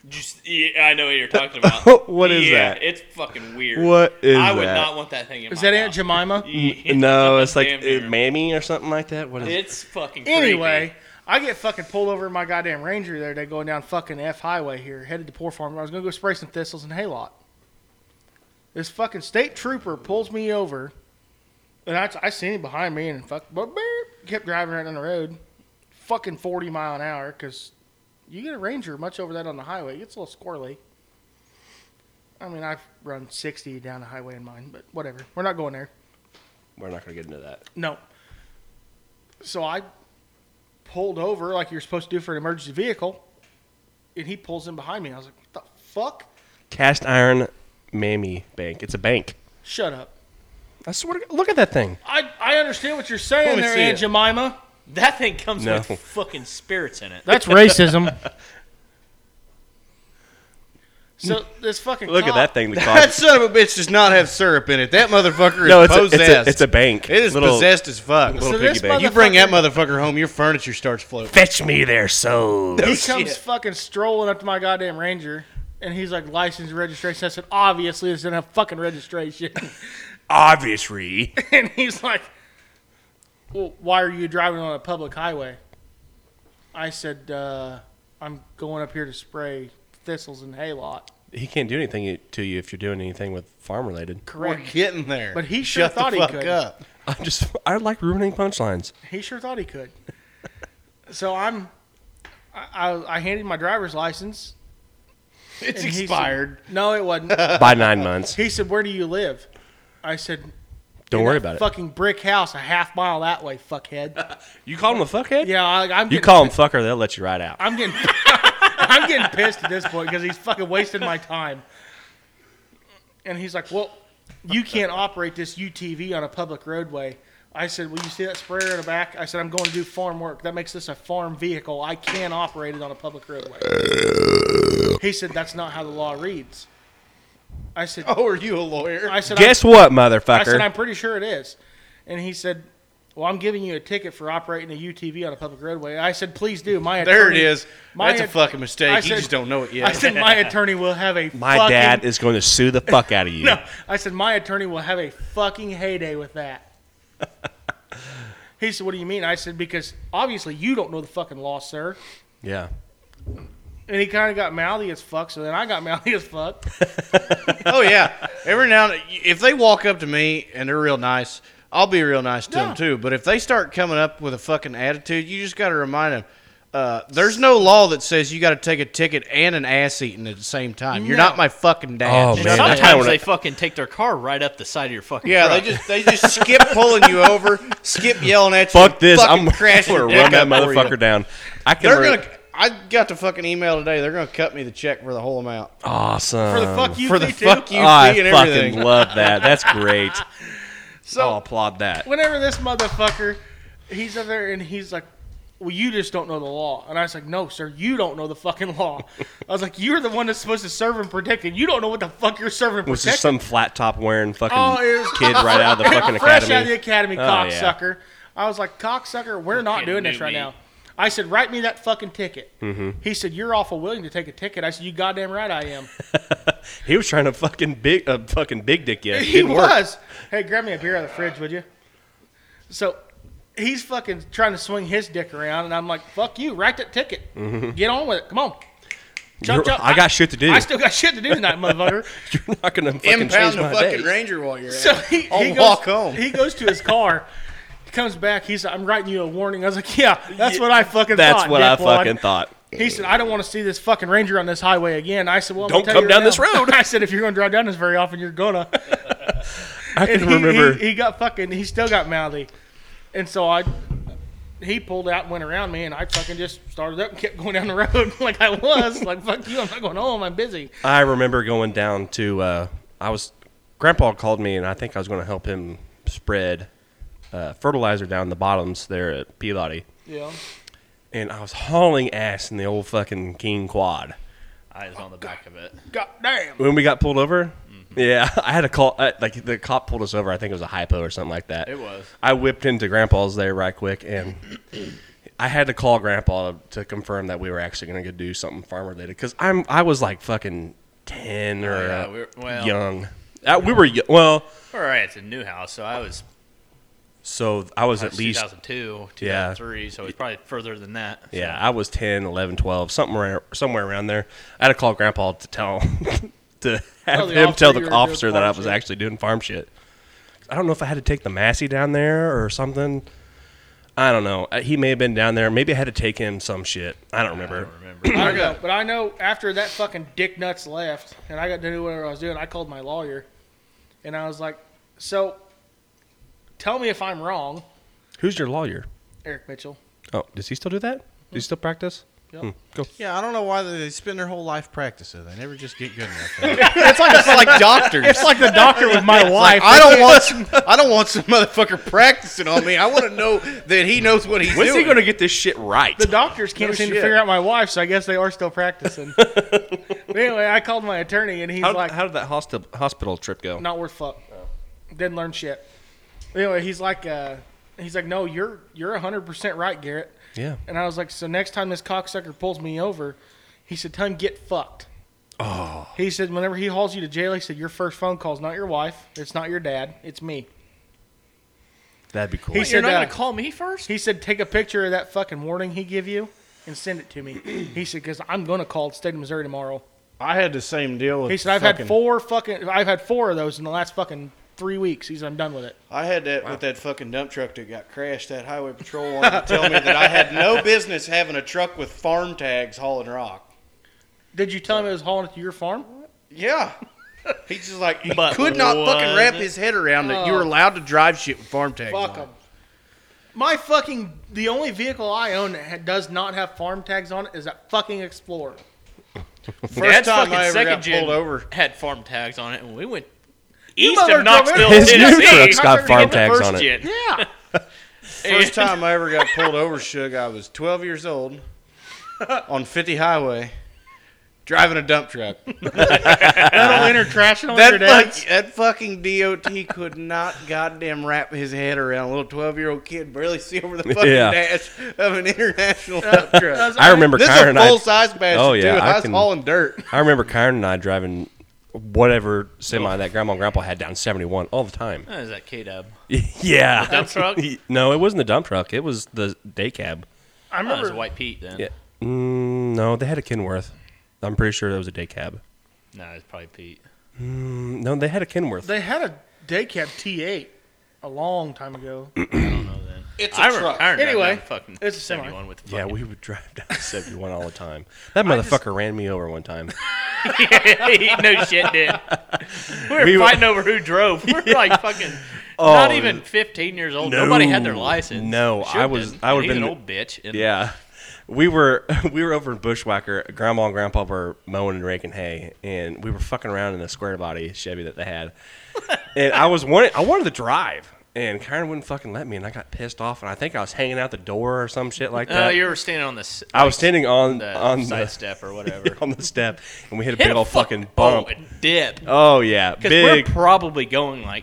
S5: Just, yeah, I know what you're talking about.
S2: What is
S5: Yeah,
S2: that?
S5: It's fucking weird.
S2: What is
S5: I would
S2: that?
S5: not want that thing in
S1: Is
S5: my
S1: that Aunt Jemima?
S5: mouth. Yeah,
S2: no, it's like
S5: damn
S2: uh,
S5: near.
S2: mammy or something like that. What is it?
S5: It's fucking creepy.
S1: Anyway, I get fucking pulled over in my goddamn Ranger the other day going down fucking F Highway here, headed to Poor Farm. I was going to go spray some thistles in Haylot. This fucking state trooper pulls me over, and I, I seen him behind me and fuck, but beep, kept driving right down the road, fucking 40 mile an hour, because you get a Ranger much over that on the highway. It gets a little squirrely. I mean, I've run 60 down the highway in mine, but whatever. We're not going there.
S2: We're not going to get into that.
S1: No. So I pulled over like you're supposed to do for an emergency vehicle, and he pulls in behind me. I was like, "What the fuck?
S2: Cast iron mammy bank. It's a bank.
S1: Shut up!"
S2: I swear to God, look at that thing.
S1: I I understand what you're saying
S4: me
S1: there,
S4: see
S1: Aunt
S4: it.
S1: Jemima.
S5: that thing comes
S2: No.
S5: with fucking spirits in it.
S1: That's racism. so this fucking
S2: Look at
S1: cop-
S2: that thing. The
S4: That
S2: cost.
S4: son of a bitch does not have syrup in it. That motherfucker is
S2: No, it's a, it's,
S4: possessed.
S2: a, it's a bank.
S4: It is possessed as fuck.
S2: Little
S1: So this
S2: piggy bank.
S4: You bring that motherfucker home, your furniture starts floating.
S2: Fetch me their soul.
S1: He comes fucking strolling up to my goddamn Ranger. And he's like, license and registration. I said, obviously, this doesn't have fucking registration.
S2: Obviously.
S1: and he's like, "Well, why are you driving on a public highway?" I said, uh, "I'm going up here to spray thistles in haylot."
S2: He can't do anything to you if you're doing anything with farm related.
S4: We're
S1: Correct.
S4: getting there.
S1: But he sure
S4: shut
S1: thought
S4: the
S1: he
S4: fuck
S1: could.
S4: up.
S2: I'm just, I like ruining punchlines.
S1: He sure thought he could. so I'm, I, I, I handed my driver's license.
S4: It's
S1: and he said-
S4: expired.
S1: no, it wasn't.
S2: By nine months.
S1: he said, "Where do you live?" I said,
S2: Don't
S1: "In
S2: worry
S1: that
S2: about it.
S1: Fucking brick house, a half mile that way, fuckhead."
S2: You call him a fuckhead?
S1: yeah, I, I'm.
S2: You
S1: getting-
S2: call him fucker, they'll let you ride out.
S1: I'm getting I'm getting pissed at this point because he's fucking wasting my time. And he's like, "Well, you can't operate this UTV on a public roadway." I said, "Well, you see that sprayer in the back?" I said, "I'm going to do farm work. That makes this a farm vehicle. I can't operate it on a public roadway." he said, "That's not how the law reads." I said,
S4: Oh, are you a lawyer?
S1: "I said,
S2: Guess what,
S1: I said,
S2: motherfucker?
S1: I'm pretty sure it is. And he said, Well, I'm giving you a ticket for operating a UTV on a public roadway. I said, Please do. My
S4: There
S1: attorney-
S4: it is.
S1: my
S4: That's a
S1: at-
S4: fucking mistake.
S1: I
S4: You just don't know it yet.
S1: I said, My attorney will have a
S2: My
S1: fucking,
S2: dad is going to sue the fuck out of you.
S1: No, I said, My attorney will have a fucking heyday with that. he said, What do you mean? I said, Because obviously you don't know the fucking law, sir.
S2: Yeah.
S1: And he kind of got mouthy as fuck, so then I got mouthy as fuck.
S4: oh yeah. Every now and if they walk up to me and they're real nice, I'll be real nice to
S1: Yeah.
S4: them too. But if they start coming up with a fucking attitude, you just got to remind them. Uh, there's no law that says you got to take a ticket and an ass eating at the same time. You're
S1: No.
S4: not my fucking dad.
S2: Oh,
S5: And
S2: man, that's kinda
S5: sometimes
S2: what I-
S5: they fucking take their car right up the side of your fucking
S4: Yeah,
S5: truck.
S4: they just they just skip pulling you over, skip yelling at you.
S2: Fuck this.
S4: fucking
S2: I'm,
S4: crash
S2: I'm
S4: your
S2: going to run
S4: dick
S2: that
S4: up for you.
S2: motherfucker down. I can
S4: They're
S2: re-
S4: gonna. I got the fucking email today. They're gonna cut me the check for the whole amount.
S2: Awesome.
S1: For the fuck you
S4: Um, for
S1: fee,
S4: the
S1: too.
S4: fuck you
S2: Oh, I
S4: fee and
S2: fucking
S4: everything.
S2: love that. That's great.
S1: So-
S2: I'll applaud that.
S1: whenever this motherfucker, he's up there and he's like, "Well, you just don't know the law," and I was like, "No, sir, you don't know the fucking law." I was like, "You're the one that's supposed to serve and protect, and you don't know what the fuck you're serving and
S2: Was there
S1: protecting."
S2: some flat top wearing fucking
S1: Oh, it was-
S2: kid right out of the fucking
S1: Fresh
S2: academy?
S1: out of the academy,
S2: Oh,
S1: cocksucker. I was like, "Cocksucker, we're not
S5: Fucking
S1: doing this
S5: knew
S1: right
S5: me.
S1: now." I said, "Write me that fucking ticket."
S2: Mm-hmm.
S1: He said, "You're awful willing to take a ticket." I said, "You goddamn right, I am."
S2: He was trying to fucking big a fucking big dick you. It
S1: he
S2: didn't work.
S1: was. Hey, grab me a beer out of the fridge, would you? So he's fucking trying to swing his dick around, and I'm like, "Fuck you! Write that ticket.
S2: Mm-hmm.
S1: Get on with it. Come on." Chop,
S2: You're-
S1: chop.
S2: I got shit to do.
S1: I still got shit to do tonight, motherfucker.
S2: You're not gonna fucking change
S4: Impound the
S2: my
S4: fucking
S2: day.
S4: ranger while you're at
S1: So
S4: it.
S1: he,
S4: I'll
S1: he goes,
S4: walk home.
S1: He goes to his car. He comes back. He's like, "I'm writing you a warning." I was like, "Yeah, that's what I fucking
S2: That's
S1: thought."
S2: what I
S1: dick wad."
S2: fucking thought.
S1: He said, "I don't want to see this fucking ranger on this highway again." I said, "Well, I'm gonna
S2: Don't
S1: tell
S2: come
S1: you
S2: down
S1: right
S2: this
S1: now."
S2: road.
S1: I said, "If you're going to drive down this very often, you're gonna."
S2: I
S1: and
S2: can
S1: he,
S2: remember.
S1: He, he got fucking. He still got mouthy, and so I. He pulled out and went around me, and I fucking just started up and kept going down the road like I was. like fuck you, I'm not going home. I'm busy.
S2: I remember going down to. Uh, I was. Grandpa called me, and I think I was going to help him spread uh, fertilizer down the bottoms there at Peabody.
S1: Yeah.
S2: And I was hauling ass in the old fucking King Quad.
S5: eyes on the back of it.
S1: God damn.
S2: When we got pulled over,
S5: Mm-hmm.
S2: yeah, I had a call. Uh, like the cop pulled us over. I think it was a hypo or something like that.
S5: It was.
S2: I whipped into Grandpa's there right quick, and I had to call Grandpa to, to confirm that we were actually going to do something farm related because I'm I was like fucking ten or
S5: Oh, yeah,
S2: uh,
S5: we were- well-
S2: young. Uh, we were yo- well,
S5: All right, it's a new house, so I was,
S2: so I was
S5: I was
S2: at least
S5: 2002,
S2: Yeah.
S5: 2003, so it's probably further than that. so.
S2: yeah I was 10, 11, 12, somewhere somewhere around there. I had to call Grandpa to tell to have
S4: Tell the
S2: him tell
S4: officer you were
S2: the
S4: doing
S2: officer that
S4: farm
S2: I was
S4: shit.
S2: actually doing farm shit. I don't know if I had to take the Massey down there or something. I don't know. Uh, He may have been down there. Maybe I had to take him some shit. I don't remember.
S1: I don't know, but I know after that fucking dick nuts left, and I got to do whatever I was doing. I called my lawyer, and I was like, "So, tell me if I'm wrong,
S2: Who's your lawyer?
S1: Eric Mitchell."
S2: Oh, does he still do that? Does he still practice?
S1: Yep.
S2: Hmm, Go.
S3: Yeah, I don't know why they spend their whole life practicing. They never just get good enough.
S4: it's like it's like doctors. It's
S1: like the doctor with my wife.
S4: I don't want some, I don't want some motherfucker practicing on me. I want to know that he knows what he's
S2: When's
S4: doing.
S2: he going to get this shit right?
S1: The doctors can't
S4: No
S1: seem to
S4: shit.
S1: figure out my wife, so I guess they are still practicing. but anyway, I called my attorney, and he's
S2: How,
S1: like,
S2: how did that hospital, hospital trip go?
S1: "Not worth fuck." Didn't learn shit. Anyway, he's like, uh, "He's like, no, you're you're hundred percent right, Garrett."
S2: Yeah.
S1: And I was like, so next time this cocksucker pulls me over, he said, tell him get fucked. Oh. He said, whenever he hauls you to jail, he said, your first phone call's not your wife, it's not your dad, it's me.
S2: That'd be cool.
S1: He
S5: Wait, you're
S1: said,
S5: not
S1: uh,
S5: gonna call me first?
S1: He said, take a picture of that fucking warning he give you and send it to me. he said, because I'm gonna call the state of Missouri tomorrow.
S4: I had the same deal. With
S1: He said, I've
S4: fucking-
S1: had four fucking, I've had four of those in the last fucking three weeks. He said, I'm done with it.
S4: I had that with that fucking dump truck that got crashed. That highway patrol wanted to tell me that I had no business having a truck with farm tags hauling rock.
S1: Did you tell him it was hauling it to your farm?
S4: Yeah. He's just like he
S5: But
S4: could not fucking
S5: was
S4: wrap
S5: it?
S4: his head around that you were allowed to drive shit with farm tags.
S1: Fuck
S4: on.
S1: them. My fucking the only vehicle I own that ha- does not have farm tags on it is that fucking Explorer.
S4: First
S5: Dad's
S4: time
S5: fucking
S4: I ever
S5: second
S4: got
S5: gen
S4: pulled over.
S5: had farm tags on it, and we went
S1: You
S5: east of
S1: motherfucker.
S5: Knoxville,
S2: His new
S5: Tennessee.
S2: truck's got
S5: to get
S2: farm
S5: the
S2: tags
S5: first
S2: on it.
S5: gen.
S1: Yeah,
S4: First time I ever got pulled over, Suge, I was 12 years old on 50 Highway driving a dump truck.
S1: that'll enter trash on your
S4: That,
S1: dads.
S4: fuck, that fucking DOT could not goddamn wrap his head around a little 12 year old kid barely see over the fucking
S2: Yeah.
S4: dash of an international dump truck.
S2: I remember
S4: This is
S2: Kyron
S4: a
S2: and I.
S4: full size bash,
S2: Oh,
S4: oh,
S2: yeah,
S4: too. and I,
S2: I
S4: was
S2: can-
S4: hauling dirt.
S2: I remember Kyron and I driving whatever semi that grandma and grandpa had down 71 all the time.
S5: What is that K Dub?
S2: yeah.
S5: dump truck?
S2: no, it wasn't the dump truck. It was the day cab.
S1: I
S5: I was
S1: remember.
S5: a Oh, White Pete then.
S2: Yeah. Mm, no, they had a Kenworth. I'm pretty sure that was a day cab.
S5: No, it's probably Pete.
S2: Mm, No, they had a Kenworth.
S1: they had a day cab T8 a long time ago.
S5: I don't know then.
S4: It's
S5: I remember, I remember
S1: Anyway,
S5: that fucking
S1: it's a semi.
S5: 71 with the
S2: yeah,
S5: fucking,
S2: we would drive down 71 all the time. That motherfucker ran me over one time.
S5: yeah, no shit, did. We were
S2: We were- Oh,
S5: fighting over who drove. We were like fucking not even 15 years old.
S2: No.
S5: Nobody had their license.
S2: No,
S5: Sure
S2: I was-
S5: didn't.
S2: I
S5: And
S2: would've
S5: he's
S2: been-
S5: an old bitch. and-
S2: Yeah. We were we were over in Bushwhacker. Grandma and Grandpa were mowing and raking hay, and we were fucking around in the square body Chevy that they had. and I was wanting I wanted to drive, and Karen wouldn't fucking let me, and I got pissed off, and I think I was hanging out the door or some shit like
S5: Oh,
S2: that.
S5: you were standing on the, s-
S2: I was standing on
S5: the
S2: on the
S5: side step or whatever.
S2: on the step, and we hit a
S5: Hit
S2: big
S5: a
S2: old
S5: fuck-
S2: fucking
S5: oh,
S2: bump.
S5: a dip.
S2: Oh yeah,
S5: Because
S2: big.
S5: we're probably going like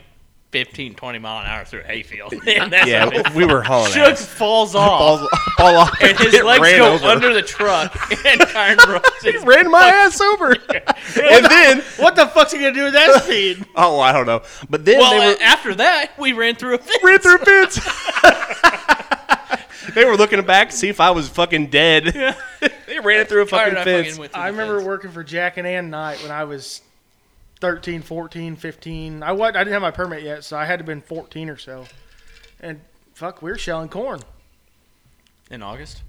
S5: 15, 20 mile an hour through a hayfield. And that's what
S2: Yeah, we were hauling
S5: Shook
S2: ass.
S5: falls off.
S2: Fall- fall off,
S5: And his
S2: it
S5: legs
S2: ran
S5: go
S2: over.
S5: under the truck. And Kyron rolls his
S2: Ran my ass over, and then
S1: What the fuck's he gonna do with that speed?
S2: oh I don't know, but then
S5: Well,
S2: they were,
S5: and after that, we ran through a fence.
S2: ran through fence. they were looking back to see if I was fucking dead. they ran it through a
S5: Kyron
S2: fucking
S5: and I
S2: fence.
S5: fucking went through
S1: I
S5: the
S1: remember
S5: fence.
S1: working for Jack and Ann Knight when I was 13, 14, 15. I was I didn't have my permit yet, so I had to been 14 or so. And fuck, we were shelling corn
S5: in August.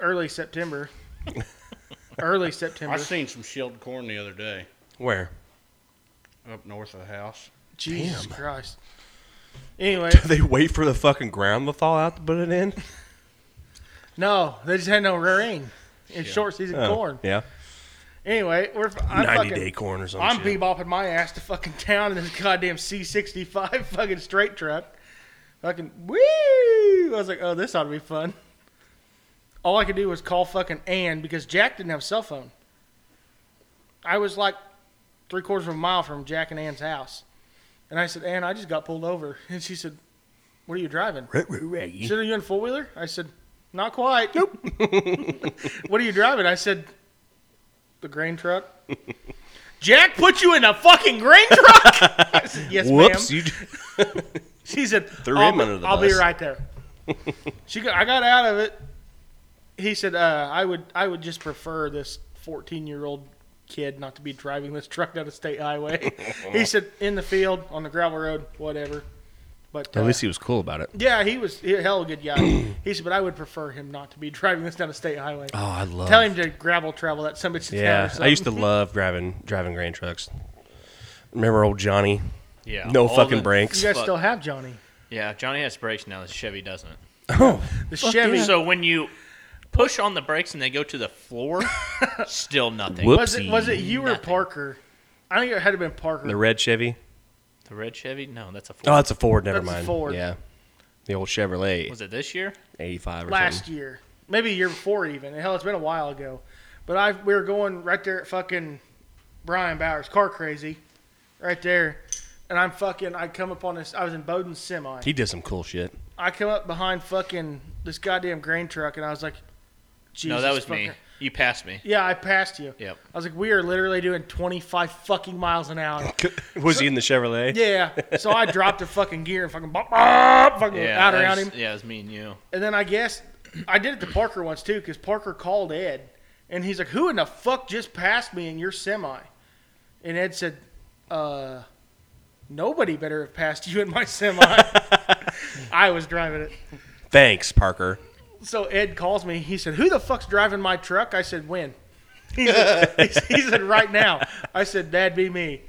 S1: early September. early September.
S4: I seen some shelled corn the other day
S2: Where?
S4: up north of the house.
S1: Jesus Christ. Anyway,
S2: They wait for the fucking ground to thaw out to put it in.
S1: no, they just had no rain. It's short season
S2: Oh,
S1: corn.
S2: Yeah.
S1: Anyway, we're I'm
S2: Ninety
S1: fucking,
S2: day corn or something.
S1: I'm bebopping my ass to fucking town in this goddamn C65 fucking straight truck. Fucking woo! I was like, oh, this ought to be fun. All I could do was call fucking Ann because Jack didn't have a cell phone. I was like three quarters of a mile from Jack and Ann's house. And I said, Ann, I just got pulled over. And she said, What are you driving? She said, Are you in four wheeler? I said, Not quite. Nope. what are you driving? I said, the grain truck. Jack put you in a fucking grain truck. I said, yes,
S2: Whoops,
S1: ma'am.
S2: you d-
S1: She said,
S2: Threw
S1: I'll,
S2: him under the
S1: I'll be
S2: bus.
S1: right there. she, go, I got out of it. He said, uh, I would, I would just prefer this 14 year old kid not to be driving this truck down a state highway. he said, in the field, on the gravel road, whatever. But uh,
S2: At least he was cool about it.
S1: yeah, he was he, a hell of a good guy. he said, but I would prefer him not to be driving this down a state highway.
S2: Oh, I love.
S1: Tell him to gravel travel that somebody should
S2: Yeah, I used to love driving driving grain trucks. Remember old Johnny?
S5: Yeah.
S2: No
S5: all
S2: fucking
S5: the-
S1: You
S2: brakes.
S1: guys
S5: Fuck.
S1: still have Johnny.
S5: Yeah, Johnny has brakes now. The Chevy doesn't.
S1: The Chevy.
S5: So when you push on the brakes and they go to the floor, still nothing.
S2: Whoop.
S1: Was it was it you or
S5: Nothing.
S1: Parker? I think it had to been Parker.
S2: The red Chevy.
S5: The red Chevy? No, that's a
S2: Oh,
S5: Ford.
S2: that's a Ford. Never
S1: That's a
S2: mind.
S1: Ford.
S2: Yeah, the old Chevrolet
S5: was it this year?
S2: eighty five or
S1: last
S2: something.
S1: year, maybe a year before even. Hell, it's been a while ago. But I we were going right there at fucking Brian Bowers car crazy, right there, and I'm fucking. I come up on this. I was in Bowden's semi.
S2: He did some cool shit.
S1: I come up behind fucking this goddamn grain truck, and I was like, Jesus
S5: no, that was me.
S1: fucking-
S5: You passed me.
S1: Yeah, I passed you.
S5: Yep.
S1: I was like, we are literally doing 25 fucking miles an hour.
S2: Was he in the Chevrolet?
S1: Yeah. So I dropped a fucking gear and fucking bop, bop, fucking
S5: Yeah,
S1: out
S5: that
S1: around
S5: was-
S1: him.
S5: Yeah, it was me and you.
S1: And then I guess I did it to Parker once too, because Parker called Ed, and he's like, "Who in the fuck just passed me in your semi?" And Ed said, "Uh, nobody better have passed you in my semi. I was driving it."
S2: Thanks, Parker.
S1: So Ed calls me. He said, "Who the fuck's driving my truck?" I said, "When?" He said, he said, "Right now." I said, "That'd be me."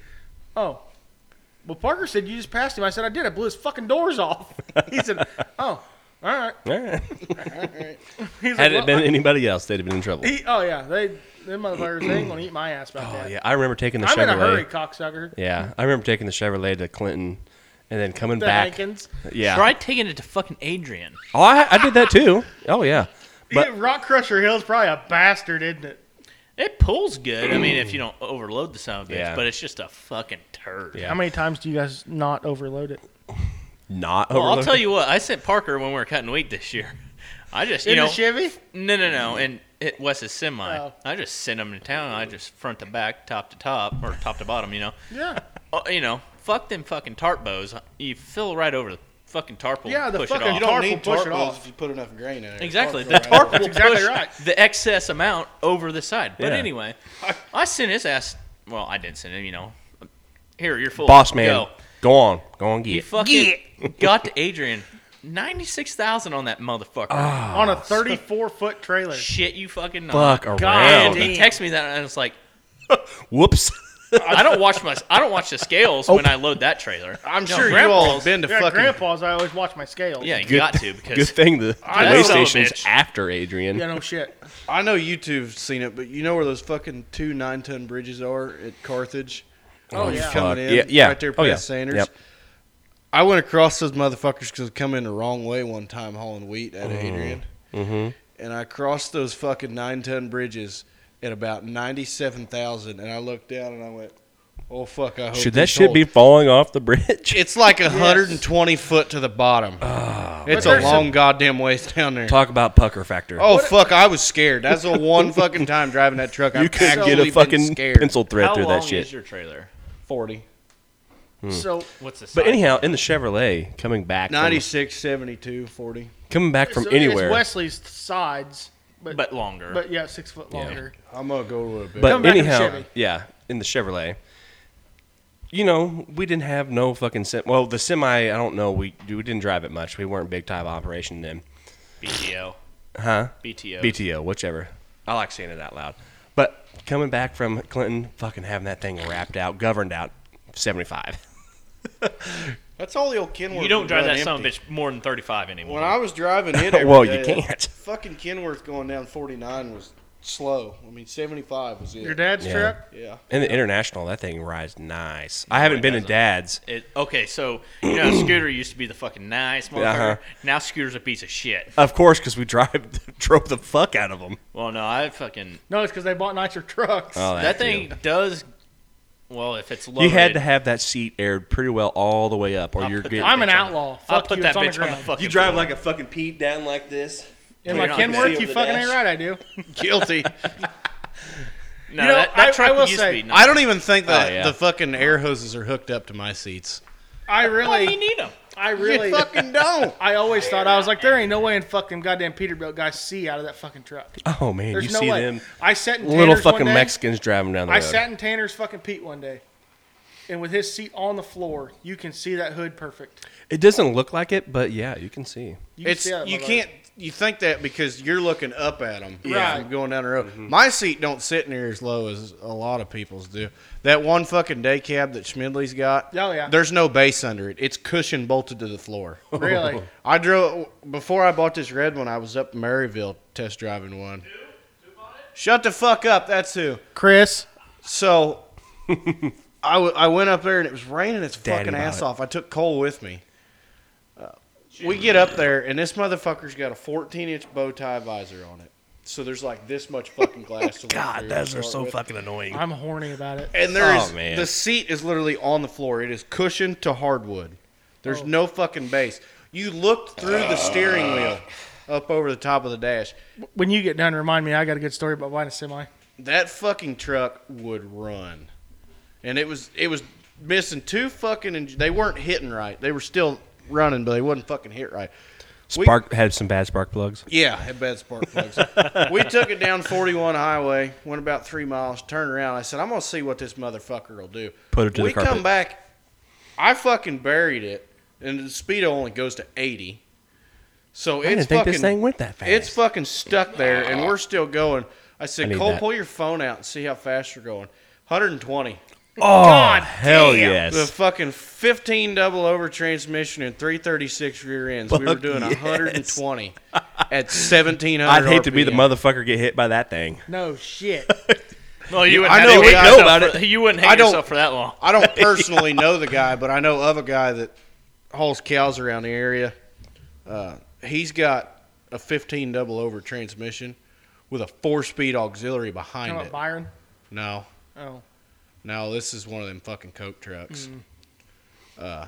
S1: Oh, well, Parker said you just passed him. I said, "I did. I blew his fucking doors off." He said, "Oh, all right."
S2: All right.
S1: He's like,
S2: Had
S1: "Well,
S2: it been anybody else, they'd have been in trouble.
S1: He, oh yeah, they them motherfuckers they ain't gonna eat my ass about
S2: Oh
S1: that.
S2: yeah, I remember taking the
S1: I'm
S2: Chevrolet.
S1: in a hurry, cocksucker.
S2: Yeah, I remember taking the Chevrolet to Clinton, and then coming
S1: The
S2: back.
S1: Hankins,
S2: Yeah.
S5: Try taking it to fucking Adrian.
S2: Oh, I, I did that too. Oh yeah. But-
S1: Yeah, Rock Crusher Hill's probably a bastard, isn't it?
S5: It pulls good. I mean, if you don't overload the sound bitch,
S2: Yeah.
S5: but it's just a fucking turd.
S2: Yeah.
S1: How many times do you guys not overload it?
S2: Not.
S5: Well, I'll
S2: overloaded.
S5: tell you what. I sent Parker when we were cutting wheat this year. I just, you
S1: in
S5: know,
S1: the Chevy?
S5: no, no, no, and it Wes's semi.
S1: Oh.
S5: I just sent him to town. I just front to back, top to top, or top to bottom. You know,
S1: Yeah.
S5: uh, you know, fuck them fucking tarp bows. You fill right over the fucking tarp. will
S1: Yeah, the
S5: push
S1: fucking-
S5: it
S1: you
S5: off.
S4: You
S1: don't
S4: don't
S1: Tarp
S4: need
S1: will push
S4: tarp
S1: it
S4: poles
S1: off.
S4: if you put enough grain in it.
S5: Exactly.
S4: Tarp
S5: The
S4: will
S5: tarp
S4: wrap
S5: will
S4: it.
S1: exactly
S5: push
S1: right.
S5: the excess amount over the side. But
S2: Yeah.
S5: anyway, I sent his ass. Well, I didn't send him. You know, here you're full.
S2: boss man.
S5: Go.
S2: Go, on, go on,
S5: He
S2: get. it.
S5: fucking got to Adrian. Ninety six thousand on that motherfucker.
S1: On a 34 foot trailer.
S5: Shit, you fucking not.
S2: Ah. Fuck
S5: And
S2: around.
S5: he texted me that, and it's like,
S2: Whoops.
S5: I don't watch my, I don't watch the scales when
S2: Oh.
S5: I load that trailer.
S4: I'm
S5: No,
S4: sure you
S5: Grandpa's-
S4: all have been to
S1: Yeah,
S4: fucking.
S1: grandpa's. I always watch my scales.
S5: Yeah, you
S2: Good-
S5: got to because
S2: Good thing the
S5: I
S2: way
S5: know,
S2: station's
S5: bitch.
S2: after Adrian.
S1: Yeah, no shit.
S4: I know you two've seen it, but you know where those fucking two nine ton bridges are at Carthage?
S1: Oh, yeah.
S4: coming
S2: Fuck.
S4: in,
S2: Yeah, yeah.
S4: right there
S2: Oh,
S4: past
S2: yeah.
S4: Sanders.
S2: Yep.
S4: I went across those motherfuckers because come in the wrong way one time hauling wheat
S2: Oh.
S4: out of Adrian, mm-hmm. and I crossed those fucking nine ton bridges at about ninety seven thousand, and I looked down and I went, "Oh fuck, I hope
S2: Should that
S4: this
S2: shit be
S4: holds."
S2: falling off the bridge?
S4: It's like hundred and twenty foot to the bottom.
S2: Uh,
S4: it's a
S1: there's
S4: long goddamn ways down there.
S2: Ah, Talk about pucker factor.
S4: Oh fuck! I was scared. That's the one fucking time driving that truck.
S2: you
S4: I've
S2: could get
S4: actually
S2: a
S4: been
S2: fucking
S4: scared.
S2: pencil thread
S5: how
S2: through
S5: long
S2: that shit.
S5: is your trailer?
S4: forty.
S1: So
S5: What's the? Size?
S2: but anyhow, in the Chevrolet, coming back, from,
S4: 96, 72, 40.
S2: coming back from
S1: so
S2: anywhere.
S1: It's Wesley's sides, but
S5: but longer.
S1: but yeah, six foot longer.
S4: I'm gonna go to a bit.
S2: But
S1: Coming back in the
S2: anyhow,
S1: Chevy.
S2: yeah, in the Chevrolet. You know, we didn't have no fucking sem- well, the semi. I don't know. We we didn't drive it much. We weren't big time operation then,
S5: BTO,
S2: huh?
S5: BTO,
S2: BTO, whichever. I like saying it out loud. But coming back from Clinton, fucking having that thing wrapped out, governed out, seventy five.
S4: That's all the old Kenworth.
S5: You don't
S4: was
S5: drive that
S4: running
S5: son of a
S4: empty.
S5: bitch more than thirty five anymore.
S4: When I was driving it, every
S2: well, you
S4: day,
S2: can't.
S4: Fucking Kenworth going down 49 was slow. I mean, 75 was it.
S1: Your dad's
S2: Yeah.
S1: truck?
S4: Yeah.
S2: In the international, that thing rides nice. I haven't
S5: it
S2: been in
S5: doesn't.
S2: dad's.
S5: It, okay, so you know, scooter used to be the fucking nice motherfucker.
S2: Uh-huh.
S5: Now scooter's a piece of shit.
S2: Of course, because we drive drove the fuck out of them.
S5: Well, no, I fucking
S1: No, it's because they bought nicer trucks.
S2: Oh,
S5: that thing does. Well, if it's
S2: You
S5: loaded,
S2: had to have that seat aired pretty well all the way up, or
S5: I'll
S2: you're
S5: put
S2: getting.
S5: that
S1: I'm an
S5: bitch on the-
S1: outlaw.
S5: I'll
S1: Fuck
S5: put
S1: you,
S5: that
S1: it's on the
S5: bitch on the
S1: ground.
S5: fucking.
S2: like a fucking Pete down like this.
S1: In
S5: Well,
S1: my
S5: you're not gonna
S1: Kenworth,
S5: steal
S1: you
S5: the
S1: fucking
S5: dash.
S1: ain't right. I do.
S4: Guilty.
S5: No,
S1: You know,
S5: that,
S1: I- I
S5: that truck
S1: will
S5: used
S1: say-
S5: to be. Nice.
S4: I don't even think that
S5: Oh, yeah.
S4: the fucking air hoses are hooked up to my seats.
S1: I
S5: Well, you
S1: really,
S5: need them.
S1: I really,
S4: You fucking don't.
S1: I always thought I was like, there ain't no way in fucking goddamn Peterbilt guys see out of that fucking truck.
S2: Oh man,
S1: There's
S2: you
S1: no
S2: see
S1: way.
S2: them
S1: I sat in
S2: little
S1: Tanner's one
S2: fucking
S1: day.
S2: Mexicans driving down the
S1: I
S2: road.
S1: sat in Tanner's fucking Pete one day, and with his seat on the floor, you can see that hood perfect.
S2: it doesn't look like it, but yeah, you can see.
S1: You can
S4: It's
S1: see that
S4: you
S1: motherfucker.
S4: can't. You think that because you're looking up at them,
S1: Yeah.
S4: Going down the road. My seat don't sit near as low as a lot of people's do. That one fucking day cab that Schmidley's got.
S1: Oh, yeah.
S4: There's no base under it. It's cushion bolted to the floor.
S1: really.
S4: I drove before I bought this red one. I was up in Maryville test driving one. Shut the fuck up. That's who.
S1: Chris,
S4: So I, w- I went up there and it was raining its
S2: Daddy
S4: fucking ass
S2: bod.
S4: off. I took Cole with me. Uh, we get up there and this motherfucker's got a 14 inch bow tie visor on it. So there's like this much fucking glass. to look through to start with.
S2: fucking annoying.
S1: I'm horny about it.
S4: And there
S2: Oh,
S4: is
S2: man.
S4: the seat is literally on the floor. It is cushioned to hardwood. There's no fucking base. You looked through the steering wheel up over the top of the dash.
S1: When you get done, remind me. I got a good story about buying a semi.
S4: that fucking truck would run, and it was it was missing two fucking. eng- They weren't hitting right. They were still running, but they wouldn't fucking hit right. We-
S2: Spark had some bad spark plugs.
S4: Yeah, had bad spark plugs. we took it down 41 highway, went about three miles, turned around. I said, "I'm gonna see what this motherfucker will do."
S2: Put it to the
S4: we come
S2: carpet.
S4: back. I fucking buried it, and the speedo only goes to 80.
S2: I
S4: So it's
S2: didn't think
S4: fucking
S2: this thing went that fast.
S4: it's fucking stuck there, and we're still going. I said,
S2: I need
S4: Cole,
S2: that.
S4: pull your phone out and see how fast you're going. 120.
S2: oh hell
S4: The
S2: yes.
S4: fucking 15 double over transmission and 336 rear ends. we were
S2: Fuck
S4: doing
S2: yes.
S4: 120 at 1700.
S2: I'd hate to be the
S4: RPM.
S2: motherfucker get hit by that thing.
S1: No shit.
S5: Well, you
S4: I
S5: wouldn't. I
S4: know,
S5: know.
S4: we know
S5: about
S2: about
S5: it. You wouldn't
S4: I
S5: hang
S4: don't-
S5: yourself for that long.
S4: I don't personally know the guy, but I know of a guy that hauls cows around the area. Uh, he's got a 15 double over transmission with a four speed auxiliary
S1: Talking
S4: behind
S1: about
S4: it.
S1: Byron.
S4: No.
S1: Oh,
S4: No, this is one of them fucking Coke trucks.
S2: Hmm.
S4: Uh,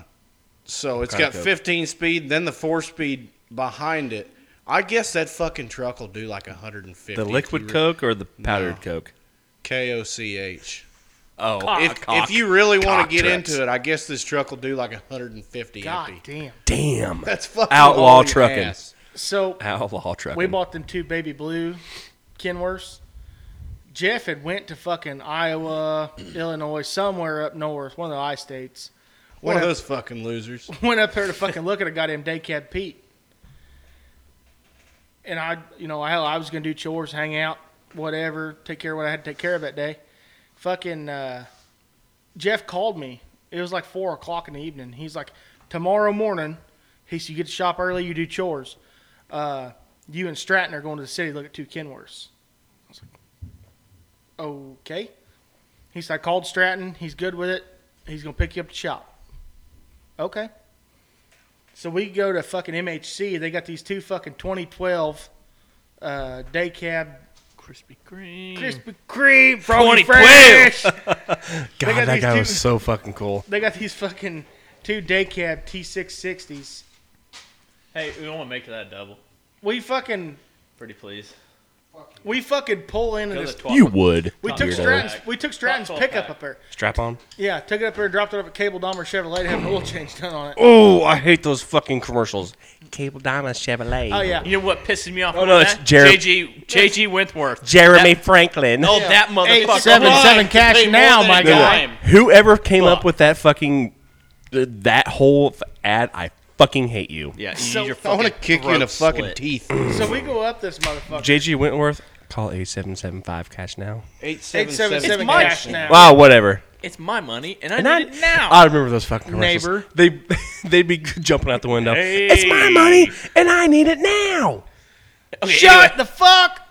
S4: so it's
S2: kind
S4: got
S2: of Coke?
S4: 15 speed, then the four speed behind it. I guess that fucking truck will do like 150.
S2: The
S4: if
S2: liquid
S4: you re-
S2: coke or the powdered coke?
S4: K O C H.
S2: Oh,
S4: If, if you really want
S2: cock
S4: to get
S2: trucks.
S4: into it, I guess this truck will do like 150
S1: god
S4: empty.
S1: damn.
S2: damn
S4: That's fucking
S2: Outlaw
S4: hauling
S2: trucking.
S4: ass.
S1: So
S2: outlaw trucking.
S1: we bought them two baby blue Kenworths. Jeff had went to fucking Iowa, Illinois, somewhere up north, one of the I states.
S4: One
S1: Went
S4: of
S1: up-
S4: those fucking losers.
S1: went up there to fucking look at a goddamn day cab Pete. And I, you know, hell, I was gonna do chores, hang out, whatever, take care of what I had to take care of that day. Fucking uh, Jeff called me. It was like four o'clock in the evening. He's like, tomorrow morning. He said, you get to shop early, you do chores. Uh, you and Stratton are going to the city to look at two Kenworths. I was like, okay. He said, I called Stratton. He's good with it. He's gonna pick you up to shop. Okay. So we go to fucking MHC. They got these two fucking 2012 uh, day cab
S5: Krispy Kreme.
S1: Krispy Kreme Froggy
S5: 2012.
S1: Fresh.
S2: Mm. God,
S1: got
S2: that
S1: these
S2: guy
S1: two-
S2: was so fucking cool.
S1: they got these fucking two day cab T660s.
S5: Hey, we want to make that double.
S1: We fucking
S5: Pretty please.
S1: we fucking pull into
S5: Go
S1: this.
S5: to the
S2: You
S5: twat-
S2: would.
S1: We
S5: Top
S1: took
S5: twelve
S1: Stratton's
S5: pack.
S1: we took Stratton's
S5: Top twelve
S1: pickup
S5: pack.
S1: up there.
S2: Strap on.
S1: Yeah, took it up there, dropped it up at Cable Dom or Chevrolet to have an oil change done on it.
S2: Oh, I hate those fucking commercials. Cable Dama Chevrolet.
S1: Oh yeah.
S5: You know what pisses me off?
S2: Oh,
S5: about
S2: no, it's
S5: that?
S2: Jer-
S5: JG JG Wentworth.
S2: Jeremy
S5: That,
S2: Franklin.
S5: oh, that motherfucker.
S1: Eight, seven,
S5: lied
S1: seven
S5: to
S1: cash
S5: pay more
S1: now,
S5: than
S1: my
S5: he
S1: guy.
S5: claimed.
S2: Whoever came up
S5: Fuck.
S2: with that fucking that whole f- ad, I fucking hate you.
S5: Yeah, you
S1: So-
S5: need your
S4: I want to
S5: fucking
S4: kick you in the
S5: throat
S4: fucking
S5: slit.
S4: teeth.
S1: So we go up this motherfucker.
S2: JG Wentworth, call eight seven seven five cash now.
S1: 877
S5: It's my
S1: cash
S5: shit.
S1: now.
S2: Wow, whatever.
S5: It's my money, and I
S2: And I, Uh,
S5: need it now.
S2: I remember those fucking commercials.
S1: Neighbor.
S2: They they'd be jumping out the window.
S5: Hey.
S2: It's my money, and I need it now.
S5: Okay,
S1: Shut
S5: anyway,
S1: the fuck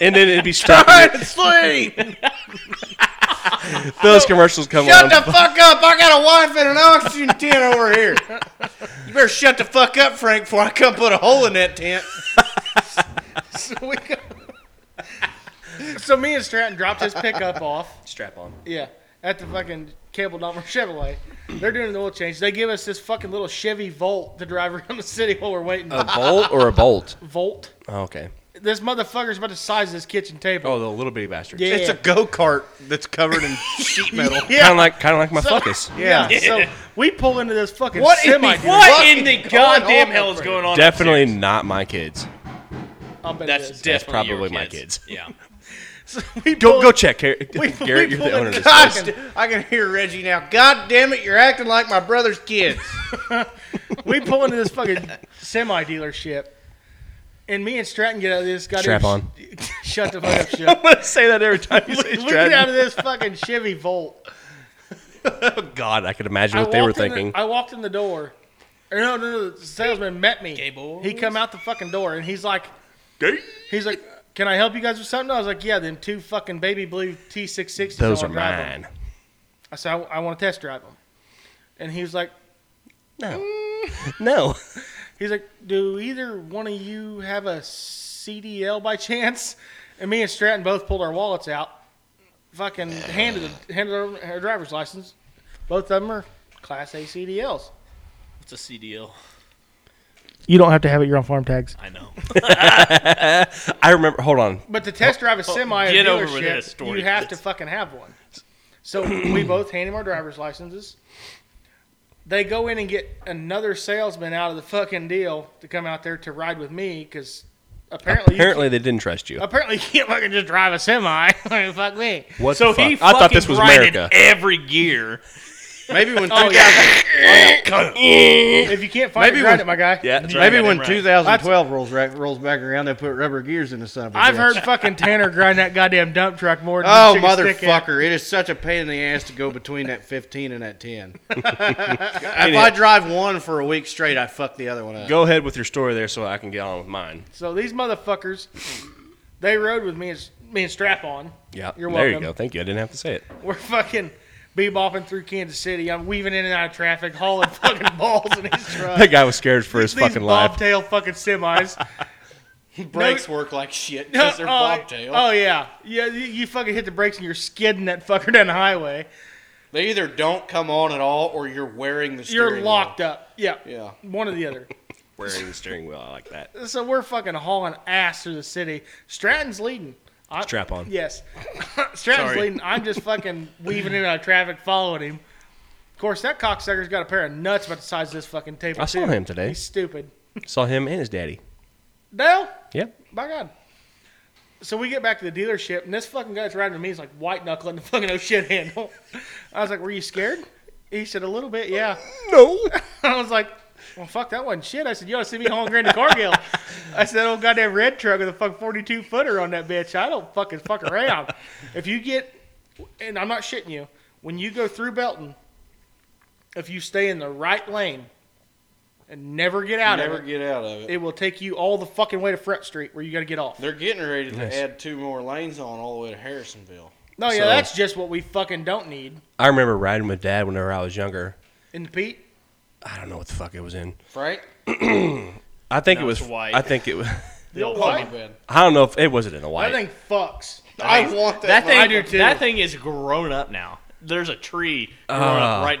S2: And then it'd be stuck. in it.
S1: sleep.
S2: Those commercials come on.
S4: Shut the fuck up! I got a wife and an oxygen tent over here. You better shut the fuck up, Frank, before I come put a hole in that tent.
S1: so we go. so me and Stratton dropped his pickup off.
S2: Strap on.
S1: Yeah. at the fucking Cable Dom or Chevrolet. They're doing an oil change. They give us this fucking little Chevy Volt to drive around the city while we're waiting.
S5: Uh.
S2: A bolt or a bolt?
S1: Volt.
S2: Oh, okay.
S1: This motherfucker's about the size of this kitchen table.
S2: Oh, the little bitty bastard.
S1: Yeah.
S2: It's
S4: It's a go kart that's covered in sheet metal.
S2: kind of like kind of like my
S1: So-
S2: focus.
S5: Oh,
S1: yeah. So we pull into this fucking
S4: What in the-
S1: semi. dude.
S4: What
S5: What in
S4: is
S5: the
S4: going
S5: goddamn
S4: on
S5: hell
S4: up
S5: is
S4: there?
S5: going on?
S2: Definitely
S5: upstairs?
S2: not my kids.
S1: I'll bet it
S5: That's
S1: is.
S5: definitely
S2: That's probably
S5: your
S2: my
S5: kids. Yeah.
S1: So we
S2: Go
S1: pull-
S2: go check, Gar-
S1: we
S2: Garrett. You're
S1: pulled
S2: the owner of
S1: it
S2: this
S1: out.
S2: place.
S4: God, I can hear Reggie now. God damn it, you're acting like my brother's kids.
S1: we pull into this fucking semi dealership, and me and Stratton get out of this goddamn.
S2: Strap on.
S1: Shut the fuck up, shut.
S2: I'm gonna say that every time you
S1: we
S2: say
S1: get out
S2: Stratton.
S1: of this fucking Chevy Volt.
S2: Oh God, I could imagine
S1: I
S2: what they were
S1: walked in the-
S2: thinking.
S1: I walked in the door. Or no, no, no. The salesman met me.
S5: Gay boys.
S1: He come out the fucking door and he's like, he's like, can I help you guys with something? I was like, yeah, them two fucking baby blue T660s. I
S2: Those
S1: wanna
S2: are
S1: drive 'em."
S2: mine.
S1: I said, I, want to test drive them. And he was like,
S2: No, no.
S1: he's like, do either one of you have a CDL by chance? And me and Stratton both pulled our wallets out, fucking handed handed our, our driver's license. Both of them are Class A CDLs.
S5: It's a CDL.
S1: You don't have to have it. You're on farm tags.
S5: I know.
S2: I remember. Hold on.
S1: But to test drive a semi at a
S5: get over with
S1: dealership,
S5: that story.
S1: you have to fucking have one. So we both hand him our driver's licenses. They go in and get another salesman out of the fucking deal to come out there to ride with me because apparently,
S2: Apparently, they didn't trust you.
S1: you, apparently you can't fucking just drive a semi. Like, fuck me.
S2: What
S5: so
S2: the fuck?
S5: he
S2: I thought this
S5: fucking
S2: was
S5: grinded
S2: America.
S5: Every gear.
S4: Maybe when
S1: Oh
S4: 2000
S1: yeah. if you can't find
S4: Maybe
S1: it, grind
S4: when-
S1: it, my guy.
S2: Yeah, that's right.
S4: maybe when
S5: Right.
S4: 2012 rolls right, rolls back around, they put rubber gears in the son of a
S1: I've
S4: bitch.
S1: heard fucking Tanner grind that goddamn dump truck more than
S4: Oh
S1: you stick a stick in.
S4: motherfucker! It is such a pain in the ass to go between that 15 and that 10. if I drive one for a week straight, I fuck the other one up.
S2: Go ahead with your story there, so I can get on with mine.
S1: So these motherfuckers, they rode with me and me and strap on.
S2: Yeah,
S1: You're
S2: there you
S1: welcome.
S2: go. Thank you. I didn't have to say it.
S1: We're fucking bebopping through Kansas City. I'm weaving in and out of traffic, hauling fucking balls in his truck.
S2: That guy was scared for his
S1: These
S2: fucking life.
S1: bobtail fucking semis.
S4: Brakes work like shit because they're
S1: oh,
S4: bobtail.
S1: oh, yeah, yeah. You, you fucking hit the brakes and you're skidding that fucker down the highway.
S4: They either don't come on at all, or you're wearing the.
S1: You're
S4: steering
S1: locked up. Yeah,
S4: Yeah.
S1: One or the other.
S2: Wearing the steering wheel, I like that.
S1: So we're fucking hauling ass through the city. Stratton's leading. I,
S2: Strap on.
S1: Yes. Stratton's
S5: Sorry.
S1: leading. I'm just fucking weaving in and out of traffic, following him. Of course, that cocksucker's got a pair of nuts about the size of this fucking table.
S2: I saw
S1: too.
S2: him today.
S1: He's stupid.
S2: Saw him and his daddy.
S1: Dale,
S2: Yeah.
S1: by God. So we get back to the dealership, and this fucking guy that's riding with me is like white knuckling the fucking oh shit handle. I was like, "Were you scared?" He said, "A little bit, yeah."
S2: No.
S1: I was like, "Well, fuck, that wasn't shit." I said, "You ought to see me hauling grain to Cargill." I said, "That old goddamn red truck with a fuck forty-two footer on that bitch. I don't fucking fuck around. if you get, and I'm not shitting you, when you go through Belton, if you stay in the right lane and never get out
S4: Wheel.
S1: of
S4: Never
S1: it,
S4: get out of it.
S1: it will take you all the fucking way to Front Street where you got to get off.
S4: They're getting ready to
S2: Nice.
S4: add two more lanes on all the way to Harrisonville.
S1: No, yeah,
S2: So-
S1: that's just what we fucking don't need.
S2: I remember riding with dad whenever I was younger.
S1: And Pete,
S2: I don't know what the fuck it was in.
S4: Frank,
S2: I think
S5: No,
S2: it was
S5: it's white.
S2: I think it was.
S1: the old
S4: fuck
S1: white,
S4: you, Ben.
S2: I don't know if it wasn't in the white.
S1: that thing fucks.
S4: I want that.
S5: That thing,
S4: line.
S1: do too.
S5: that thing is grown up now. There's a tree growing up
S2: Ah.
S5: right.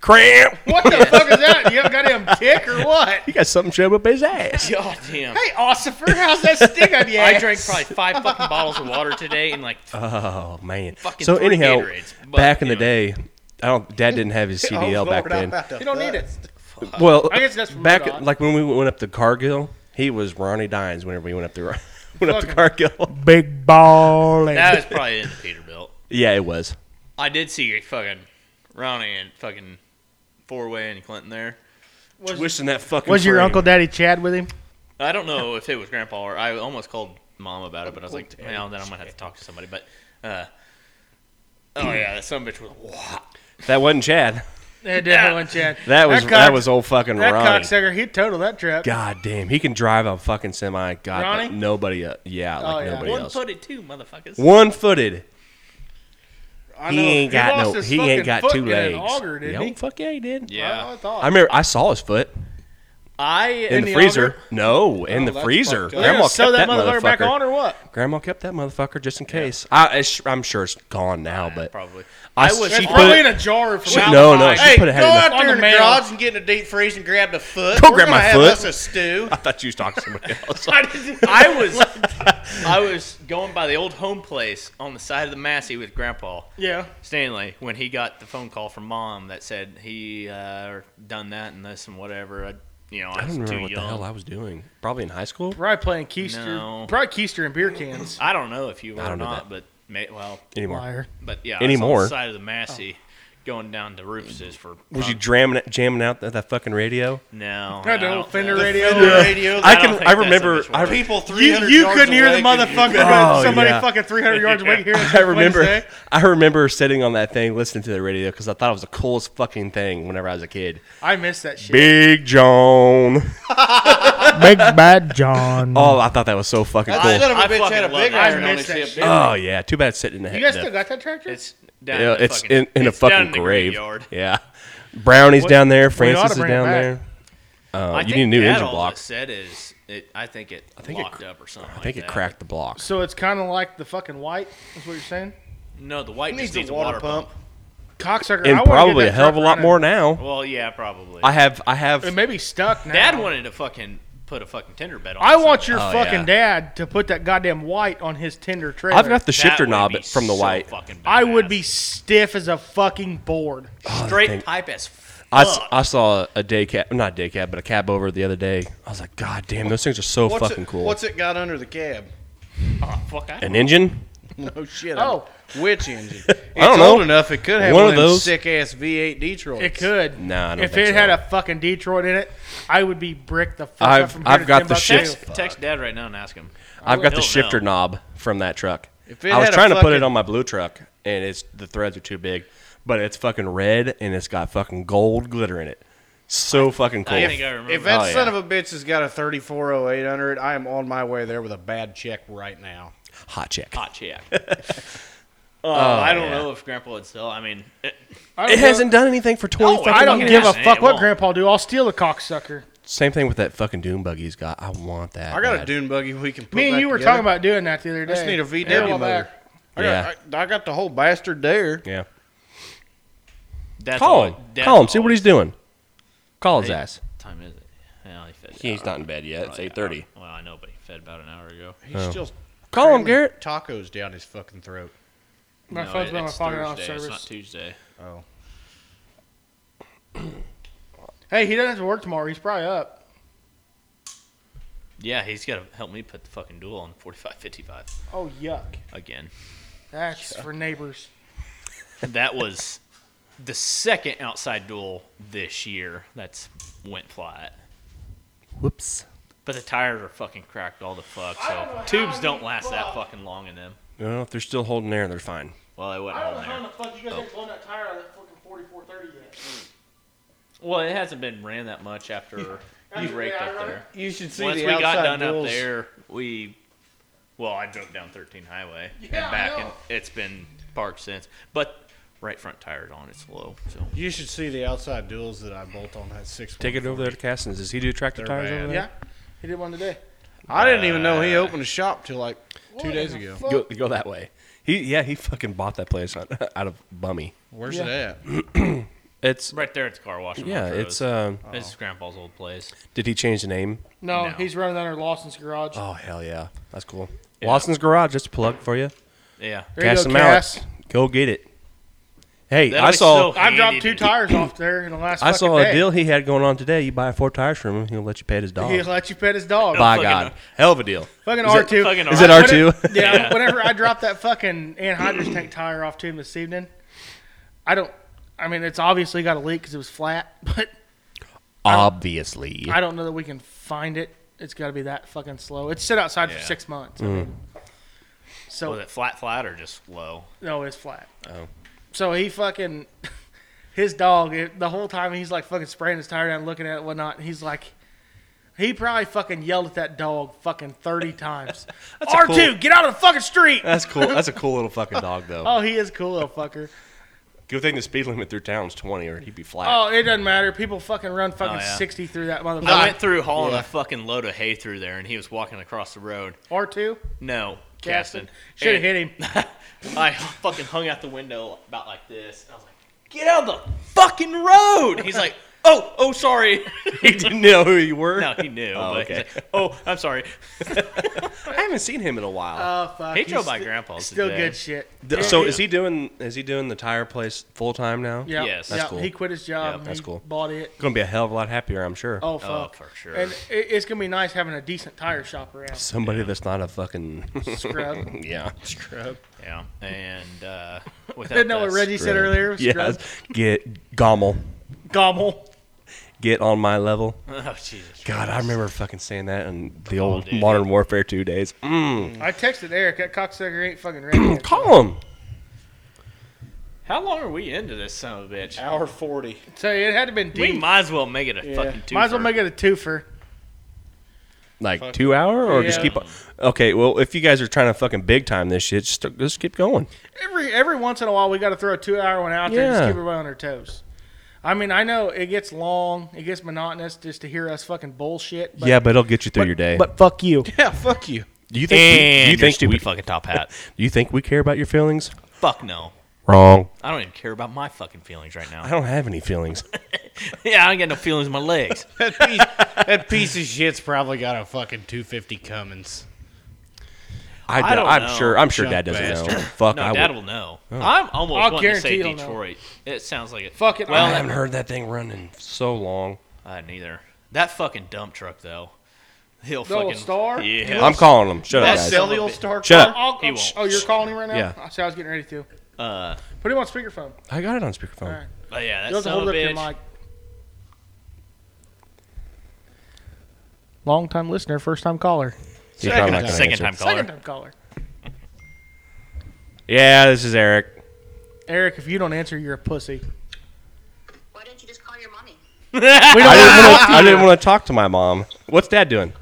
S2: Cramp.
S1: What the fuck is that? You have goddamn tick or what?
S2: He got something shoved up his ass.
S5: God damn.
S1: Hey, Ossifer, how's that stick on your
S5: I
S1: ass?
S5: drank probably five fucking bottles of water today, and like
S2: Oh man.
S5: Fucking
S2: so
S5: three
S2: anyhow,
S5: Gatorades, but,
S2: back in the
S5: anyway.
S2: day, I don't. Dad didn't have his CDL
S4: Oh,
S2: back
S4: Lord, I'm
S2: then.
S4: out of
S1: You don't need it.
S4: guts.
S2: Well,
S1: I guess that's from
S2: back
S1: Rudolph.
S2: like when we went up to Cargill. He was Ronnie Dines whenever we went up to Ro- went up to
S1: Fucking-
S2: Cargill.
S1: Big ball.
S5: that was probably in the Peterbilt.
S2: yeah, it was.
S5: I did see fucking Ronnie and fucking four way and Clinton there.
S1: Was-
S2: Twisting that fucking.
S1: Was your
S2: frame.
S1: uncle Daddy Chad with him?
S5: I don't know if it was Grandpa or I almost called Mom about it, but I was like, well, then I'm gonna have to talk to somebody. But uh, oh yeah, that son of a bitch was
S2: That wasn't Chad.
S1: Yeah, definitely wasn't Chad.
S2: That was that,
S1: cock-
S2: was old fucking
S1: that
S2: Ronnie.
S1: cocksucker. He totaled that trap.
S2: God damn, he can drive a fucking semi. God,
S1: Ronnie?
S2: like nobody. Uh, yeah, like
S1: Oh, yeah.
S2: nobody
S5: one
S2: else.
S5: footed too, motherfuckers.
S2: One footed.
S4: I
S2: He
S4: know.
S2: ain't got
S1: lost
S2: no.
S1: his
S2: He ain't
S1: fucking
S2: got
S1: foot
S2: two
S1: in an
S2: legs.
S1: auger, didn't
S2: Yeah,
S1: he?
S2: Fuck yeah, he did.
S5: Yeah,
S1: I, thought.
S2: I remember. I saw his foot.
S5: I
S2: in, the,
S5: am-
S2: freezer. No, in
S4: Oh,
S2: the
S4: that's
S2: freezer.
S4: fucked up.
S2: Grandma
S1: Yeah,
S2: kept
S1: sew
S2: that,
S1: that motherfucker back on or what?
S2: Grandma kept that motherfucker just in case. I, it's- I'm sure it's gone now, but
S5: probably.
S2: I,
S5: I was-
S2: she
S5: It's
S2: put
S1: Probably in
S2: it,
S1: a jar from
S2: she,
S1: out-
S2: no, no, she
S4: Hey,
S2: put it
S4: go
S2: ahead.
S4: out
S2: In
S4: there in the
S1: mail.
S4: garage and get in a deep freeze and grab a foot.
S2: Go
S4: We're
S2: grab
S4: gonna
S2: my
S4: have
S2: foot.
S4: us a stew.
S2: the, I thought you was talking to somebody else.
S5: I was I was going by the old home place on the side of the Massey with Grandpa
S1: Yeah.
S5: Stanley when he got the phone call from Mom that said he uh, done that and this and whatever. I, you know, I,
S2: I
S5: was
S2: don't
S5: too
S2: remember what the
S5: young.
S2: hell I was doing. Probably in high school.
S1: Probably playing keister.
S5: No.
S1: Probably keister and beer cans.
S5: I don't know if you were
S2: I
S5: or
S2: don't do
S5: not, but may, well,
S2: Anymore.
S1: Liar.
S5: but yeah, I was on
S2: Anymore.
S5: the side of the Massey going down to Rufus's for.
S1: Uh,
S2: Was you
S5: prob-
S2: jamming jamming out that, that fucking radio?
S5: No,
S1: Had
S5: I
S1: the old
S5: don't
S1: Fender
S5: think-
S1: radio.
S4: Radio.
S2: I
S5: don't
S2: can.
S5: think
S2: I
S5: that's
S2: remember.
S5: official.
S2: I,
S4: people three
S1: You,
S4: hundred.
S1: you couldn't hear the motherfucker.
S2: Oh,
S1: somebody
S2: yeah.
S1: fucking 300 yards away here.
S2: I remember. I remember sitting on that thing listening to the radio because I thought it was the coolest fucking thing whenever I was a kid.
S1: I missed that shit.
S2: Big John.
S1: Big Bad John.
S2: Oh, I thought that was so fucking
S4: That
S2: cool.
S4: son of a
S5: I
S4: bitch
S5: fucking
S4: had a
S5: love
S4: big
S5: that.
S4: iron
S1: I
S4: on his
S1: miss that
S4: hip.
S1: shit.
S4: didn't he?
S2: Oh yeah, too bad it's sitting in the
S1: you guys
S2: the-
S1: still got that tractor?
S5: It's down.
S2: Yeah,
S5: in the
S2: it's
S5: fucking,
S2: in, in
S5: it's
S2: a
S5: down
S2: fucking
S5: in the
S2: grave.
S5: graveyard.
S2: Yeah, brownies down there.
S1: we oughta
S2: Francis is
S1: bring it
S2: down
S1: back.
S2: there. Uh,
S5: I
S2: you
S5: think
S2: need a new
S5: that
S2: engine
S5: all
S2: block.
S5: It said is it. I think it
S2: think it
S5: locked
S2: cr-
S5: up or something.
S2: I think
S5: like
S2: it
S5: that.
S2: cracked the block.
S1: So it's kind of like the fucking white. Is what you're saying?
S5: No, the white
S4: He
S5: just
S4: needs a
S5: needs a water,
S4: water pump.
S1: Cocksucker. I
S2: and
S1: wanna get
S2: probably
S1: that
S2: a hell of a
S1: truck
S2: lot
S1: running.
S2: more now.
S5: Well, yeah, probably.
S2: I have. I have.
S1: It may be stuck now.
S5: Dad wanted to fucking put a fucking Tinder bed on.
S1: I
S5: it, so
S1: want your
S2: Oh,
S1: fucking
S2: yeah.
S1: dad to put that goddamn white on his Tinder trailer.
S2: I've got the
S5: that
S2: shifter
S5: would
S2: knob
S5: be
S2: from the
S5: so
S2: white.
S5: fucking
S1: I would
S5: badass.
S1: be stiff as a fucking board.
S5: straight
S2: Oh, thing-
S5: pipe as. Fuck.
S2: I, s- I saw a day cab, not day cab, but a cab over the other day. I was like, God damn, those things are so
S4: What's
S2: fucking
S4: it,
S2: cool.
S4: What's it got under the cab?
S5: Oh, fuck, I
S2: An engine?
S4: No shit.
S1: Oh.
S4: I'm- which engine? It's
S2: don't know.
S4: old enough. It could have
S2: One
S4: one,
S2: of
S4: of those
S2: those.
S4: sick ass V8 Detroit.
S1: It could.
S2: Nah, I don't
S1: If
S2: think
S1: it
S2: so.
S1: had a fucking Detroit in it, I would be bricked the fuck
S2: I've-
S1: up from here
S2: I've
S1: to
S2: got the
S1: Timbuktu.
S2: shifts.
S5: text, text Dad right now and ask him.
S2: I've got the
S5: He'll
S2: shifter
S5: know.
S2: knob from that truck.
S4: If it
S2: I was
S4: had a
S2: trying to put it
S4: fucking-
S2: on my blue truck, and it's the threads are too big, but it's fucking red and it's got fucking gold glitter in it. So fucking cool.
S5: I think I remember.
S4: If that
S2: Oh, yeah.
S4: son of a bitch has got a 3408 under it, I am on my way there with a bad check right now.
S2: Hot chick.
S5: hot chick. Uh,
S2: Oh,
S5: I don't know if Grandpa would sell. I mean, it,
S1: I don't
S2: It
S1: know-
S2: hasn't done anything for twenty.
S5: No, it
S2: fucking
S1: I don't
S5: It
S2: years.
S1: give a
S5: hasn't. It
S1: fuck what
S5: won't.
S1: Grandpa do. I'll steal the cocksucker.
S2: Same thing with that fucking dune buggy he's got. I want that.
S4: I got a
S2: bad.
S4: dune buggy we can put
S1: Me and
S4: back
S1: you were
S4: together.
S1: talking about doing that the other day.
S4: just need a VW
S1: Yeah, well,
S4: motor.
S1: back.
S4: I
S2: Yeah,
S4: got, I, I got the whole bastard there.
S2: yeah.
S5: that's
S2: Call
S5: all-
S2: him.
S5: that's
S2: Call him. See what
S5: all-
S2: he's doing. Call his
S5: Hey.
S2: ass.
S5: What time is it? Yeah, he fed.
S2: He's not in bed yet. It's
S5: Yeah,
S2: eight thirty.
S5: Well, I know, but he fed about an hour ago.
S4: He's still
S2: Call him,
S4: cramming
S2: Garrett.
S4: Tacos down his fucking throat.
S1: My
S5: No,
S1: phone's
S5: it-
S1: been on my
S5: it's
S1: pocket on
S5: Thursday, It's not
S1: service.
S5: Tuesday.
S4: Oh,
S1: Hey, he doesn't have to work tomorrow. He's probably up.
S5: Yeah, he's got to help me put the fucking duel on 45-55
S1: Oh yuck!
S5: again.
S1: That's for neighbors.
S5: that was the second outside duel this year that's went flat.
S2: Whoops.
S5: But the tires are fucking cracked all the fuck, so tubes don't last that fucking long in them.
S2: No, if they're still holding air, they're fine.
S5: Well, they wouldn't hold there.
S1: fuck you guys
S5: Oh.
S1: ain't blown that tire out of that fucking 4430 yet.
S5: Well, it hasn't been ran that much after you
S1: Yeah,
S5: raked
S1: I
S5: up
S1: run
S5: there.
S4: you should see
S5: Once we
S4: the
S5: got
S4: outside
S5: done
S4: duels.
S5: up there, we well, I drove down 13 Highway
S1: Yeah, I
S5: and back,
S1: know.
S5: and it's been parked since. But right front tire's on; it's low. So
S4: You should see the outside duels that I bolt on that six.
S2: Take it over there to Caston's. Does he do tractor
S4: They're
S2: tires over
S4: bad.
S2: there?
S1: Yeah, he did one today.
S4: I didn't even know he opened a shop till like two
S1: What
S4: days
S1: the
S4: ago.
S1: fuck?
S2: Go, go that way. He yeah he fucking bought that place out, out of Bummy.
S4: Where's
S1: Yeah.
S4: it at?
S2: It's
S5: right there, it's car wash. on
S2: yeah
S4: uh,
S5: Montrose.
S2: it's um.
S5: This
S4: oh.
S5: is Grandpa's old place.
S2: Did he change the name?
S1: No,
S5: No.
S1: he's running under Lawson's garage.
S2: Oh hell yeah, that's cool.
S5: Yeah.
S2: Lawson's Garage, just a plug for you.
S5: Yeah,
S1: There you
S2: Cast
S1: go,
S2: them out.
S1: Cass.
S2: Go get it. Hey,
S5: That'll
S2: I
S5: be
S2: saw
S5: so-
S1: I've dropped
S5: Handy
S1: two
S5: to-
S1: tires off there in the last.
S2: I
S1: fucking
S2: saw a
S1: day.
S2: deal he had going on today. You buy four tires from him, he'll let you pet his dog.
S1: He'll let you pet his dog.
S2: By
S5: Fucking-
S2: God, hell of a deal.
S1: Fucking
S2: Is
S1: R
S2: it-
S1: two.
S5: fucking
S2: Is it R two?
S1: Yeah,
S5: Yeah.
S1: Whenever I dropped that fucking anhydrous tank tire off to him this evening, I don't. I mean, it's obviously got a leak because it was flat, but
S2: Obviously.
S1: I don't know that we can find it. It's got to be that fucking slow. It's sit outside for
S5: Yeah.
S1: six months. I mean, so
S5: Was it flat, flat, or just low?
S1: no, it's flat.
S2: Oh.
S1: So he fucking his dog it, the whole time he's like fucking spraying his tire down, looking at it, and whatnot. And he's like, he probably fucking yelled at that dog fucking thirty times.
S2: a
S1: R two,
S2: cool-
S1: get out of the fucking street.
S2: That's cool. That's a cool little fucking dog though.
S1: Oh, he is cool, little fucker.
S2: Good thing the speed limit through town's 20, or he'd be flat.
S1: Oh, it doesn't matter. People fucking run fucking
S5: Oh, yeah.
S1: 60 through that
S5: I
S1: motherfucker.
S5: went through hauling a fucking load of hay through there, and he was walking across the road.
S1: R2?
S5: No,
S1: Gaston.
S5: Gaston.
S1: Should have
S5: And
S1: hit him.
S5: I fucking hung out the window about like this. And I was like, "Get out of the fucking road!" He's like, "Oh, oh, sorry."
S2: he didn't know who you were.
S5: no, he knew.
S2: Oh,
S5: but he's
S2: okay.
S5: like, "Oh, I'm sorry."
S2: I haven't seen him in a while.
S1: Oh, fuck.
S5: He
S1: He's
S5: drove by
S1: st-
S5: grandpa's
S1: Still
S5: today.
S1: good shit.
S2: Th- so is he doing? Is he doing the tire place full time now?
S1: Yeah.
S5: Yes.
S1: yeah.
S5: That's
S2: cool.
S1: He quit his job.
S2: Yeah,
S1: and
S2: that's
S1: he
S2: cool.
S1: Bought it.
S2: Gonna be a hell of a lot happier, I'm sure.
S1: Oh,
S5: Oh,
S1: fuck.
S5: for sure.
S1: And it, it's going to be nice having a decent tire shop around.
S2: Somebody that's not a fucking
S1: Scrub.
S2: yeah.
S5: yeah, and uh, without
S1: Didn't know
S5: the
S1: what Reggie said
S2: Scrub.
S1: earlier.
S2: Yes.
S1: Scrub.
S2: Get gomel.
S1: Gobble.
S2: Get on my level.
S5: Oh Jesus.
S2: God, I remember fucking saying that in the old
S5: dude.
S2: Modern Warfare 2 days. Mm.
S1: I texted Eric. That cocksucker ain't fucking ready.
S2: Call him.
S5: How long are we into this son of a bitch?
S4: Hour 40.
S1: so it had to been
S5: We
S1: deep.
S5: might as well make it a fucking two.
S1: Might as well make it a twofer.
S2: Like two hour or just
S1: Yeah.
S2: keep. Okay, well, if you guys are trying to fucking big time this shit, just, just keep going.
S1: Every every once in a while, we got to throw a two hour one out there and just
S2: Yeah.
S1: keep everybody on their toes. I mean, I know it gets long, it gets monotonous just to hear us fucking bullshit.
S2: yeah, but it'll get you through your day.
S1: But fuck you.
S4: Yeah, fuck you.
S2: do you think
S5: And
S2: we, you think
S5: stupid
S2: we,
S5: fucking top hat.
S2: do you think we care about your feelings?
S5: Fuck no.
S2: Wrong.
S5: I don't even care about my fucking feelings right
S2: I
S5: now.
S2: don't have any feelings.
S5: yeah, I ain't got no feelings in my legs.
S4: That piece, that piece of shit's probably got a fucking 250 Cummins.
S2: I,
S5: I don't
S2: am
S5: know.
S2: sure. I'm sure
S4: Junk
S2: Dad doesn't know.
S4: bastard.
S2: Fuck.
S5: No,
S2: I
S5: Dad
S2: would- Oh.
S5: will know. I'm almost
S1: I'll
S5: wanting to say
S1: guarantee he'll know.
S5: Detroit. It sounds like it.
S1: Fuck it.
S5: Well,
S2: I
S1: I-
S2: haven't heard that thing run in so long.
S5: I neither. That fucking dump truck though. He'll
S1: The old
S5: fucking
S1: star?
S5: Yeah.
S2: I'm calling him. Shut up,
S4: That
S2: guys.
S5: still-
S4: cellular star
S2: Shut up.
S1: I'll-
S5: He
S1: I'll-
S5: won't.
S1: Oh, you're calling him right now?
S2: Yeah.
S1: So I was getting ready to.
S5: uh,
S1: Put him on speakerphone.
S2: I got it on
S1: All
S2: speakerphone.
S1: right.
S5: but yeah,
S1: You'll have
S5: that
S1: to
S5: son of
S1: hold
S5: a
S1: up your
S5: bitch.
S1: mic. Long time listener, first time caller.
S2: He's probably
S5: Second,
S2: not gonna
S5: second
S2: answer.
S5: time caller.
S1: Second time caller.
S2: Yeah, this is Eric.
S1: Eric, if you don't answer, you're a pussy.
S7: Why didn't you just call your mommy?
S1: We
S2: I
S1: don't,
S2: didn't, want to, I didn't want to talk to my mom. What's Dad doing?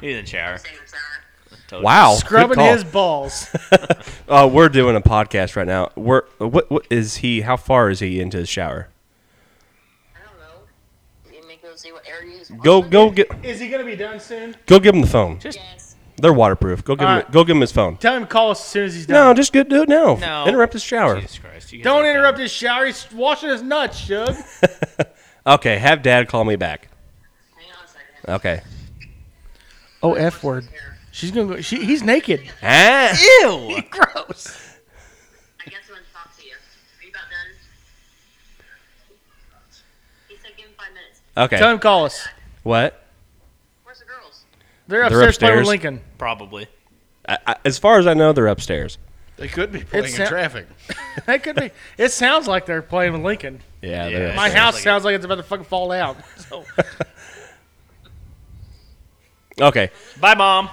S5: He's in the shower.
S7: Saying it's not.
S5: Told you.
S2: Wow, good
S1: scrubbing
S2: call.
S1: his balls.
S2: Uh, we're doing a podcast right now. We're what, what is he? How far is he into his shower?
S7: I don't know. You make me see what air you use.
S2: Go, go get,
S1: Is he going to be done soon?
S2: go give him the phone.
S7: Yes.
S2: They're waterproof. Go give him,
S1: Alright.
S2: go give him his phone.
S1: Tell him to call us as soon as he's done.
S2: No, just good. Do it now.
S5: No.
S2: Interrupt his shower.
S5: Jesus Christ. you guys
S1: Don't
S5: are
S1: interrupt
S5: dumb.
S1: his shower. He's washing his nuts, Shug.
S2: Okay, have Dad call me back.
S7: Hang on a second.
S2: Okay.
S1: Oh, F word. She's going to go. She, he's naked.
S2: Ah.
S5: Ew.
S1: Gross.
S7: I guess he wants to talk to you. Are you about done? He said give him five minutes.
S1: Tell
S2: Okay.
S1: him to call us.
S2: What?
S7: Where's the girls?
S1: They're upstairs, playing with
S2: upstairs.
S1: Lincoln.
S5: Probably.
S2: I, I, as far as I know, they're upstairs.
S4: They could be playing
S1: It's
S4: in
S1: sa-
S4: traffic.
S1: That could be. It sounds like they're playing with Lincoln.
S2: Yeah.
S5: Yeah.
S2: They're
S5: It
S1: My
S5: sounds
S1: house
S5: like it.
S1: sounds like it's about to fucking fall out. So,
S2: Okay.
S5: Bye, mom.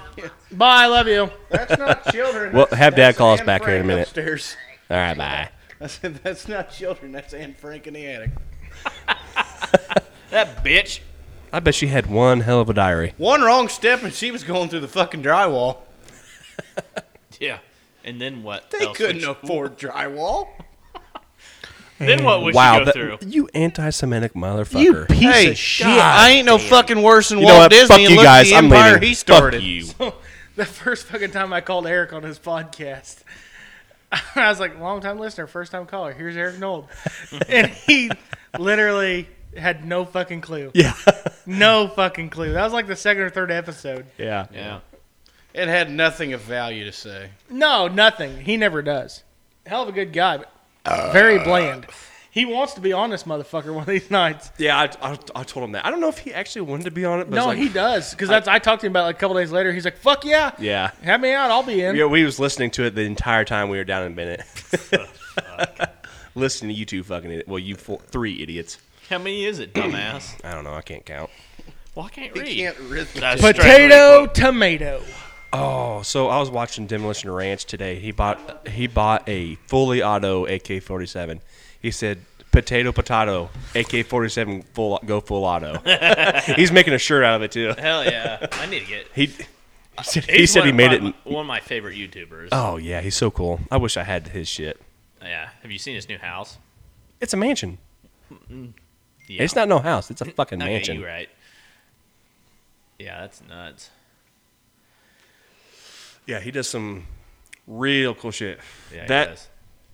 S1: bye. I love you.
S4: That's not children.
S2: Well,
S4: that's-
S2: have Dad
S4: that's
S2: call us
S4: Anne
S2: back here in a
S4: Frank
S2: minute.
S4: Upstairs.
S2: All right. Bye.
S4: I said, that's not children. That's Anne Frank in the attic.
S5: That bitch.
S2: I bet she had one hell of a diary.
S4: One wrong step and she was going through the fucking drywall.
S5: Yeah. And then what?
S4: They
S5: else
S4: couldn't
S5: would-
S4: afford drywall.
S5: Then what would
S2: wow.
S5: she go
S2: that-
S5: through?
S2: you anti-Semitic motherfucker.
S1: piece
S4: hey, God, I ain't no fucking worse than
S2: You know what?
S4: Walt Disney.
S2: Fuck
S4: and
S2: you
S4: look at
S2: guys.
S4: The
S2: I'm
S4: empire
S2: leaving.
S4: He started.
S2: Fuck you.
S1: the first fucking time I called Eric on his podcast, I was like, long time listener, first time caller. Here's Eric Nold. and he literally had no fucking clue.
S2: Yeah.
S1: No fucking clue. That was like the second or third episode.
S2: yeah.
S5: Yeah.
S4: It had nothing of value to say.
S1: No, nothing. He never does. Hell of a good guy, but
S2: Uh,
S1: very bland. He wants to be on this motherfucker one of these nights.
S2: Yeah. I, I, I told him that. I don't know if he actually wanted to be on it, but it's
S1: No,
S2: like,
S1: he does. Because that's I talked to him about it like a couple days later. He's like, fuck yeah.
S2: Yeah.
S1: Have me out. I'll be in.
S2: Yeah, we was listening to it the entire time we were down in Bennett. Listening to you two fucking idi- well, you four, three idiots.
S5: How many is it, dumbass?
S2: I don't know. I can't count.
S5: Well, I can't
S4: He
S5: read.
S4: can't rhythm.
S5: That's
S1: Potato, tomato.
S2: Oh, so I was watching Demolition Ranch today. He bought he bought a fully auto AK forty seven. He said, "Potato, potato, AK forty seven, full go full auto." He's making a shirt out of it too.
S5: Hell yeah. I need to get.
S2: He he said he, said he
S5: one
S2: made
S5: of
S2: it.
S5: my-
S2: In,
S5: one of my favorite YouTubers.
S2: oh yeah, he's so cool. I wish I had his shit.
S5: Yeah. Have you seen his new house?
S2: It's a mansion.
S5: Mm-hmm. Yeah.
S2: It's not no house. It's a fucking
S5: Okay,
S2: mansion.
S5: you right. Yeah, that's nuts.
S2: Yeah, he does some real cool shit.
S5: Yeah, he
S2: that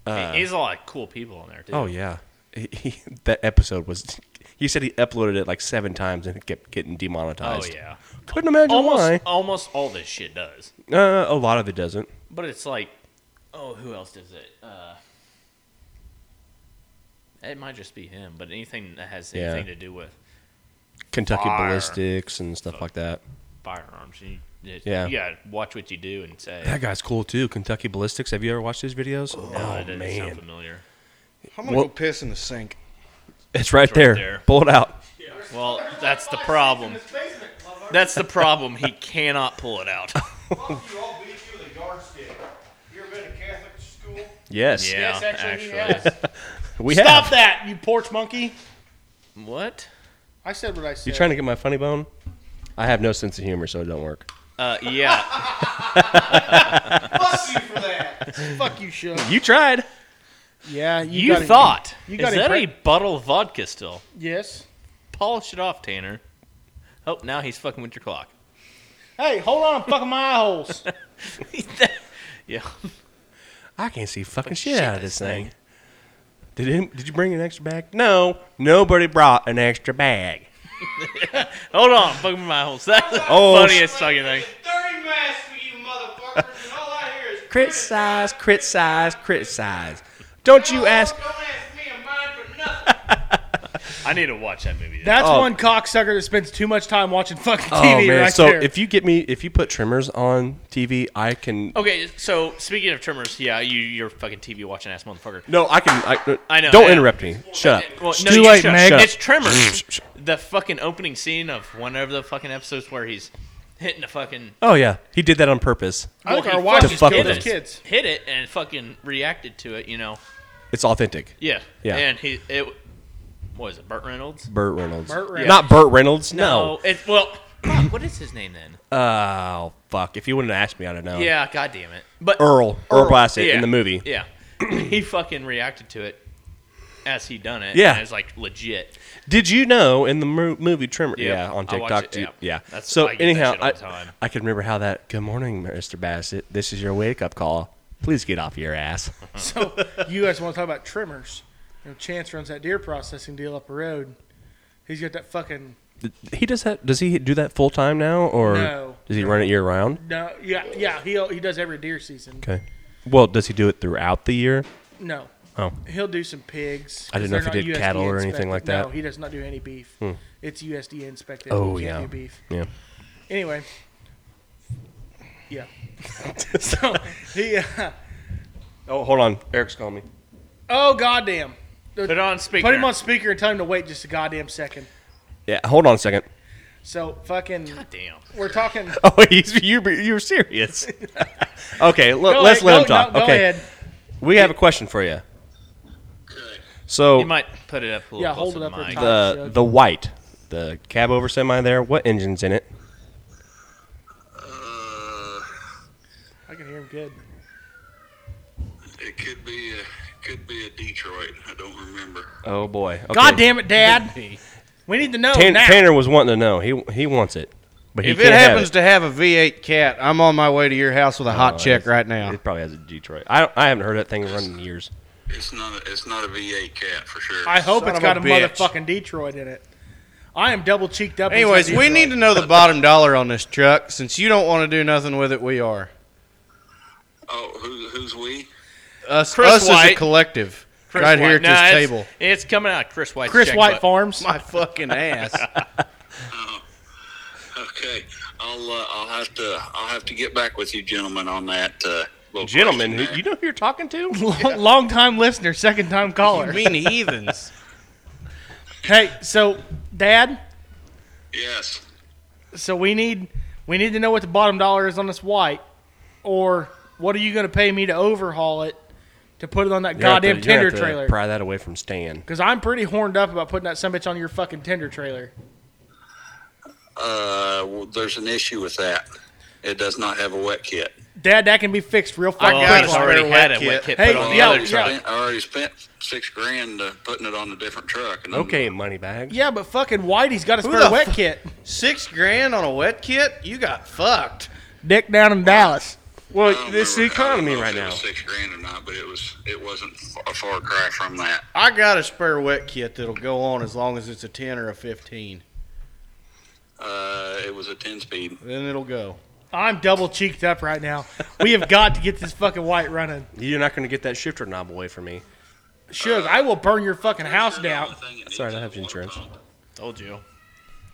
S2: uh,
S5: does. He- he's a lot of cool people on there too.
S2: oh yeah, he, he, that episode was. He said he uploaded it like seven times and it kept getting
S5: Oh
S2: demonetized.
S5: yeah.
S2: couldn't imagine
S5: Almost
S2: why.
S5: almost all this shit does.
S2: Uh, a lot of it doesn't.
S5: But it's like, oh, who else does it? Uh, it might just be him, but anything that has
S2: Yeah.
S5: anything to do with
S2: Kentucky
S5: Fire.
S2: ballistics and stuff like that.
S5: firearms, you, you,
S2: Yeah.
S5: you gotta watch what you do and say.
S2: That guy's cool too. Kentucky ballistics. Have you ever watched his videos? Oh,
S5: No, that doesn't sound familiar.
S4: I'm gonna
S2: Well-
S4: go piss in the sink.
S2: It's right,
S5: right
S2: there.
S5: there.
S2: Pull it out.
S5: Well, that's the problem. That's the problem. He cannot pull it out.
S2: Yes.
S5: Yeah,
S4: actually,
S5: actually.
S4: he
S2: We
S1: Stop
S2: have.
S1: that, you porch monkey.
S5: What?
S1: I said what I said.
S2: You trying to get my funny bone? I have no sense of humor, so it don't work.
S5: Uh, yeah.
S4: Fuck you for that.
S1: Fuck you, Shug.
S2: You tried.
S1: Yeah, you,
S5: You,
S1: got it.
S5: thought.
S1: you
S5: is
S1: got
S5: that
S1: impre-
S5: a bottle of vodka still?
S1: Yes.
S5: Polish it off, Tanner. Oh, now he's fucking with your clock.
S1: Hey, hold on, I'm fucking my eye holes.
S5: yeah.
S2: I can't see fucking
S5: Fucking
S2: shit,
S5: shit,
S2: out of this
S5: this
S2: thing.
S5: thing.
S2: Did him, Did you bring an extra bag? No, nobody brought an extra bag.
S5: Hold on, I'm fucking with my holes. That's the
S2: Oh,
S5: funniest fucking thing.
S4: Thirty masks for you motherfuckers, and all I hear is
S2: Crit size, crit size, crit size. Don't you ask?
S4: Don't ask me a mind for nothing.
S5: I need to watch that movie.
S1: That's
S2: Oh.
S1: one cocksucker that spends too much time watching fucking
S2: Oh
S1: TV
S2: man!
S1: right
S2: so
S1: there.
S2: if you get me, if you put trimmers on TV, I can.
S5: okay, so speaking of trimmers, yeah, you you're a fucking TV watching ass motherfucker.
S2: No, I can. I, uh,
S5: I know,
S2: Don't
S5: yeah.
S2: interrupt me. Shut up.
S5: Well,
S2: It's
S5: no,
S2: too
S5: you
S2: late,
S5: shut up.
S2: Meg. Shut
S5: It's
S2: up.
S5: trimmers. the fucking opening scene of one of the fucking episodes where he's hitting the fucking.
S2: Oh yeah, he did that on purpose.
S1: I think
S5: well,
S1: our
S5: he
S1: wife
S5: fucking
S1: is
S2: fuck
S1: killing
S2: with
S1: those
S2: us.
S1: kids.
S5: Hit it and fucking reacted to it, you know.
S2: It's authentic.
S5: Yeah.
S2: Yeah.
S5: And he it what is it, Burt Reynolds?
S2: Burt Reynolds.
S1: Burt Reynolds.
S2: Not Burt Reynolds. No.
S5: Oh, it's well fuck, what is his name then?
S2: Oh fuck! If you wouldn't have asked me, I'd have known.
S5: yeah, god damn it. But
S2: Earl. Earl Bassett
S5: yeah,
S2: Oh. in the movie.
S5: Yeah. he fucking reacted to it as he done it.
S2: Yeah.
S5: And it's like legit.
S2: Did you know in the mo- movie Trimmer?
S5: Yeah,
S2: Yeah, on
S5: I watch
S2: TikTok.
S5: it,
S2: do-
S5: yeah.
S2: yeah.
S5: That's-
S2: so
S5: I get that
S2: anyhow,
S5: shit all
S2: I,
S5: the time.
S2: I could remember how that. Good morning, Mr. Bassett. This is your wake up call. Please get off your ass.
S1: So you guys want to talk about trimmers? You know, Chance runs that deer processing deal up the road. He's got that fucking
S2: he does that. Does he do that full time now, or
S1: No.
S2: does he run it year round?
S1: no, yeah, yeah. He he does every deer season.
S2: Okay. Well, does he do it throughout the year?
S1: No,
S2: Oh,
S1: he'll do some pigs.
S2: I didn't know
S1: 'cause
S2: if
S1: they're
S2: he
S1: not
S2: did cattle or
S1: USDA
S2: anything like
S1: inspected.
S2: that. Hmm.
S1: No, he does not do any beef. It's USDA inspected.
S2: Oh,
S1: He can't
S2: yeah.
S1: do beef.
S2: yeah.
S1: Anyway, yeah. so he. Uh,
S2: Oh, hold on. Eric's calling me.
S1: oh goddamn!
S5: Put it on speaker.
S1: Put him on speaker and tell him to wait just a goddamn second.
S2: Yeah, hold on a second.
S1: So fucking,
S5: God damn.
S1: we're talking.
S2: Oh, he's, you you're serious. okay, let, let's
S1: ahead,
S2: let
S1: go-
S2: him talk.
S1: no, go
S2: okay,
S1: ahead.
S2: we have a question for you.
S7: Good.
S5: You
S2: So
S5: might put it up a little
S1: Yeah, hold
S5: closer
S1: it up
S5: to
S1: real
S5: mine.
S1: tight.
S2: the
S1: Shug.
S2: the white, the cab over semi there. What engine's in it?
S7: Uh,
S1: I can hear him good.
S7: it could be a could be a Detroit. I don't remember.
S2: Oh boy. Okay.
S1: God damn it, Dad! We need to know
S2: Tan-
S1: now.
S2: Tanner was wanting to know. He he wants it, but he
S4: If
S2: can't
S4: it happens
S2: have
S4: to have a V8 cat, I'm on my way to your house with a hot
S2: Oh,
S4: check
S2: that's-
S4: right
S2: it.
S4: now.
S2: It probably has a Detroit. I don't, I haven't heard that thing run in years.
S7: It's not a, it's not a V8 cat for sure.
S1: I hope
S4: Son
S1: it's
S4: of
S1: got a,
S4: a bitch.
S1: motherfucking Detroit in it. I am double cheeked up. into
S4: Anyways, we
S1: Detroit.
S4: need to know the bottom dollar on this truck. Since you don't want to do nothing with it, we are.
S7: oh, who, who's we?
S4: Us,
S5: Chris
S4: us as a
S5: White.
S4: collective,
S5: Chris
S4: right here
S5: White-
S4: at
S5: nah,
S4: this
S5: it's-
S4: table.
S5: It's coming out of Chris White's
S1: Chris
S5: check,
S1: White
S5: but-
S1: Farms.
S4: My fucking ass.
S7: Okay, I'll uh, I'll have to I'll have to get back with you gentlemen on that. Uh, little
S2: Gentlemen,
S7: question
S2: who, you know who you're talking to?
S1: Long, long time listener, second time caller.
S4: mean heathens.
S1: hey, so Dad,
S7: there. Yes.
S1: so we need we need to know what the bottom dollar is on this white, or what are you going to pay me to overhaul it to put it on that goddamn tender trailer?
S2: Pry that away from Stan.
S1: Because I'm pretty horned up about putting that sumbitch on your fucking tender trailer.
S7: Uh, well, there's an issue with that. It does not have a wet kit.
S1: Dad, that can be fixed real
S5: Oh, I
S1: fucking
S4: got
S1: quick.
S5: already,
S4: a spare
S5: already had
S4: wet
S5: a wet
S4: kit.
S5: kit
S1: Hey,
S5: put on the
S1: yeah,
S5: other
S1: yeah.
S5: truck.
S7: Spent- I already spent six grand uh, putting it on a different truck. And I'm-
S2: Okay, money bag.
S1: Yeah, but fucking Whitey's got a
S4: the
S1: spare wet
S4: fu-
S1: kit.
S4: Six grand on a wet kit? You got fucked.
S1: Dick down in Dallas.
S7: I
S2: Well,
S7: don't
S2: this is the
S7: remember- I don't
S2: economy
S7: know if
S2: right
S7: it
S2: now.
S7: was six grand or not, but it was. It wasn't f- a far cry from that.
S4: I got a spare wet kit that'll go on as long as it's a 10 or a 15.
S7: Uh, it was a ten speed.
S4: Then it'll go.
S1: I'm double cheeked up right now. We have got to get this fucking white running.
S2: You're not going to get that shifter knob away from me.
S1: Shug, I will burn your fucking house down.
S2: Sorry, I have insurance.
S5: Told you.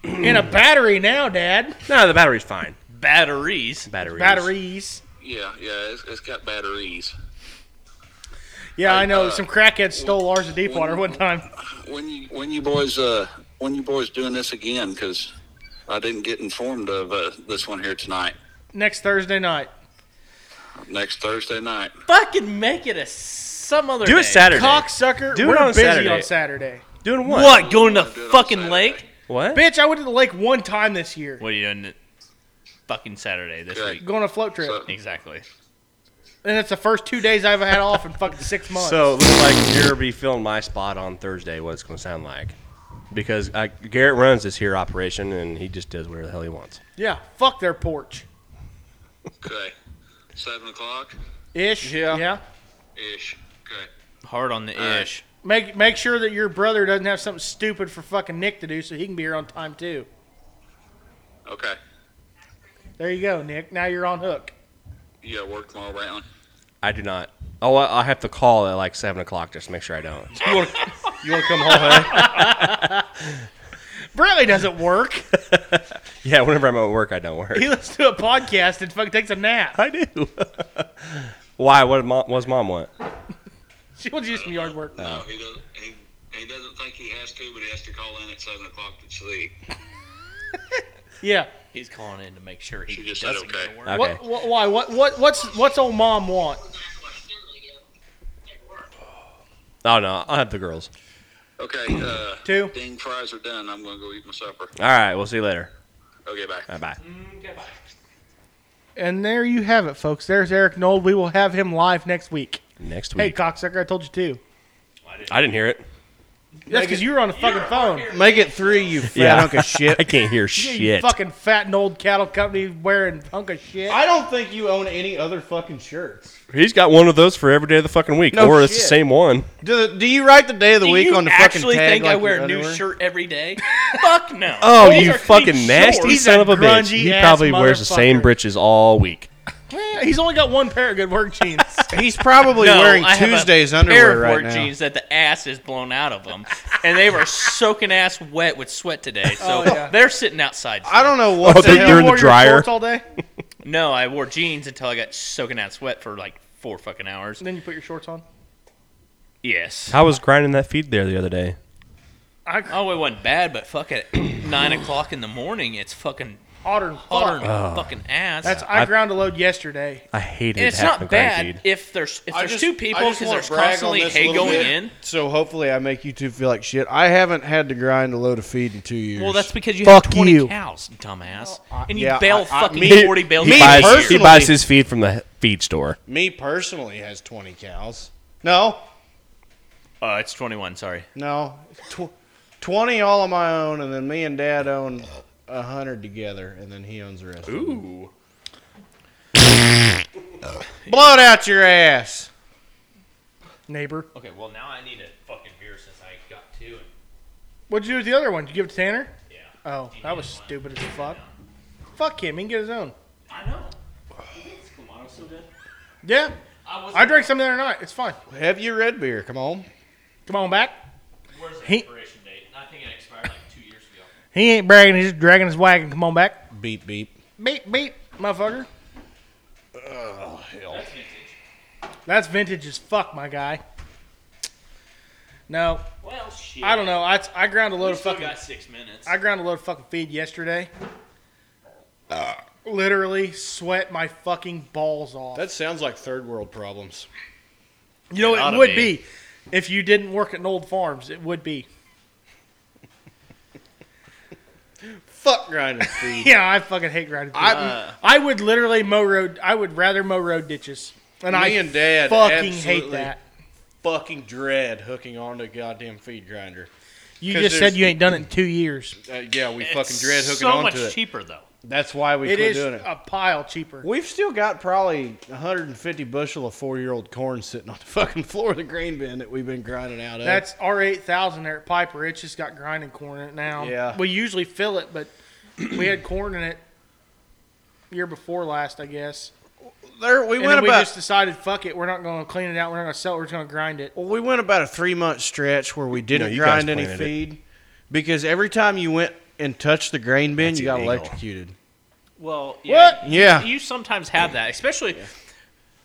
S1: In a battery now, Dad.
S2: No, the battery's fine.
S5: Batteries.
S2: Batteries.
S1: Batteries.
S7: Yeah, yeah, it's, it's got batteries.
S1: Yeah, I know.
S7: uh,
S1: Some crackhead stole ours at Deepwater one time.
S7: When you when you boys uh when you boys doing this again? Because I didn't get informed of uh, this one here tonight.
S1: Next Thursday night.
S7: Next Thursday night.
S5: Fucking make it a some other
S2: Do
S5: day.
S2: it Saturday.
S1: Cocksucker,
S2: Do it
S1: we're
S2: on
S1: busy
S2: Saturday.
S1: on Saturday.
S2: Doing what?
S5: What? Going to
S7: Do it on
S5: fucking
S7: Saturday.
S5: lake?
S2: What?
S1: Bitch, I went to the lake one time this year.
S5: What are you doing? th- Fucking Saturday this
S7: Okay.
S5: week.
S1: Going on a float trip.
S7: So-
S5: Exactly.
S1: and it's the first two days I've had off in fucking six months.
S2: So it looks like you're gonna be filling my spot on Thursday. What it's going to sound like, because uh, Garrett runs this here operation and he just does whatever the hell he wants.
S1: yeah, fuck their porch.
S7: Okay. Seven o'clock
S1: Ish.
S4: Yeah.
S1: Yeah.
S7: ish. Okay.
S5: Hard on the
S7: right.
S5: ish.
S1: Make make sure that your brother doesn't have something stupid for fucking Nick to do so he can be here on time too.
S7: Okay.
S1: There you go, Nick. Now you're on hook.
S7: You got work tomorrow, Brantley.
S2: I do not. Oh, I, I have to call at like seven o'clock just to make sure I don't.
S4: You want to you wanna come home? huh?
S1: Bradley doesn't work.
S2: Yeah, whenever I'm at work, I don't work.
S1: he listens to a podcast and fucking takes a nap.
S2: I do. Why? What? did Mom, what's mom want?
S1: She wants you to do some yard work.
S2: Uh,
S7: No, he doesn't. He, he doesn't think he has to, but he has to call in at seven o'clock to sleep.
S1: Yeah.
S5: He's calling in to make sure he
S7: She just said
S5: doesn't
S7: okay.
S5: go to work.
S2: Okay.
S1: What, what? Why? What? What? What's what's old mom want?
S2: Oh no, I'll have the girls.
S7: Okay. Uh,
S1: Two.
S7: Ding fries are done. I'm gonna go eat my supper.
S2: All right, we'll see you later.
S7: Okay, bye.
S2: Bye bye.
S1: And there you have it, folks. There's Eric Nold. We will have him live next week.
S2: Next
S1: Hey,
S2: week.
S1: cocksucker! I told you too.
S2: I didn't hear it.
S1: That's because you were on the fucking phone.
S4: Make it three, you fat
S2: Yeah.
S4: hunk of
S2: I
S4: shit.
S2: can't hear
S1: You
S2: shit.
S1: fucking fat and old cattle company wearing hunk of shit.
S4: I don't think you own any other fucking shirts.
S2: He's got one of those for every day of the fucking week,
S4: No
S2: or it's the
S4: shit.
S2: same one.
S4: Do, the, do you write the day of the
S5: Do
S4: week
S5: you
S4: on the fucking
S5: actually
S4: tag
S5: think
S4: like
S5: I wear
S4: your
S5: a new
S4: underwear?
S5: shirt every day? Fuck no.
S2: Oh,
S5: Those
S2: you
S5: are
S2: fucking
S5: clean
S2: nasty
S5: shorts.
S1: He's
S2: son
S1: a
S2: of a bitch.
S1: grungy
S2: He
S1: ass
S2: probably wears the same
S1: motherfucker.
S2: britches all week.
S1: Eh, He's only got one pair of good work jeans.
S4: He's probably
S5: No,
S4: wearing
S5: I have a
S4: Tuesday's
S5: pair
S4: underwear
S5: of
S4: right
S5: work
S4: now.
S5: jeans that the ass is blown out of them, and they were soaking ass wet with sweat today.
S1: Oh,
S5: So
S1: yeah.
S5: they're sitting outside.
S4: I don't know what
S2: Oh,
S4: the
S2: they-
S4: hell-
S2: they're in the
S1: wore your
S2: dryer.
S1: shorts all day.
S5: No, I wore jeans until I got soaking out sweat for like four fucking hours.
S1: And then you put your shorts on.
S5: Yes.
S2: I was grinding that feed there the other day.
S5: Oh, it wasn't bad, but fuck at nine o'clock in the morning, it's fucking
S1: Otter and
S5: hotter
S1: fuck.
S5: than fucking ass.
S1: That's I
S2: I've-
S1: ground a load yesterday.
S2: I hated
S5: and it's
S2: having to grind
S5: not bad
S2: feed.
S5: if there's if
S4: I
S5: there's
S4: just-
S5: two
S4: I
S5: people
S4: just
S5: because
S4: wanna
S5: there's
S4: brag on
S5: constantly
S4: this a
S5: hay
S4: little
S5: going
S4: bit.
S5: in.
S4: So hopefully I make you two feel like shit. I haven't had to grind a load of feed in two years.
S5: Well, that's because you
S1: Fuck
S5: have 20
S1: you.
S5: cows, dumbass. and you
S4: yeah,
S5: bail
S4: I- I-
S5: fucking
S4: me-
S5: 40 bales
S4: me
S2: he,
S5: a year.
S2: buys, he
S4: personally-
S2: buys his feed from the feed store.
S4: me personally has twenty cows. No,
S5: Uh, it's 21, sorry.
S4: no, Tw- twenty all on my own, and then me and Dad own a hundred together, and then he owns the rest. Ooh,
S5: Ooh.
S4: blow it out your ass.
S1: Neighbor,
S5: Okay, well, now I need a fucking beer since I got two. And,
S1: what'd you do with the other one? Did you give it to Tanner?
S5: yeah.
S1: Oh, that was stupid as fuck. Fuck him. He can get his own.
S5: I know. It's Kamado so good.
S1: Yeah,
S5: I was
S1: I drank some the other night. It's fine.
S4: Have your red beer. Come on.
S1: Come on back.
S5: Where's the
S1: He-
S5: expiration date? I think it expired like two years ago.
S1: He ain't bragging. He's just dragging his wagon. Come on back.
S4: Beep beep.
S1: Beep beep, motherfucker.
S5: That's vintage.
S1: That's vintage as fuck, my guy. No,
S5: Well, shit.
S1: I don't know. I, I ground a load
S5: We
S1: of
S5: still
S1: fucking
S5: got six minutes.
S1: I ground a load of fucking feed yesterday. Uh, Literally sweat my fucking balls off.
S4: That sounds like third world problems.
S1: you know,
S5: oughta
S1: it would
S5: be.
S1: be. if you didn't work at Old Farms. It would be.
S4: fuck grinding feed.
S1: Yeah, I fucking hate grinding. I,
S5: Uh.
S1: I would literally mow road. I would rather mow road ditches. And
S4: Me
S1: I
S4: and Dad
S1: fucking hate
S4: absolutely-
S1: that.
S4: Fucking dread hooking onto a goddamn feed grinder.
S1: You
S4: 'Cause
S1: just
S4: there's-
S1: said you ain't done it in two years.
S4: Uh, yeah, we
S5: It's
S4: fucking dread hooking
S5: so much
S4: onto it.
S5: cheaper though.
S4: That's why we
S1: It
S4: quit
S1: is
S4: doing it.
S1: a pile cheaper.
S4: We've still got probably 150 bushel of four year old corn sitting on the fucking floor of the grain bin that we've been grinding out of.
S1: That's our eight thousand there at Piper. It's just got grinding corn in it now.
S4: Yeah.
S1: We usually fill it, but we had corn in it year before last, I guess.
S4: there. We
S1: and
S4: went
S1: then we
S4: about
S1: just decided, fuck it, we're not going to clean it out. We're not going to sell it. We're just going to grind it.
S4: well, we went about a three month stretch where we didn't
S2: you guys
S4: grind any
S2: planted it.
S4: feed because every time you went and touched the grain bin,
S2: That's
S4: you got
S2: illegal.
S4: electrocuted.
S5: Well, yeah,
S4: What? Yeah.
S5: You, you sometimes have that, especially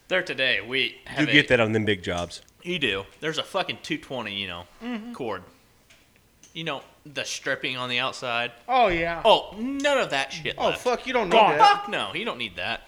S5: there today. We
S2: You
S5: have
S2: get
S5: a-
S2: that on them big jobs.
S5: You do. There's a fucking 220, you know, cord. You know the stripping on the outside.
S1: Oh yeah.
S5: Oh, none of that shit.
S4: Oh
S5: left.
S4: fuck, you don't know
S5: Gone.
S4: that.
S5: Fuck no, you don't need that.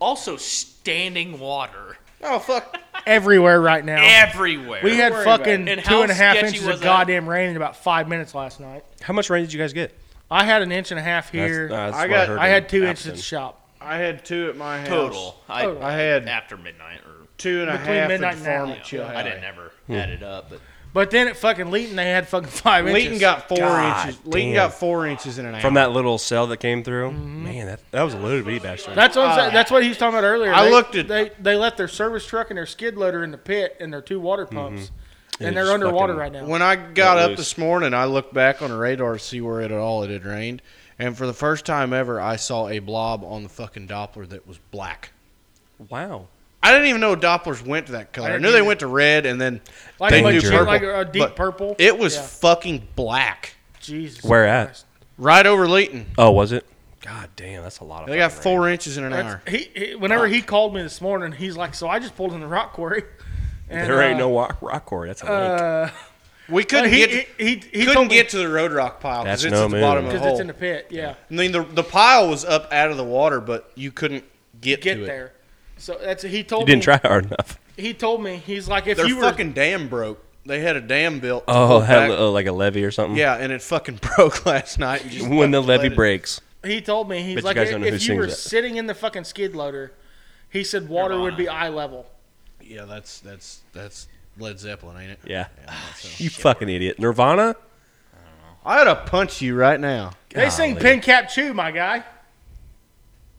S5: Also, standing water
S4: Oh fuck,
S1: Everywhere right now.
S5: everywhere.
S1: we had
S4: worry about
S1: fucking
S5: it. And
S1: two
S5: how
S1: and a half
S5: sketchy
S1: inches
S5: was
S1: of
S5: that?
S1: goddamn rain in about five minutes last night.
S2: How much rain did you guys get?
S1: I had an inch and a half
S2: That's-
S1: here.
S2: that's
S4: I
S2: what
S4: got-
S2: heard
S1: I
S2: in
S1: had two inches
S2: Appleton.
S1: at the shop.
S4: I had two at my house.
S5: total. I,
S1: Total.
S4: Oh, I had
S5: after midnight or
S4: two and a half
S1: Between midnight
S4: at the
S1: and
S4: farm
S1: now.
S4: at Chill
S5: I didn't ever add it up, but
S1: But then at fucking Leeton, they had fucking five
S4: Leighton
S1: inches.
S4: got four
S2: God
S4: inches. Leighton
S2: damn.
S4: got four inches in an hour.
S2: From that little cell that came through? Man, that, that was a loaded bee bastard.
S1: That's what I'm saying. That's what he was talking about earlier.
S4: I
S1: They-
S4: looked at-
S1: they. They left their service truck and their skid loader in the pit and their two water pumps, and
S2: And
S1: they're
S2: Mm-hmm. just
S1: underwater
S2: fucking-
S1: right now.
S4: When I got up
S2: loose.
S4: this morning, I looked back on the radar to see where it at all it had rained, and for the first time ever, I saw a blob on the fucking Doppler that was black.
S2: wow.
S4: I didn't even know Dopplers went to that color. I,
S1: didn't
S4: knew they
S1: either.
S4: went to red, and then
S1: Like,
S2: They
S1: like,
S2: do
S1: deep-
S2: purple,
S1: like a deep
S4: but
S1: purple.
S4: it was
S1: Yeah.
S4: fucking black
S1: Jesus.
S2: Where at?
S1: Christ.
S4: right over Leighton.
S2: Oh, was it? God damn, that's a lot of
S4: They got
S2: fucking
S4: four inches in an hour.
S1: That's- He, he- whenever he called me this morning, he's like, "So I just pulled in the rock quarry."
S2: rain.
S1: And,
S2: There ain't
S1: uh,
S2: no rock, rock quarry. That's a lake.
S1: Uh,
S4: We
S1: but
S4: couldn't
S1: he,
S4: get to,
S1: he, he, he
S4: couldn't
S1: told me
S4: get to the road rock pile
S2: That's
S4: because it's
S2: no
S4: at the
S2: moon.
S4: bottom of the
S1: because
S4: hole.
S1: it's in the pit. Yeah,
S4: I mean, the the pile was up out of the water, but you couldn't get,
S1: get
S4: to it.
S1: there. So that's he told
S2: you didn't
S1: me.
S2: try hard enough.
S1: He told me he's like, if
S4: Their
S1: you were
S4: fucking dam broke. They had a dam built. to
S2: Oh,
S4: hold
S2: had
S4: back-
S2: a- like a levee or something?
S4: Yeah, and it fucking broke last night. and just
S2: When the
S4: fucking let
S2: levee
S4: it-
S2: breaks.
S1: He told me he's
S2: Bet you
S1: like,
S2: guys don't know
S1: if
S2: who
S1: if you
S2: sings
S1: were
S2: that.
S1: sitting in the fucking skid loader, he said water would
S5: Nirvana.
S1: be eye level.
S4: Yeah, that's that's that's Led Zeppelin, ain't it?
S2: Yeah. Ah, you fucking idiot. Nirvana?
S4: I ought to punch you right now.
S1: They sing
S2: Golly.
S1: Pin Cap Chew, my guy.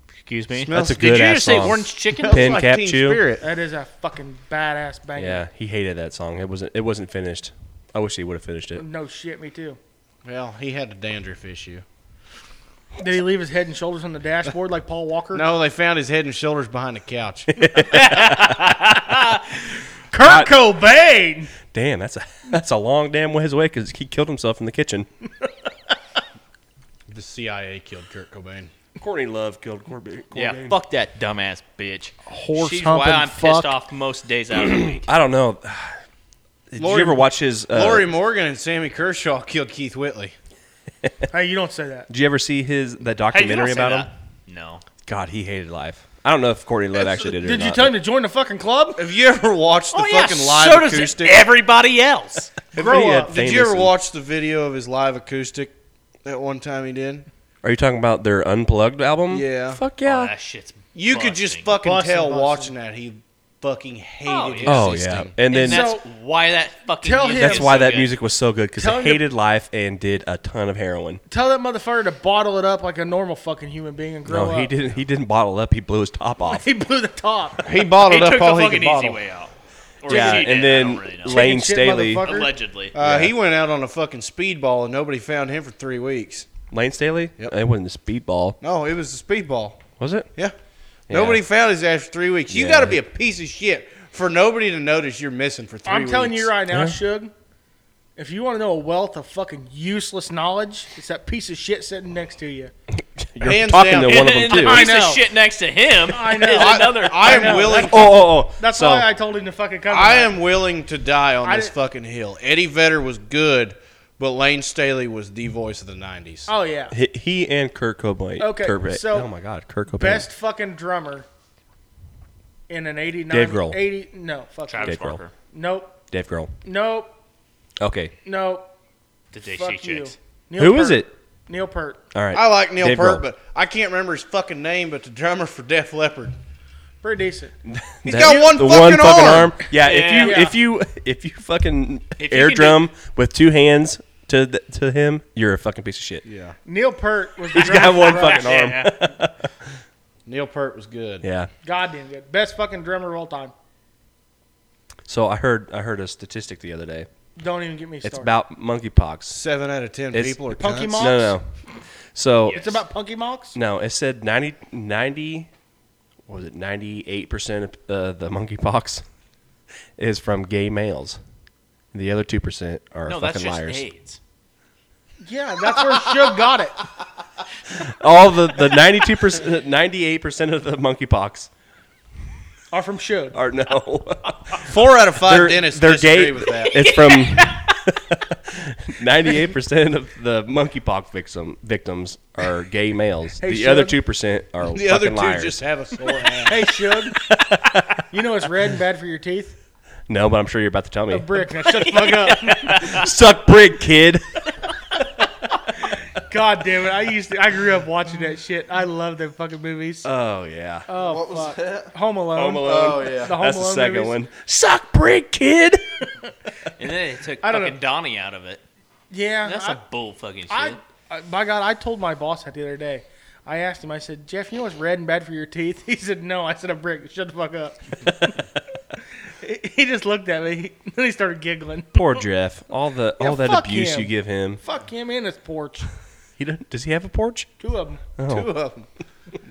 S5: excuse me.
S4: Smells-
S2: That's a
S5: Did
S2: good
S5: you
S2: ass
S5: just say
S2: song.
S5: orange chicken?
S2: Pin cap
S4: Teen
S2: chew.
S4: Spirit.
S1: That is a fucking badass banger.
S2: Yeah, he hated that song. It wasn't. It wasn't finished. I wish he would have finished it.
S1: No shit, me too.
S4: Well, he had a dandruff issue.
S1: Did he leave his head and shoulders on the dashboard like Paul Walker?
S4: No, they found his head and shoulders behind the couch.
S1: Kurt Cobain.
S2: Damn, that's a that's a long damn ways away because he killed himself in the kitchen.
S4: the CIA killed Kurt Cobain.
S2: Courtney Love killed Corbin.
S5: Yeah, fuck that dumbass bitch.
S1: Horse
S5: She's why
S1: humping
S5: I'm
S1: fuck.
S5: pissed off most days out of the week.
S2: I don't know. Did
S4: Lori-
S2: you ever watch his? Uh,
S4: Lori Morgan and Sammy Kershaw killed Keith Whitley.
S1: Hey, you don't say that.
S2: Did you ever see his the
S5: Hey, you
S2: documentary
S5: don't say
S2: about
S5: that.
S2: him?
S5: No.
S2: God, he hated life. I don't know if Courtney Love actually did it. or
S1: Did you
S2: not,
S1: tell him to join the fucking club?
S4: Have you ever watched the
S5: oh, yeah,
S4: fucking live
S5: so does
S4: acoustic?
S5: everybody else.
S2: but
S1: grow
S2: he had
S1: up?
S4: Did you
S2: famous-
S4: ever watch the video of his live acoustic that one time he did?
S2: Are you talking about their unplugged album?
S4: Yeah.
S2: Fuck
S5: Oh,
S2: yeah.
S5: that shit's
S4: You could just
S5: busting.
S4: fucking
S1: Busting,
S4: tell
S1: busting.
S4: watching that he fucking hated
S5: Oh, yeah.
S2: Oh, yeah.
S4: existing.
S2: And then
S5: and that's why that fucking
S1: Tell
S5: music
S1: him-
S2: that's
S5: is
S2: why
S5: so
S2: that
S5: good.
S2: music was so good because
S1: Tell
S2: he
S1: him-
S2: hated life and did a ton of heroin.
S1: Tell that motherfucker to bottle it up like a normal fucking human being and grow
S2: No,
S1: up.
S2: he didn't. He didn't bottle up. He blew his top off.
S1: He blew the top.
S4: He bottled
S5: He
S4: up
S5: took
S4: all
S5: the
S4: he
S5: fucking
S4: could
S5: easy
S4: bottle.
S5: way out. Or
S2: yeah,
S5: she did,
S2: and
S5: I
S2: then
S5: don't really know.
S1: Chicken
S2: Lane
S1: shit
S2: Staley.
S1: motherfucker.
S5: allegedly.
S4: Uh,
S2: Yeah.
S4: He went out on a fucking speedball and nobody found him for three weeks.
S2: Lane Staley?
S4: Yep.
S2: It wasn't a speedball,
S4: No, it was a speedball.
S2: was it?
S4: Yeah.
S2: Yeah.
S4: Nobody found his ass for three weeks. You
S2: Yeah.
S4: got to be a piece of shit for nobody to notice you're missing for 3
S1: I'm
S4: weeks.
S1: telling you right now,
S2: Yeah.
S1: Shug. If you want to know a wealth of fucking useless knowledge, it's that piece of shit sitting next to you.
S2: You're
S4: Hands
S2: talking
S4: down.
S2: to one of them
S5: and, and
S2: too.
S5: the piece
S1: I know.
S5: of shit next to him
S1: I know.
S5: is
S1: I-
S5: another.
S4: I
S1: I know.
S4: am willing.
S2: Oh, oh, oh.
S1: That's
S2: so,
S1: why I told him to fucking come.
S4: I
S1: tonight.
S4: am willing to die on
S1: I
S4: this
S1: didn't-
S4: fucking hill. Eddie Vedder was good, but Lane Staley was the voice of the '90s.
S1: Oh yeah,
S2: He, he and Kurt Cobain.
S1: Okay,
S2: Kurt-
S1: so
S2: oh my God, Kurt Cobain.
S1: best fucking drummer in an 89,
S2: Dave Grohl.
S1: 80 no fuck
S5: Travis
S2: Dave Grohl.
S5: Barker.
S1: nope
S2: Dave Grohl.
S1: nope
S2: Okay,
S1: nope
S5: Did they see
S1: fuck you.
S5: chicks?
S1: Neil
S2: who is
S1: Peart.
S2: it?
S1: Neil Pert.
S2: All right.
S4: I like Neil
S2: Dave
S4: Peart,
S2: Grohl.
S4: but I can't remember his fucking name. But the drummer for Def Leppard,
S1: Pretty decent.
S4: he's
S2: That-
S4: got one,
S2: the
S4: fucking,
S2: one fucking
S4: arm.
S2: arm. Yeah,
S5: Yeah.
S2: if you if you if you fucking
S5: If you
S2: air
S5: can do-
S2: drum with two hands to th- to him, you're a fucking piece of shit. Yeah,
S1: Neil Pert was.
S2: he's got one fucking arm. Yeah,
S5: Yeah.
S4: Neil Peart was good.
S1: Goddamn good. Best fucking drummer of all time.
S2: So I heard I heard a statistic the other day.
S1: Don't even get me started.
S2: It's about monkeypox.
S4: Seven out of ten
S2: It's-
S4: people are
S1: Punky
S4: cunts.
S1: Monk?
S2: No, no. no. So
S1: It's about Punky Monks.
S2: no, it said 90, 90 what was it ninety eight percent of uh, the monkeypox is from gay males. The other two percent are
S5: No, that's
S2: fucking
S5: just
S2: liars.
S5: AIDS.
S1: Yeah, that's where Suge got it.
S2: All the the ninety two percent, ninety eight percent of the monkeypox
S1: Or from Suge.
S2: are no.
S4: Four out of 5
S2: They're-
S4: dentists
S2: they're
S4: disagree
S2: gay.
S4: with that.
S2: It's from ninety-eight percent of the monkeypox victim victims are gay males.
S1: Hey,
S2: the other
S1: Shug.
S2: two percent are
S4: The other two
S2: fucking liars.
S4: just have a sore hand.
S1: Hey, Suge. you know it's red and bad for your teeth?
S2: No, but I'm sure you're about to tell me.
S1: A brick. Now shut the fuck up.
S2: Suck brick, kid.
S1: God damn it. I used to, I grew up watching that shit. I love them fucking movies.
S2: Oh yeah.
S1: oh, fuck. Home Alone.
S2: Home Alone.
S4: Oh,
S1: The Home
S2: That's the
S1: Alone
S2: second
S1: movies.
S2: one. Suck brick, kid.
S5: And then they took
S1: I don't
S5: fucking
S1: know.
S5: Donnie out of it.
S1: Yeah.
S5: That's
S1: I-
S5: a bull fucking shit.
S1: I, I, my God, I told my boss that the other day. I asked him, I said, Jeff, you know what's red and bad for your teeth? He said, no. I said, a brick. Shut the fuck up. he, he just looked at me. Then he started giggling.
S2: Poor Jeff. All the
S1: Yeah,
S2: all that
S1: fuck
S2: abuse
S1: him.
S2: you give him.
S1: Fuck him and his porch.
S2: He doesn't, does he have a porch?
S1: Two of them.
S4: Two of them.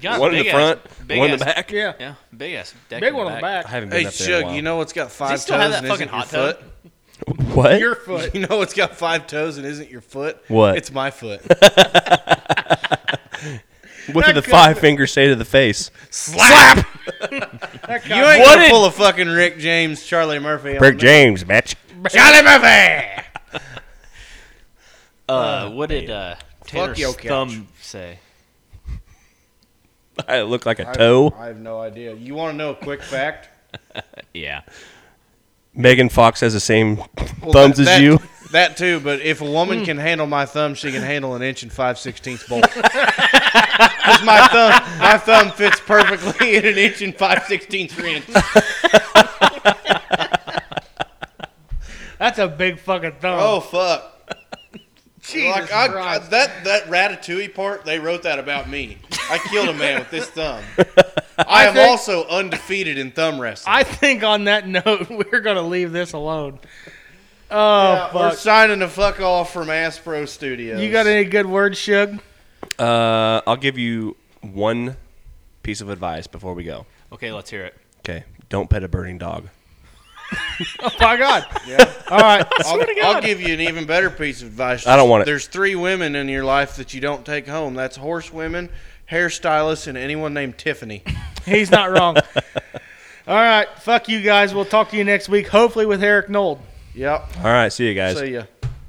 S5: Got
S2: one in
S5: big
S2: the
S5: ass-
S2: front,
S5: big
S2: one in
S5: ass,
S2: the back.
S1: Yeah.
S5: Yeah, big ass. deck
S1: Big
S5: in
S1: one on the
S2: I
S1: back.
S2: haven't been
S4: Hey,
S2: up there. in a
S4: Shug,
S2: while.
S4: you know what's got five
S5: still
S4: toes
S5: have that
S4: and isn't
S5: fucking
S4: your
S5: hot tub?
S4: foot?
S2: what?
S1: Your foot.
S4: You know what's got five toes and isn't your foot?
S2: What?
S4: It's my foot.
S2: what did the
S1: That could-
S2: five fingers say to the face?
S4: Slap!
S1: That
S4: You ain't
S2: What
S4: gonna
S2: did-
S4: pull a fucking Rick James, Charlie Murphy. on me.
S2: James, bitch.
S4: Charlie Murphy.
S5: Uh,
S2: Ah,
S5: what did uh, Taylor's
S4: your couch.
S5: thumb say?
S2: I look like a toe.
S4: I have no idea. You want to know a quick fact?
S5: Yeah.
S2: Megan Fox has the same
S4: Well,
S2: thumbs
S4: that-
S2: as
S4: that-
S2: you.
S4: That too, but if a
S1: Hmm.
S4: woman can handle my thumb, she can handle an inch and five sixteenths bolt. 'Cause my thumb, my thumb fits perfectly in an inch and five sixteenths wrench.
S1: That's a big fucking thumb.
S4: Oh fuck!
S1: Jesus
S4: like I, I,
S1: Christ.
S4: that that ratatouille part, they wrote that about me. I killed a man with this thumb. I am
S1: think-
S4: also undefeated in thumb wrestling.
S1: I think on that note, we're gonna leave this alone. Oh
S4: We're
S1: fuck!
S4: signing the fuck off from Aspro Studios.
S1: You got any good words, Shug?
S2: Uh, I'll give you one piece of advice before we go.
S5: Okay, let's hear it.
S2: Okay, don't pet a burning dog.
S1: Oh my god! All right.
S4: I'll, I'll give you an even better piece of advice.
S2: I don't want it.
S4: There's three women in your life that you don't take home. That's horse women, hairstylists, and anyone named Tiffany.
S1: He's not wrong. All right. Fuck you guys. We'll talk to you next week. Hopefully with Eric Nold.
S4: Yep.
S2: All right, see you guys.
S4: See ya.